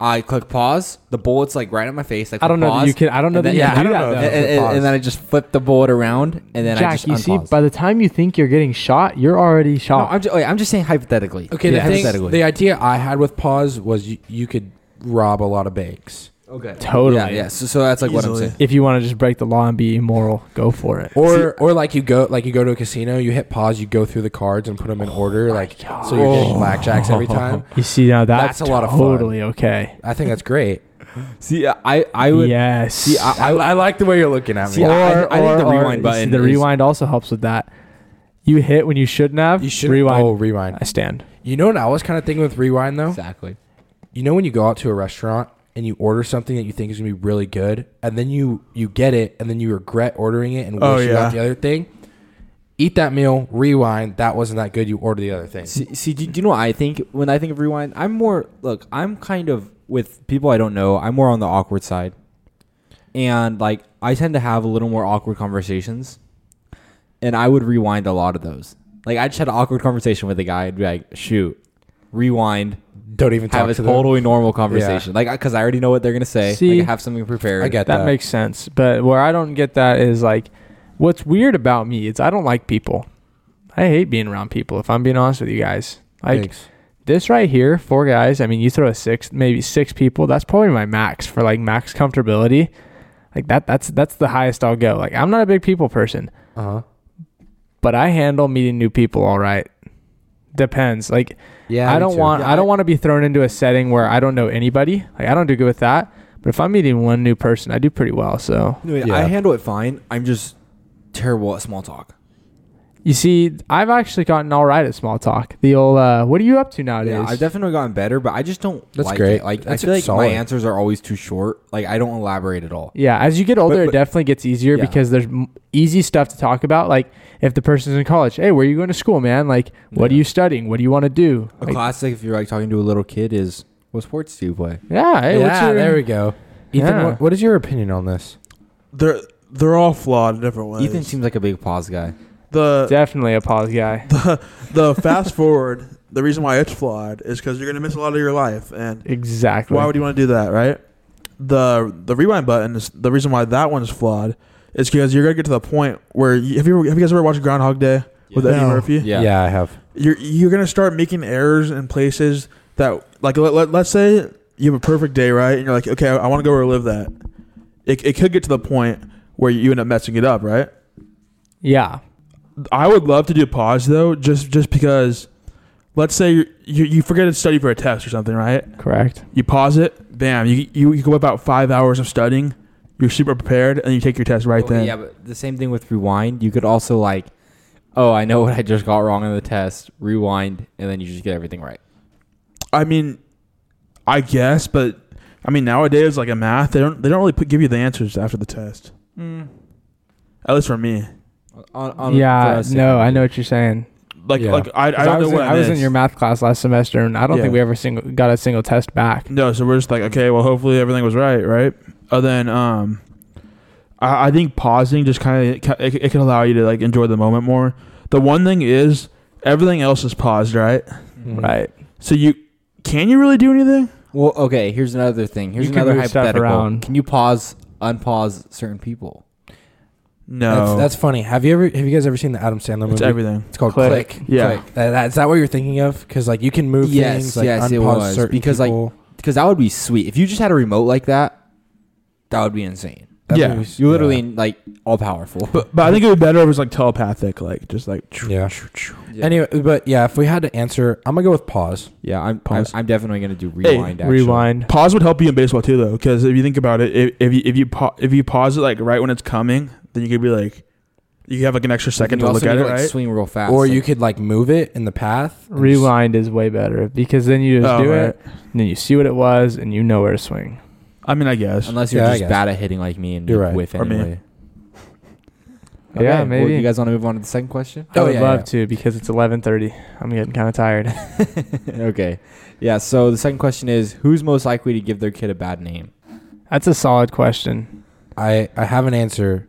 I click pause. The bullet's like right at my face. I, click
I don't know
pause,
that you can. I don't know
and
that
then-
you
yeah,
can
I
do
don't
that.
know.
Though.
And, and- and then I just flip the bullet around, and then I
Jack,
just
you see,
unpause.
by the time you think you're getting shot, you're already
no,
shot.
I'm just, wait, I'm just saying hypothetically.
Okay,
Yeah,
the thing,
hypothetically.
the idea I had with pause was you, you could rob a lot of banks.
okay.
totally.
Yeah, yeah. So, so that's like what I'm
Easily.
saying.
If you want to just break the law and be immoral, go for it.
Or or like you go like you go to a casino, you hit pause, you go through the cards and put them in order, like so you're getting blackjacks every time.
You see, now that's,
That's a lot of fun.
totally okay.
I think that's great.
See, uh, I I would.
yes.
See, I,
I, I like the way you're looking at
See,
me.
I- I think the rewind
you see,
button
The
is-
rewind also helps with that. You hit when you shouldn't have.
You should
rewind.
Oh, rewind.
I stand.
You know what I was kind of thinking with rewind though.
Exactly.
You know when you go out to a restaurant and you order something that you think is gonna be really good, and then you you get it, and then you regret ordering it and wish
Oh,
you got the
yeah.
other thing. Eat that meal, rewind. That wasn't that good. You order the other thing.
See, see do, do you know what I think when I think of rewind? I'm more look. I'm kind of with people I don't know. I'm more on the awkward side, and like I tend to have a little more awkward conversations, and I would rewind a lot of those. Like I just had an awkward conversation with a guy. I'd be like, shoot, rewind.
Don't even talk
Have a
to them.
totally normal conversation, like because I already know what they're gonna say.
See,
like, I have something prepared.
I get
That
that.
makes sense. But where I don't get that is like, what's weird about me is I don't like people. I hate being around people. If I'm being honest with you guys, like
Thanks.
this right here, four guys. I mean, you throw a six, maybe six people. That's probably my max for like max comfortability. Like that. That's that's the highest I'll go. Like I'm not a big people person,
Uh-huh.
but I handle meeting new people all right. Depends. Like
Yeah,
I don't want I don't want to be thrown into a setting where I don't know anybody. Like I don't do good with that. But if I'm meeting one new person, I do pretty well. So
No, wait,
Yeah.
I handle it fine. I'm just terrible at small talk.
You see, I've actually gotten all right at small talk. The old, uh, what are you up to nowadays?
Yeah, I've definitely gotten better, but I just don't.
That's
like
great.
It. Like
That's
I feel like
solid.
my answers are always too short. Like I don't elaborate at all.
Yeah, as you get older,
But-
it
but-
definitely gets easier
Yeah.
because there's m- easy stuff to talk about. Like if the person's in college, hey, where are you going to school, man? Like, what are
Yeah.
you studying? What do you want to do?
A
Like,
classic, if you're like talking to a little kid, is what sports do you play?
yeah, hey, what's
yeah,
your,
there we go. Ethan,
Yeah.
what, what is your opinion on this?
They're they're all flawed in different ways.
Ethan seems like a big pause guy.
the
definitely a pause guy.
the, the fast forward. The reason why it's flawed is because you're gonna miss a lot of your life, and
Exactly.
why would you want to do that, right? The the rewind button is the reason why that one's flawed. Is because you're gonna get to the point where you, have you ever, have you guys ever watched Groundhog Day with Eddie
No.
Murphy?
Yeah.
yeah I have.
you're you're gonna start making errors in places that like let, let, let's say you have a perfect day right and you're like okay i, want to go relive that it, it could get to the point where you end up messing it up right
yeah,
i would love to do pause though just just because let's say you you, you forget to study for a test or something right
correct.
you pause it bam you you, you go about five hours of studying you're super prepared and you take your test right
Okay,
then
Oh, Yeah, but the same thing with rewind. You could also like, oh, I know what I just got wrong on the test. Rewind, and then you just get everything right.
I mean, I guess, but I mean nowadays, like in math, they don't they don't really put, give you the answers after the test.
Mm.
At least for me,
On, on, for
yeah,
us,
no, I know what you're saying.
like
Yeah.
like I, I
'Cause
don't know
was, in,
what
I was in
missed.
your math class last semester, and I don't
Yeah.
think we ever single got a single test back.
No, so we're just like, okay, well, hopefully everything was right, right? And then, um, I, I think pausing just kind of it, it can allow you to like enjoy the moment more. The one thing is everything else is paused, right?
Right.
So you can you really do anything?
Well, okay. Here's another thing. Here's
You can
another
move stuff
hypothetical.
around.
Can you pause, unpause certain people?
No,
That's, that's funny. Have you ever? Have you guys ever seen the Adam Sandler movie?
it's everything.
It's called Click.
Click.
Yeah,
Click.
That- that- is that what you're thinking of? Because like you can move
Yes,
things. Like,
yes, it
unpause
was,
certain
because, like,
people.
Because that would be sweet. If you just had a remote like that, that would be insane.
That
yeah,
movie's-
You're literally
yeah.
like all powerful.
but but I think it would be better if it was like telepathic, like just like
Yeah. Anyway, but yeah, if we had to answer, I'm gonna go with pause.
Yeah, I'm I'm,
Pause.
I'm definitely gonna do rewind. actually.
Rewind.
Pause would help you in baseball too, though, because if you think about it, if, if you if you pa- if you pause it like right when it's coming, then you could be like, you have like an extra
But
second
then you
to
also
look at
need
it,
to, like,
right?
Swing real fast.
or
like-
you could like move it in the path. and just-
Rewind is way better because then you just
Oh,
do
right.
it, and then you see what it was, and you know where to swing.
I mean, I guess.
unless you're
Yeah, I
just
guess.
bad at hitting like me and
You're
you
right.
whiff
Or me.
anyway.
Yeah,
well,
maybe.
you guys want to move on to the second question?
I
Oh,
would
yeah,
love
yeah.
to because it's 11:30. I'm getting kind of tired.
okay. Yeah. So the second question is, who's most likely to give their kid a bad name?
That's a solid question.
I I have an answer.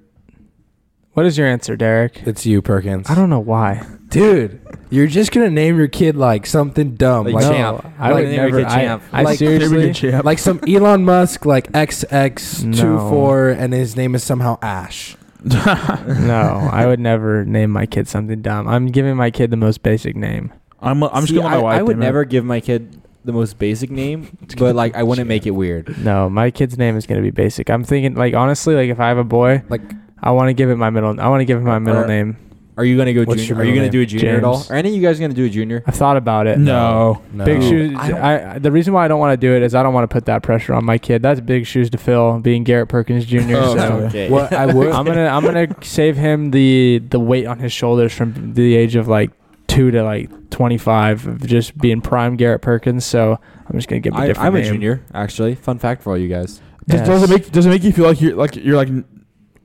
What is your answer, Derek?
It's you, Perkins.
I don't know why.
dude. You're just gonna name your kid like something dumb,
Like
like
Champ.
No, I
Like
would
name your
never.
kid
I,
Champ.
I
Like-
seriously.
champ.
like some Elon Musk, like XX24,
No.
and his name is somehow Ash.
no, I would never name my kid something dumb. I'm giving my kid the most basic name.
I'm, I'm just
See,
gonna let my
I-
wife.
I would
name it.
never give my kid the most basic name, but like I wouldn't make it weird.
No, my kid's name is gonna be basic. I'm thinking, like honestly, like if I have a boy,
Like-
I want to give it my middle. I want to give it my middle
Or-
name.
Are you gonna go?
What's your
Junior? Are you
middle
gonna do a junior at all?
James.
Are any of you guys gonna do a junior?
I've thought about it.
No.
No.
Big
Ooh.
shoes.
I don't-
I, the reason why I don't want to do it is I don't want to put that pressure on my kid. That's big shoes to fill. Being Garrett Perkins Jr.
Oh,
so
okay.
What I would
I'm gonna I'm gonna save him the the weight on his shoulders from the age of like two to like 25 of just being prime Garrett Perkins. So I'm just gonna give him a
I,
different
I'm a
name.
junior, actually. Fun fact for all you guys.
Does,
Yes.
does it make Does it make you feel like you're like you're like n-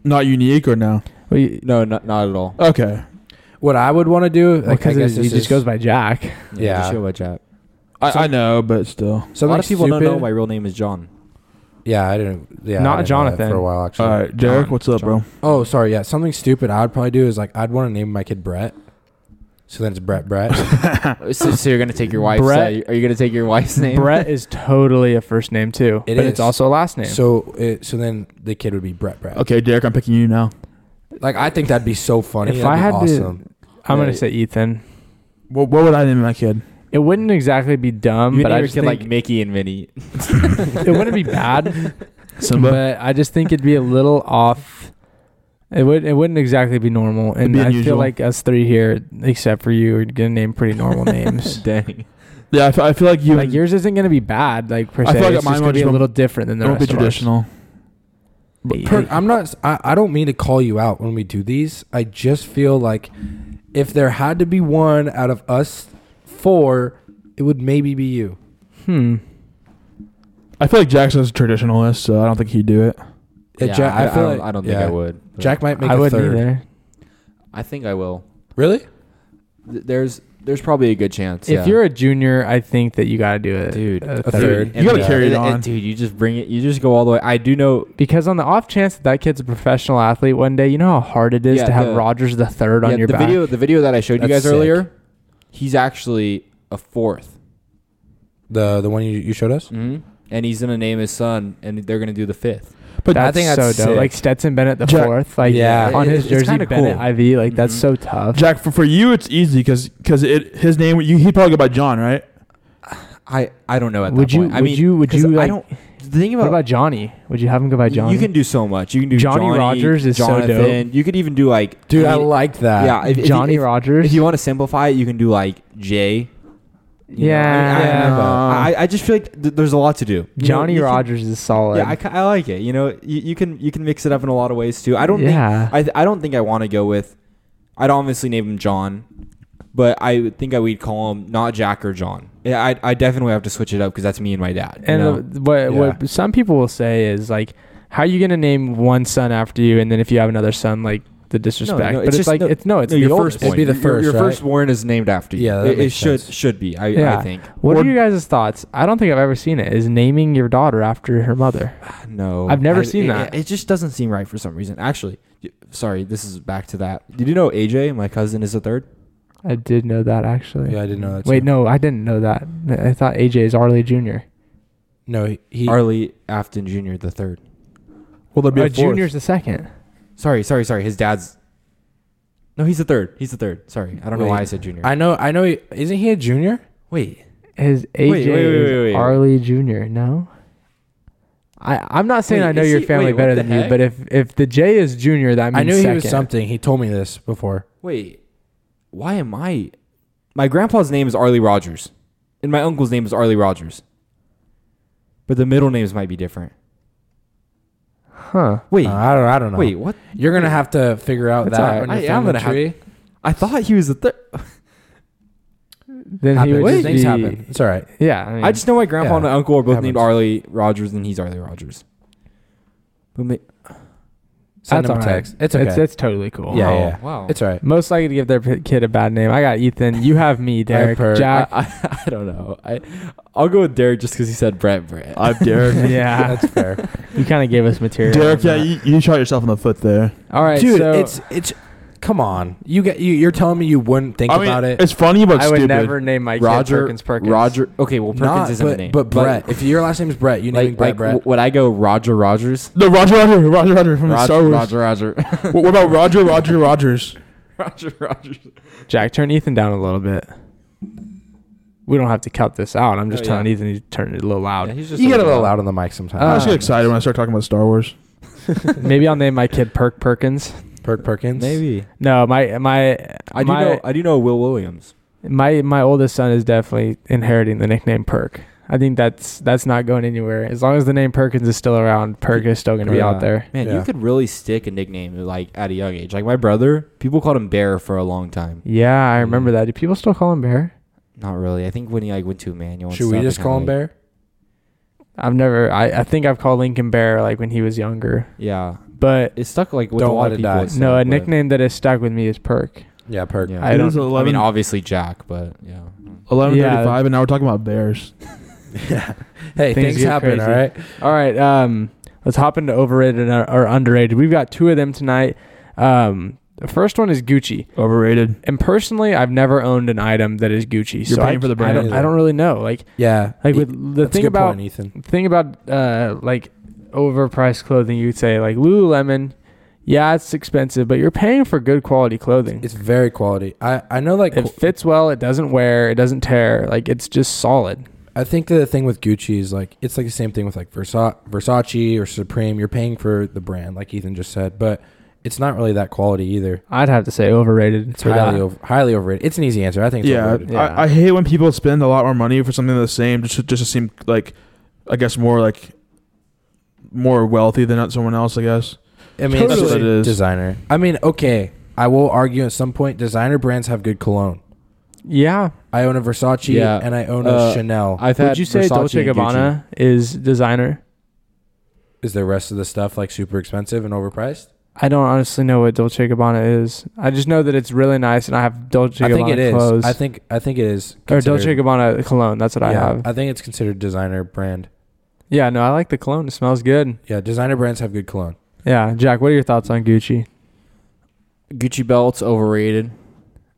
not unique or no?
We,
No, not, not at all.
Okay.
what I would want to do
well,
like
'cause
I guess
he
this
just
is-
goes by Jack.
Yeah.
Just show my chat.
I, I know, but still.
A
something
lot of people don't know
stupid.
my real name is John.
Yeah, I didn't. Yeah,
Not
I didn't know that
Jonathan.
for a while actually.
All right, Derek,
John,
what's up, bro?
Oh, sorry. Yeah, something stupid I would probably do is like I'd want to name my kid Brett. So then it's Brett Brett.
so, so you're gonna take your wife's?
Brett-
uh, are you gonna take your wife's name?
Brett is totally a first name too,
It
but it's
is.
also a last name.
so it, so then the kid would be Brett Brett.
Okay, Derek, I'm picking you now.
Like I think that'd be so funny.
If
That'd
I
be
had to-
awesome.
I'm gonna
Right.
say Ethan.
What, what would I name my kid?
It wouldn't exactly be dumb,
you
but
name
I
your
just
kid
think
like Mickey and Minnie.
it wouldn't be bad.
Simba.
but I just think it'd be a little off. It would it wouldn't exactly be normal, and
be
I feel
unusual.
like us three here, except for you, are gonna name pretty normal names.
Dang.
Yeah, I feel, I feel like you.
Like yours isn't gonna be bad, like per
I
se.
feel like
it's
mine
just
would
gonna be
just
a
be-
little different than
it
the
won't
rest
be
of ours.
traditional.
Perk, I'm not. I, I don't mean to call you out when we do these. I just feel like if there had to be one out of us four, it would maybe be you.
Hmm.
I feel like Jackson's a traditionalist, so I don't think he'd do it.
Uh,
Yeah,
Jack,
I, I
feel
don't,
like-
I don't think
yeah.
I would. but
Jack might make
I
a
wouldn't
third.
either.
I think I will.
Really?
Th- There's there's probably a good chance. yeah.
If you're a junior, I think that you gotta do it,
Dude,
A
a
third.
third.
You gotta
And, uh,
carry it
and- and
on.
dude. You just bring it. You just go all the way. I do know.
Because on the off chance that that kid's a professional athlete one day, you know how hard it is
Yeah,
to have
the-
Rogers the third
yeah,
on your
the
back.
video, the video that I showed you
That's
guys
sick.
earlier, he's actually a fourth,
The the one you, you showed us.
mm-hmm. and he's gonna name his son, and they're gonna do the fifth.
But
That's
I think
so
that's
dope.
sick.
Like Stetson Bennett the
Jack-
fourth, like
Yeah.
on
It-
his
it's
jersey,
kinda
Bennett
cool.
IV. Like that's
Mhm.
so tough.
Jack, for, for you, it's easy because because it his name you, he'd probably go by John, right?
I I don't know at
would
that
you?
point.
Would
I mean,
you? Would
'cause
you? Like,
I don't. The thing
What
about,
about Johnny? Would you have him go by Johnny?
you can do so much. You can do
Johnny
Johnny,
Rogers is so dope.
Jonathan. You could even do like
Dude, I,
mean,
like that.
yeah. If, if you-
Johnny
if,
Rogers.
If you want to simplify it, you can do like J. you know?
Yeah.
I, mean, I, don't know.
Yeah.
I, I just feel like th- there's a lot to do. You know,
Johnny
you can-
Rogers is solid.
yeah, I, ki- I like it. You know, you, you can you can mix it up in a lot of ways too. I don't
Yeah.
think I th- I don't think I want to go with. I'd obviously name him John, but I would think I would call him not Jack or John. Yeah, I I definitely have to switch it up because that's me and my dad. you
and uh,
know?
the- what what some people will say is like, how are you gonna name one son after you, and then if you have another son, like the disrespect.
no,
but
it's
it's,
just-
like
no,
it's no, it's
No,
the
your
oldest.
firstborn.
It'd be the
Your, your
first, right?
firstborn is named after you.
Yeah, that
it, it
makes
should
sense.
should be. I,
Yeah.
I think.
What
Or-
are you guys' thoughts? I don't think I've ever seen it. Is naming your daughter after her mother?
No,
I've never
I-
seen
it-
that.
It, it just doesn't seem right for some reason. Actually, y- sorry, this is back to that. Did you know AJ, my cousin, is a third?
I did know that actually.
Yeah, I didn't know that.
Wait,
too.
no, I didn't know that. I thought AJ is Arley Jr.
no, he, he
Arlie Afton Jr. the third.
Well, there'd be
Uh,
a fourth.
Junior's the second.
Sorry, sorry, sorry. His dad's. No, he's the third. He's the third. Sorry, I don't know
Wait.
why I said junior.
I know. I know. He, isn't he a junior?
Wait,
His AJ
Wait, wait, wait,
is
wait, wait.
Arlie Jr. No, I I'm not saying
Wait,
I know
is
your
he-
family
wait, what
better
the
than you,
heck?
but if if the J is Jr., that means
I knew
Mm, second.
he was something. He told me this before.
wait. Why am I? My grandpa's name is Arlie Rogers, and my uncle's name is Arlie Rogers. But the middle names might be different.
huh?
Wait,
Uh, I don't. I don't know.
wait, what?
You're gonna have to figure out
That's
that.
alright.
on your
I am
family
gonna have-
tree.
I thought he was the third.
Then he
Happens.
would just
Things
be-
happen. It's all right.
Yeah, I, mean,
I just know my grandpa
Yeah.
and my uncle are both named
Happens.
Arlie Rogers, and he's Arlie Rogers. But ma-
Send
That's
them
all right.
text. It's okay.
It's it's totally cool.
Yeah,
Wow.
yeah.
Wow.
It's all right.
Most likely to give their p- kid a bad name. I got Ethan. You have me, Derek.
heard-
Jack.
I, I, I don't know. I I'll go with Derek just because he said Brett Brett.
I'm Derek.
yeah,
That's fair.
you kind of gave us material.
Derek,
on
yeah,
that.
you, you shot yourself in the foot there.
All right,
Dude,
so
it's it's. Come on, you get you. You're telling me you wouldn't think
I mean,
about it.
it's funny but
I would
stupid.
never name my kid
Roger
Perkins Perkins.
Roger. Okay, well Perkins
Not,
isn't
but,
a name,
but Brett. if your last name is Brett, you name
like
Brett.
like
Brett.
w- would I go Roger Rogers?
No, Roger, Roger, Roger, Roger from Star
Roger
Wars.
Roger Roger
What, what about Roger, Roger, Rogers?
Roger Rogers.
Jack, turn Ethan down a little bit. We don't have to cut this out. I'm just
Oh, yeah.
telling Ethan to turn it a little
Yeah,
loud.
he's just
you get a little loud on the mic sometimes.
Uh,
I just get excited when I start talking about Star Wars.
Maybe I'll name my kid Perk Perkins.
Uh, Perk Perkins.
Maybe
No, my my
I do
my,
know I do know Will Williams.
my my oldest son is definitely inheriting the nickname Perk. I think that's that's not going anywhere. As long as the name Perkins is still around, Perk is still going to be
Yeah.
out there.
Man,
Yeah.
you could really stick a nickname like at a young age. Like my brother, people called him Bear for a long time.
Yeah, I remember that. Do people still call him Bear?
Not really. I think when he like went to Emmanuel. and
Should we
stuff, it
just
kinda,
call him
like-
Bear?
I've never. I, I think I've called Lincoln Bear like when he was younger,
Yeah,
but
it stuck like with
Don't
a
let
lot of
it
people.
die.
it stuck
no, a
with.
nickname that has stuck with me is Perk.
Yeah, Perk.
Yeah.
I
It
don't-
is
I mean,
11,
obviously Jack, but yeah.
11:35,
Yeah.
and now we're talking about Bears.
Things
Hey, things,
get
happen.
crazy.
All right.
All right, um, let's hop into overrated and uh, or underrated. We've got two of them tonight. Um, the first one is Gucci,
Overrated.
and personally, I've never owned an item that is Gucci,
You're
so I,
paying for the
I
brand
don't, I
either.
don't really know. Like,
Yeah.
like
E-
with the
that's a
thing
good
about
point, Ethan.
thing about uh like overpriced clothing, you would say like Lululemon. Yeah, it's expensive, but you're paying for good quality clothing.
It's very quality. I I know like
it fits well. It doesn't wear. It doesn't tear. Like it's just solid.
I think the thing with Gucci is like it's like the same thing with like Versa- Versace or Supreme. You're paying for the brand, like Ethan just said, but it's not really that quality either.
I'd have to say overrated.
It's
for
highly
that.
over, highly overrated. It's an easy answer. I think. It's
Yeah,
overrated.
Yeah.
I, I hate when people spend a lot more money for something the same, just to, just to seem like, I guess more like, more wealthy than someone else. I guess.
I mean,
That's
it's
what it is.
designer. I mean, okay, I will argue at some point. Designer brands have good cologne.
Yeah.
I own a Versace
Yeah.
and I own a
Uh,
Chanel.
I've had
Would you say
Versace
Dolce
and Gucci.
Gabbana is designer?
is the rest of the stuff like super expensive and overpriced?
I don't honestly know what Dolce Gabbana is. I just know that it's really nice, and I have Dolce
I think
Gabbana
it is.
clothes
I think I think it is.
or
considered-
Dolce Gabbana cologne. That's what I
Yeah,
have.
I think it's considered designer brand.
yeah. No, I like the cologne. It smells good.
Yeah, designer brands have good cologne.
Yeah, Jack. What are your thoughts on Gucci?
Gucci belts overrated.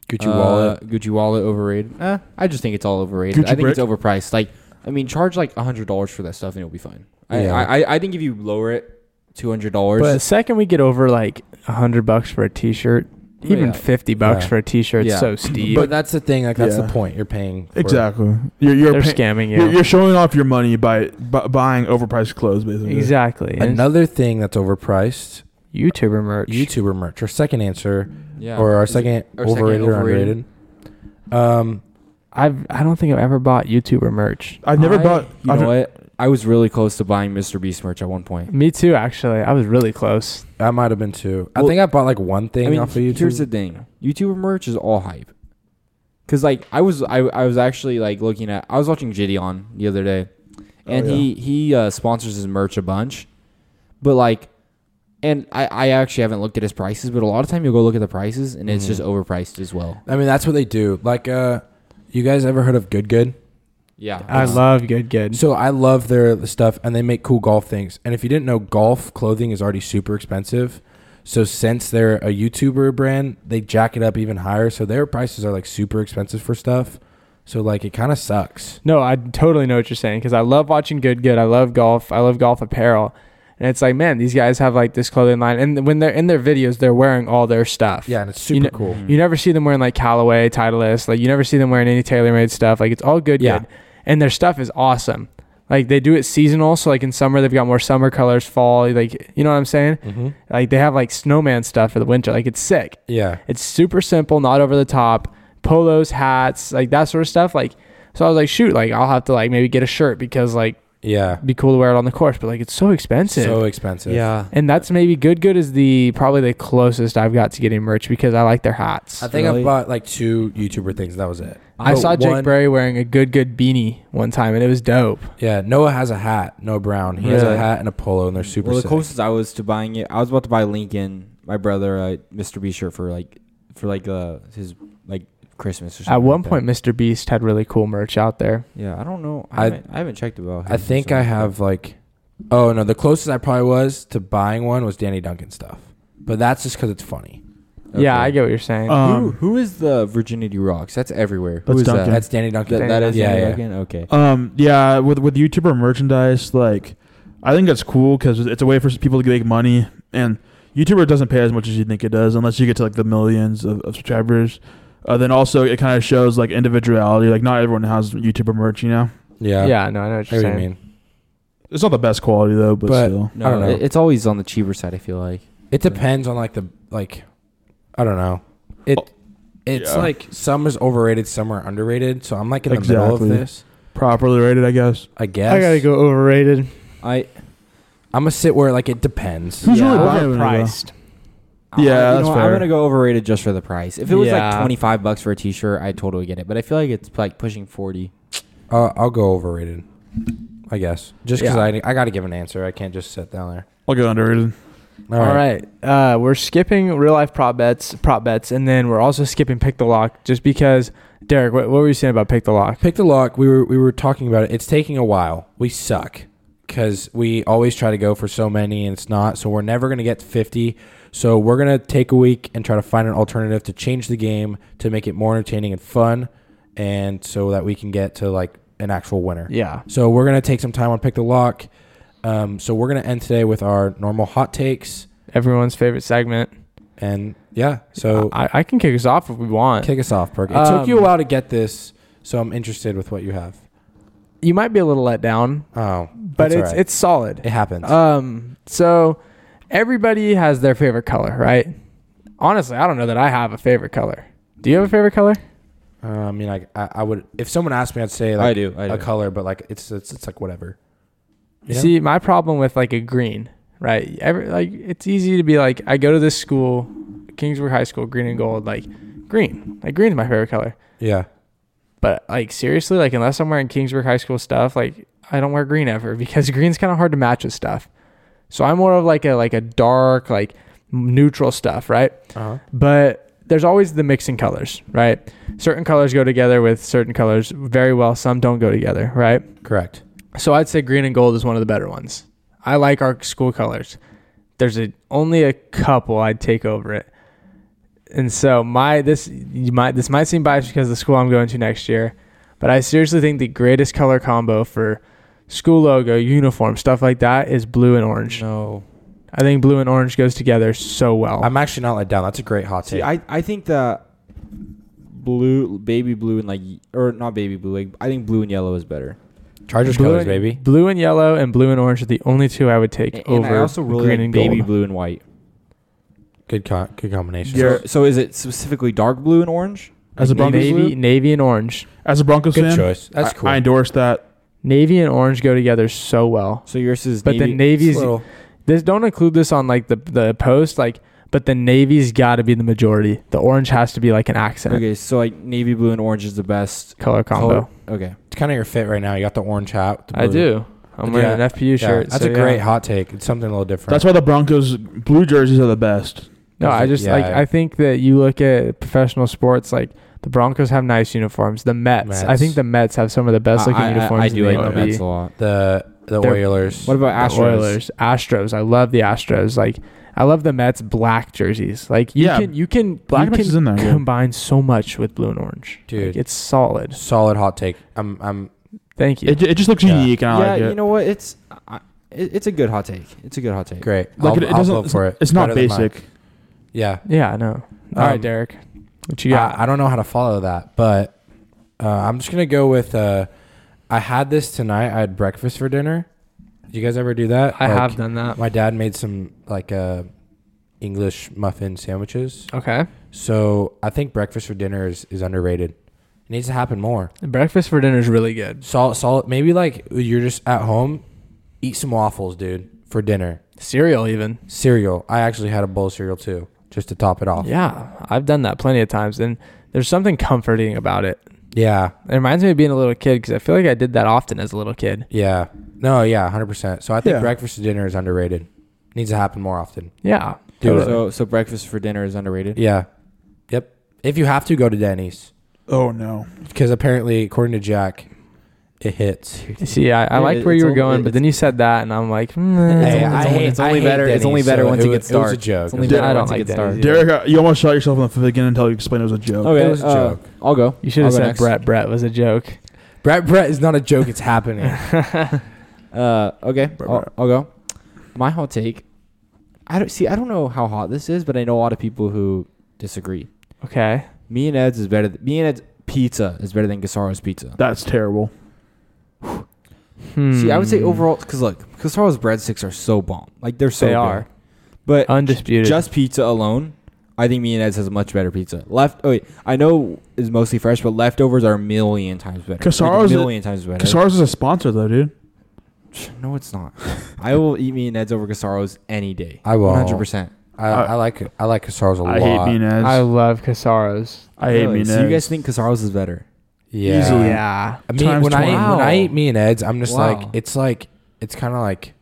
Gucci
Uh,
wallet.
Gucci wallet overrated. Eh, I just think it's all overrated.
Gucci
I think
brick.
it's overpriced. Like, I mean, charge like hundred dollars for that stuff and it'll be fine. I,
Yeah.
I, I I think if you lower it two hundred dollars,
But the second we get over like a hundred bucks for a T-shirt, even
Yeah.
fifty bucks
Yeah.
for a T-shirt,
Yeah.
it's so steep.
But that's the thing. Like that's
Yeah.
the point. You're paying for it.
Exactly. You're you're,
they're
pay-
scamming
you're,
you.
you're showing off your money by, by buying overpriced clothes, basically.
exactly. And it's
Another thing that's overpriced.
YouTuber merch.
YouTuber merch. Our second answer,
yeah,
or our
Is it-
second
our second
overrated or
overrated?
underrated. Um,
I've I don't think I've ever bought YouTuber merch.
I've never
I-
bought.
You
I've
know
ne-
what? I was really close to buying Mr. Beast merch at one point.
Me too, actually. I was really close.
I might have been two. I
Well,
think I bought like one thing
I mean,
off of YouTube.
here's the thing: YouTuber merch is all hype. Cause like I was, I, I was actually like looking at, I was watching Gideon the other day, and
Oh, yeah.
he he uh, sponsors his merch a bunch, but like, and I I actually haven't looked at his prices, but a lot of time you'll go look at the prices and
Mm-hmm.
it's just overpriced as well.
I mean, that's what they do. Like, uh, you guys ever heard of Good Good?
Yeah,
I love good good.
So I love their stuff, and they make cool golf things. And if you didn't know, golf clothing is already super expensive. So since they're a YouTuber brand, they jack it up even higher. So their prices are like super expensive for stuff. So like it kind of sucks.
No, I totally know what you're saying because I love watching Good Good. I love golf. I love golf apparel. And it's like, man, these guys have like this clothing line. And when they're in their videos, they're wearing all their stuff.
Yeah, and it's super
know-
cool.
You never see them wearing like Callaway, Titleist. Like you never see them wearing any TaylorMade stuff. Like it's all good,
Yeah.
good. And their stuff is awesome. Like they do it seasonal. So like in summer, they've got more summer colors, fall. Like, you know what I'm saying?
Mm-hmm.
Like they have like snowman stuff for the winter. Like it's sick.
Yeah,
It's super simple, not over the top. Polos, hats, like that sort of stuff. Like, so I was like, shoot, like I'll have to like maybe get a shirt because like
yeah.
it'd be cool to wear it on the course, but like it's so expensive.
So expensive.
yeah.
and that's maybe good. Good is the probably the closest I've got to getting merch because I like their hats.
I think
Really?
I bought like two YouTuber things. That was it.
I
But
saw Jake
one-
Berry wearing a good good beanie one time, and it was dope.
Yeah, Noah has a hat. Noah Brown. He has a
Really?
hat and a polo, and they're super.
well, the
sick.
closest I was to buying it, I was about to buy Lincoln, my brother, uh, Mr. B shirt for like, for like uh, his like Christmas or something.
At one
like that.
point, Mr. Beast had really cool merch out there.
yeah, I don't know.
I-
I haven't, I haven't checked about.
I
his
think
stuff.
I have like, oh no, the closest I probably was to buying one was Danny Duncan stuff, but that's just because it's funny.
Yeah,
Okay.
I get what you're saying.
who,
Um,
who is the Virginity Rocks? That's everywhere.
That's
who is
Duncan.
that?
That's Danny Duncan.
That,
Danny
that is
Yeah,
Danny
yeah.
Duncan? Okay.
um, yeah, with with YouTuber merchandise, like I think that's cool because it's a way for people to make money, and YouTuber doesn't pay as much as you think it does unless you get to like the millions of, of subscribers. Uh, then also it kind of shows like individuality. Like not everyone has YouTuber merch, you know.
yeah,
yeah, no, I know what
I
you're
know what
saying.
you mean.
It's not the best quality though, but,
But-
still.
No,
I don't know.
it- it's always on the cheaper side. I feel like.
It depends on like the like, I don't know. It it's
Yeah.
like some is overrated, some are underrated. So I'm like in the middle of
Exactly.
this.
Properly rated, I guess.
I guess
I gotta go overrated.
I
I'm gonna sit where like it depends.
Who's
Yeah.
really buying it, though?
Overpriced.
I-
Yeah,
you
that's
know,
fair.
I'm gonna go overrated just for the price. If it was
Yeah.
like 25 bucks for a T-shirt, I'd totally get it. But I feel like it's like pushing 40.
Uh, I'll go overrated. I guess just because
Yeah.
I I gotta give an answer. I can't just sit down there.
I'll go underrated.
All
All right. Uh, we're skipping real life prop bets, prop bets, and then we're also skipping pick the lock just because. Derek, what, what were you saying about pick the lock?
Pick the lock. We were we were talking about it. It's taking a while. We suck because we always try to go for so many and it's not. So we're never gonna get to fifty. So we're gonna take a week and try to find an alternative to change the game to make it more entertaining and fun, and so that we can get to like an actual winner.
Yeah.
So we're gonna take some time on pick the lock. Um, so we're gonna end today with our normal hot takes
Everyone's favorite segment.
and yeah. So
I, I can kick us off if we want.
kick us off, Perk. It took
Uh, Um,
you a while to get this, so I'm interested with what you have.
you might be a little let down,
Oh,
but
that's all
it's
right.
it's solid.
it happens.
Um, so everybody has their favorite color, right? Honestly, I don't know that I have a favorite color. Do you have a favorite color?
Uh, I mean, like I, I would if someone asked me, I'd say like
I do. I do.
a color, but like it's it's, it's like whatever.
You
Yeah.
See, my problem with like a green, right? Every like it's easy to be like, I go to this school, Kingsburg High School, green and gold, like green. Like green's my favorite color.
Yeah,
But like seriously, like unless I'm wearing Kingsburg High School stuff, like I don't wear green ever because green's kind of hard to match with stuff. So I'm more of like a like a dark like neutral stuff, right?
uh-huh.
But there's always the mixing colors, right? Certain colors go together with certain colors very well. Some don't go together, right?
correct.
So I'd say green and gold is one of the better ones. I like our school colors. There's a, only a couple I'd take over it. And so my this you might this might seem biased because of the school I'm going to next year, but I seriously think the greatest color combo for school logo, uniform, stuff like that is blue and orange.
No.
I think blue and orange goes together so well.
I'm actually not let down. That's a great hot take.
See, I I think that blue, baby blue, and like or not baby blue. Like I think blue and yellow is better.
Chargers
blue
colors,
and,
baby.
Blue and yellow and blue and orange are the only two I would take
And,
over
and I also really
green
like
and
baby
gold.
blue and white.
Good co- good combination.
So, so is it specifically dark blue and orange?
As a Broncos,
navy,
fan-
navy and orange.
as a Broncos
good
fan,
choice. That's
I-
cool.
I endorse that.
Navy and orange go together so well.
So yours is
But
navy.
the navy's
It's a little-
this don't include this on like the the post like but the navy's got to be the majority. The orange has to be like an accent
Okay, so like navy blue and orange is the best
color combo.
color. Okay,
it's kind of your fit right now. You got the orange hat. with the
I
blue.
do. I'm wearing
Yeah.
an FPU
Yeah,
shirt.
that's
so
a
yeah.
great hot take. It's something a little different.
That's why the Broncos blue jerseys are the best.
No, I just like
Yeah.
I think that you look at professional sports like the Broncos have nice uniforms. The Mets, I
Mets.
think the Mets have some of the best looking
I, I-
uniforms.
I,
in
do
the
like the
MLB.
Mets a lot.
the the
They're-
Oilers.
What about
The
Astros?
Oilers, Astros. I love the Astros. Like I love the Mets black jerseys. Like you
Yeah,
can you can
Black
you
Mets
can
is in there, yeah.
combine so much with blue and orange.
Dude.
Like, it's solid.
Solid hot take. I'm I'm
Thank you.
It, ju- it just looks
Yeah.
unique, and I
yeah,
like it.
you know what? It's I, it, it's a good hot take. It's a good hot take.
great.
like
I'll,
it, it
I'll
doesn't.
vote for it.
It's not
Better than mine.
basic.
Yeah.
yeah, I know. All
Um,
right, Derek. What you got?
I, I don't know how to follow that, but uh, I'm just gonna go with. Uh, I had this tonight. I had breakfast for dinner. Did you guys ever do that?
I
Like,
have done that.
My dad made some like uh, English muffin sandwiches.
Okay.
So I think breakfast for dinner is, is underrated. It needs to happen more.
Breakfast for dinner is really good.
Salt, salt. Maybe like you're just at home, eat some waffles, dude, for dinner.
Cereal even.
Cereal. I actually had a bowl of cereal too, just to top it off.
Yeah, I've done that plenty of times and there's something comforting about it.
Yeah.
It reminds me of being a little kid because I feel like I did that often as a little kid.
Yeah. No, yeah, 100%. So I think
Yeah.
breakfast to dinner is underrated. Needs to happen more often.
Yeah.
Do it.
So so breakfast for dinner is underrated.
Yeah. Yep. If you have to go to Denny's,
Oh no.
because apparently, according to Jack, it hits.
See, I, I
Yeah,
liked
it-
where
it's
you were
only-
going, but
it's-
then you said that, and I'm like, mm,
Hey,
it's
I
only-
hate-
it's only
I hate
better- it's only
Denny's,
better
so
once
it
it
wa-
gets
it was a
dark.
joke.
It's only
Yeah,
better
I don't
once it
like
gets
that
dark.
either.
Derek, uh, you almost shot yourself in the foot again until you explained it was a joke.
Okay,
It was a
uh,
joke.
I'll go.
you should have
I'll go
said
next.
Brett. Brett was a joke.
Brett, Brett is not a joke. It's happening.
Uh, okay,
Right,
I'll,
right.
I'll go. My hot take. I don't see. I don't know how hot this is, but I know a lot of people who disagree.
Okay.
Me and Ed's is better. Th- me and Ed's pizza is better than Casaro's pizza.
That's terrible.
See, I would say
Hmm.
overall, because look, Casaro's breadsticks are so bomb. Like they're so.
They
good.
are.
But
undisputed.
just pizza alone, I think me and Ed's has a much better pizza. Left. Oh wait, I know is mostly fresh, but leftovers are a million times better.
Casaro's-
like, a million times better.
Casares is a sponsor though, dude.
no, it's not. I will eat me and Ed's over Casaro's any day.
I
Oh.
will.
One hundred percent.
I, I
Uh,
like I like Casares a
I hate
lot.
Menez.
I
I,
love Casaros.
hate
Really?
Menez.
So you guys think Casaro's is better?
yeah.
Easily.
Yeah.
I mean,
Times
when I eat,
20.
when I eat me and Ed's, I'm just
Wow.
like it's like it's kind of like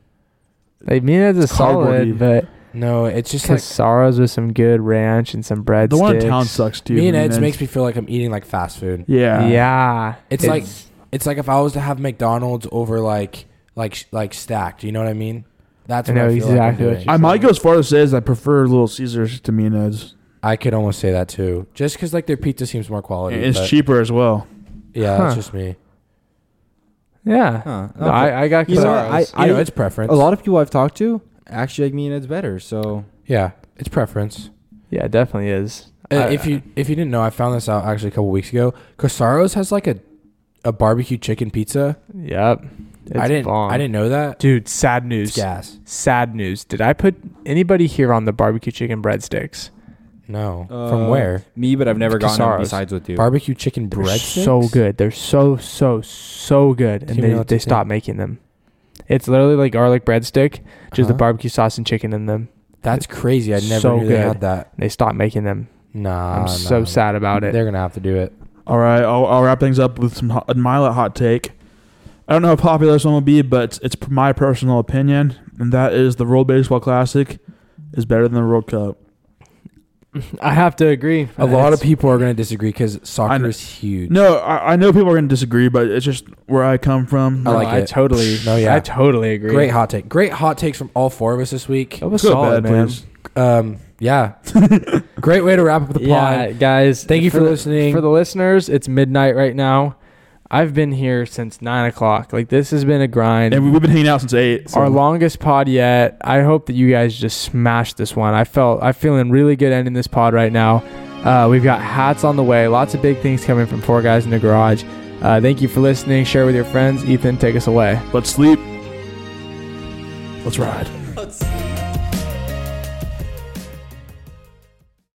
Like, me and it's a solid,
cardboardy.
but
no, it's just like
Casaros with some good ranch and some breadsticks.
the one in town sucks too.
me and
Menez.
Ed's makes me feel like I'm eating like fast food.
Yeah.
Yeah.
It's like it's like if I was to have McDonald's over like like sh- like stacked. You know what I mean? That's
I
what
know
I feel like I'm
exactly what
doing.
you-
I might go as far as to say is I prefer Little Caesars to Menez.
I could almost say that too, just because like their pizza seems more quality.
And It's
but-
cheaper as well.
Yeah,
Huh.
that's just me.
Yeah.
Huh.
No, I, I got
You know,
Casaros.
I-
You know, it's preference.
A lot of people I've talked to actually like me and Ed's better. So
Yeah, it's preference.
yeah, it definitely is.
Uh,
I-
if you if you didn't know, I found this out actually a couple weeks ago. Cosaro's has like a a barbecue chicken pizza.
Yep. It's
I didn't
bomb.
I didn't know that.
Dude, sad news.
It's gas.
Sad news. Did I put anybody here on the barbecue chicken breadsticks?
No,
Uh,
from where?
me, but I've never gotten them
Casaro's.
besides with you.
Barbecue chicken
They're
bread.
so good. They're so so so good,
Do
and
you
they
know what
they
to
stop making them. It's literally like garlic breadstick, just the
Uh-huh.
barbecue sauce and chicken in them.
That's crazy. I never
So
knew they
good.
had that.
They stopped making them.
Nah,
I'm
nah,
so
nah.
sad about it.
They're gonna have to do it.
All right, I'll, I'll wrap things up with some hot, my hot take. I don't know how popular this one will be, but it's my personal opinion, and that is the World Baseball Classic is better than the World Cup.
I have to agree.
A lot of
It's-
people are gonna disagree because
I know.
soccer is huge.
No, I, I know people are going to disagree, but it's just where I come from.
I
No,
like
I
it.
totally.
No, yeah.
I totally agree.
Great hot take. Great hot takes from all four of us this week.
That was
Go to
solid,
bed,
man.
please.
Um, yeah. Great way to wrap up the pod.
Yeah, guys.
Thank you for
the-
listening.
For the listeners, it's midnight right now. I've been here since nine o'clock. Like this has been a grind.
And we- we've been hanging out since eight. so-
Our longest pod yet. I hope that you guys just smashed this one. I felt I'm feeling really good ending this pod right now. Uh, we've got hats on the way. Lots of big things coming from Four Guys in the Garage. Uh, thank you for listening. Share with your friends. Ethan, take us away.
Let's sleep. Let's ride.
Let's go.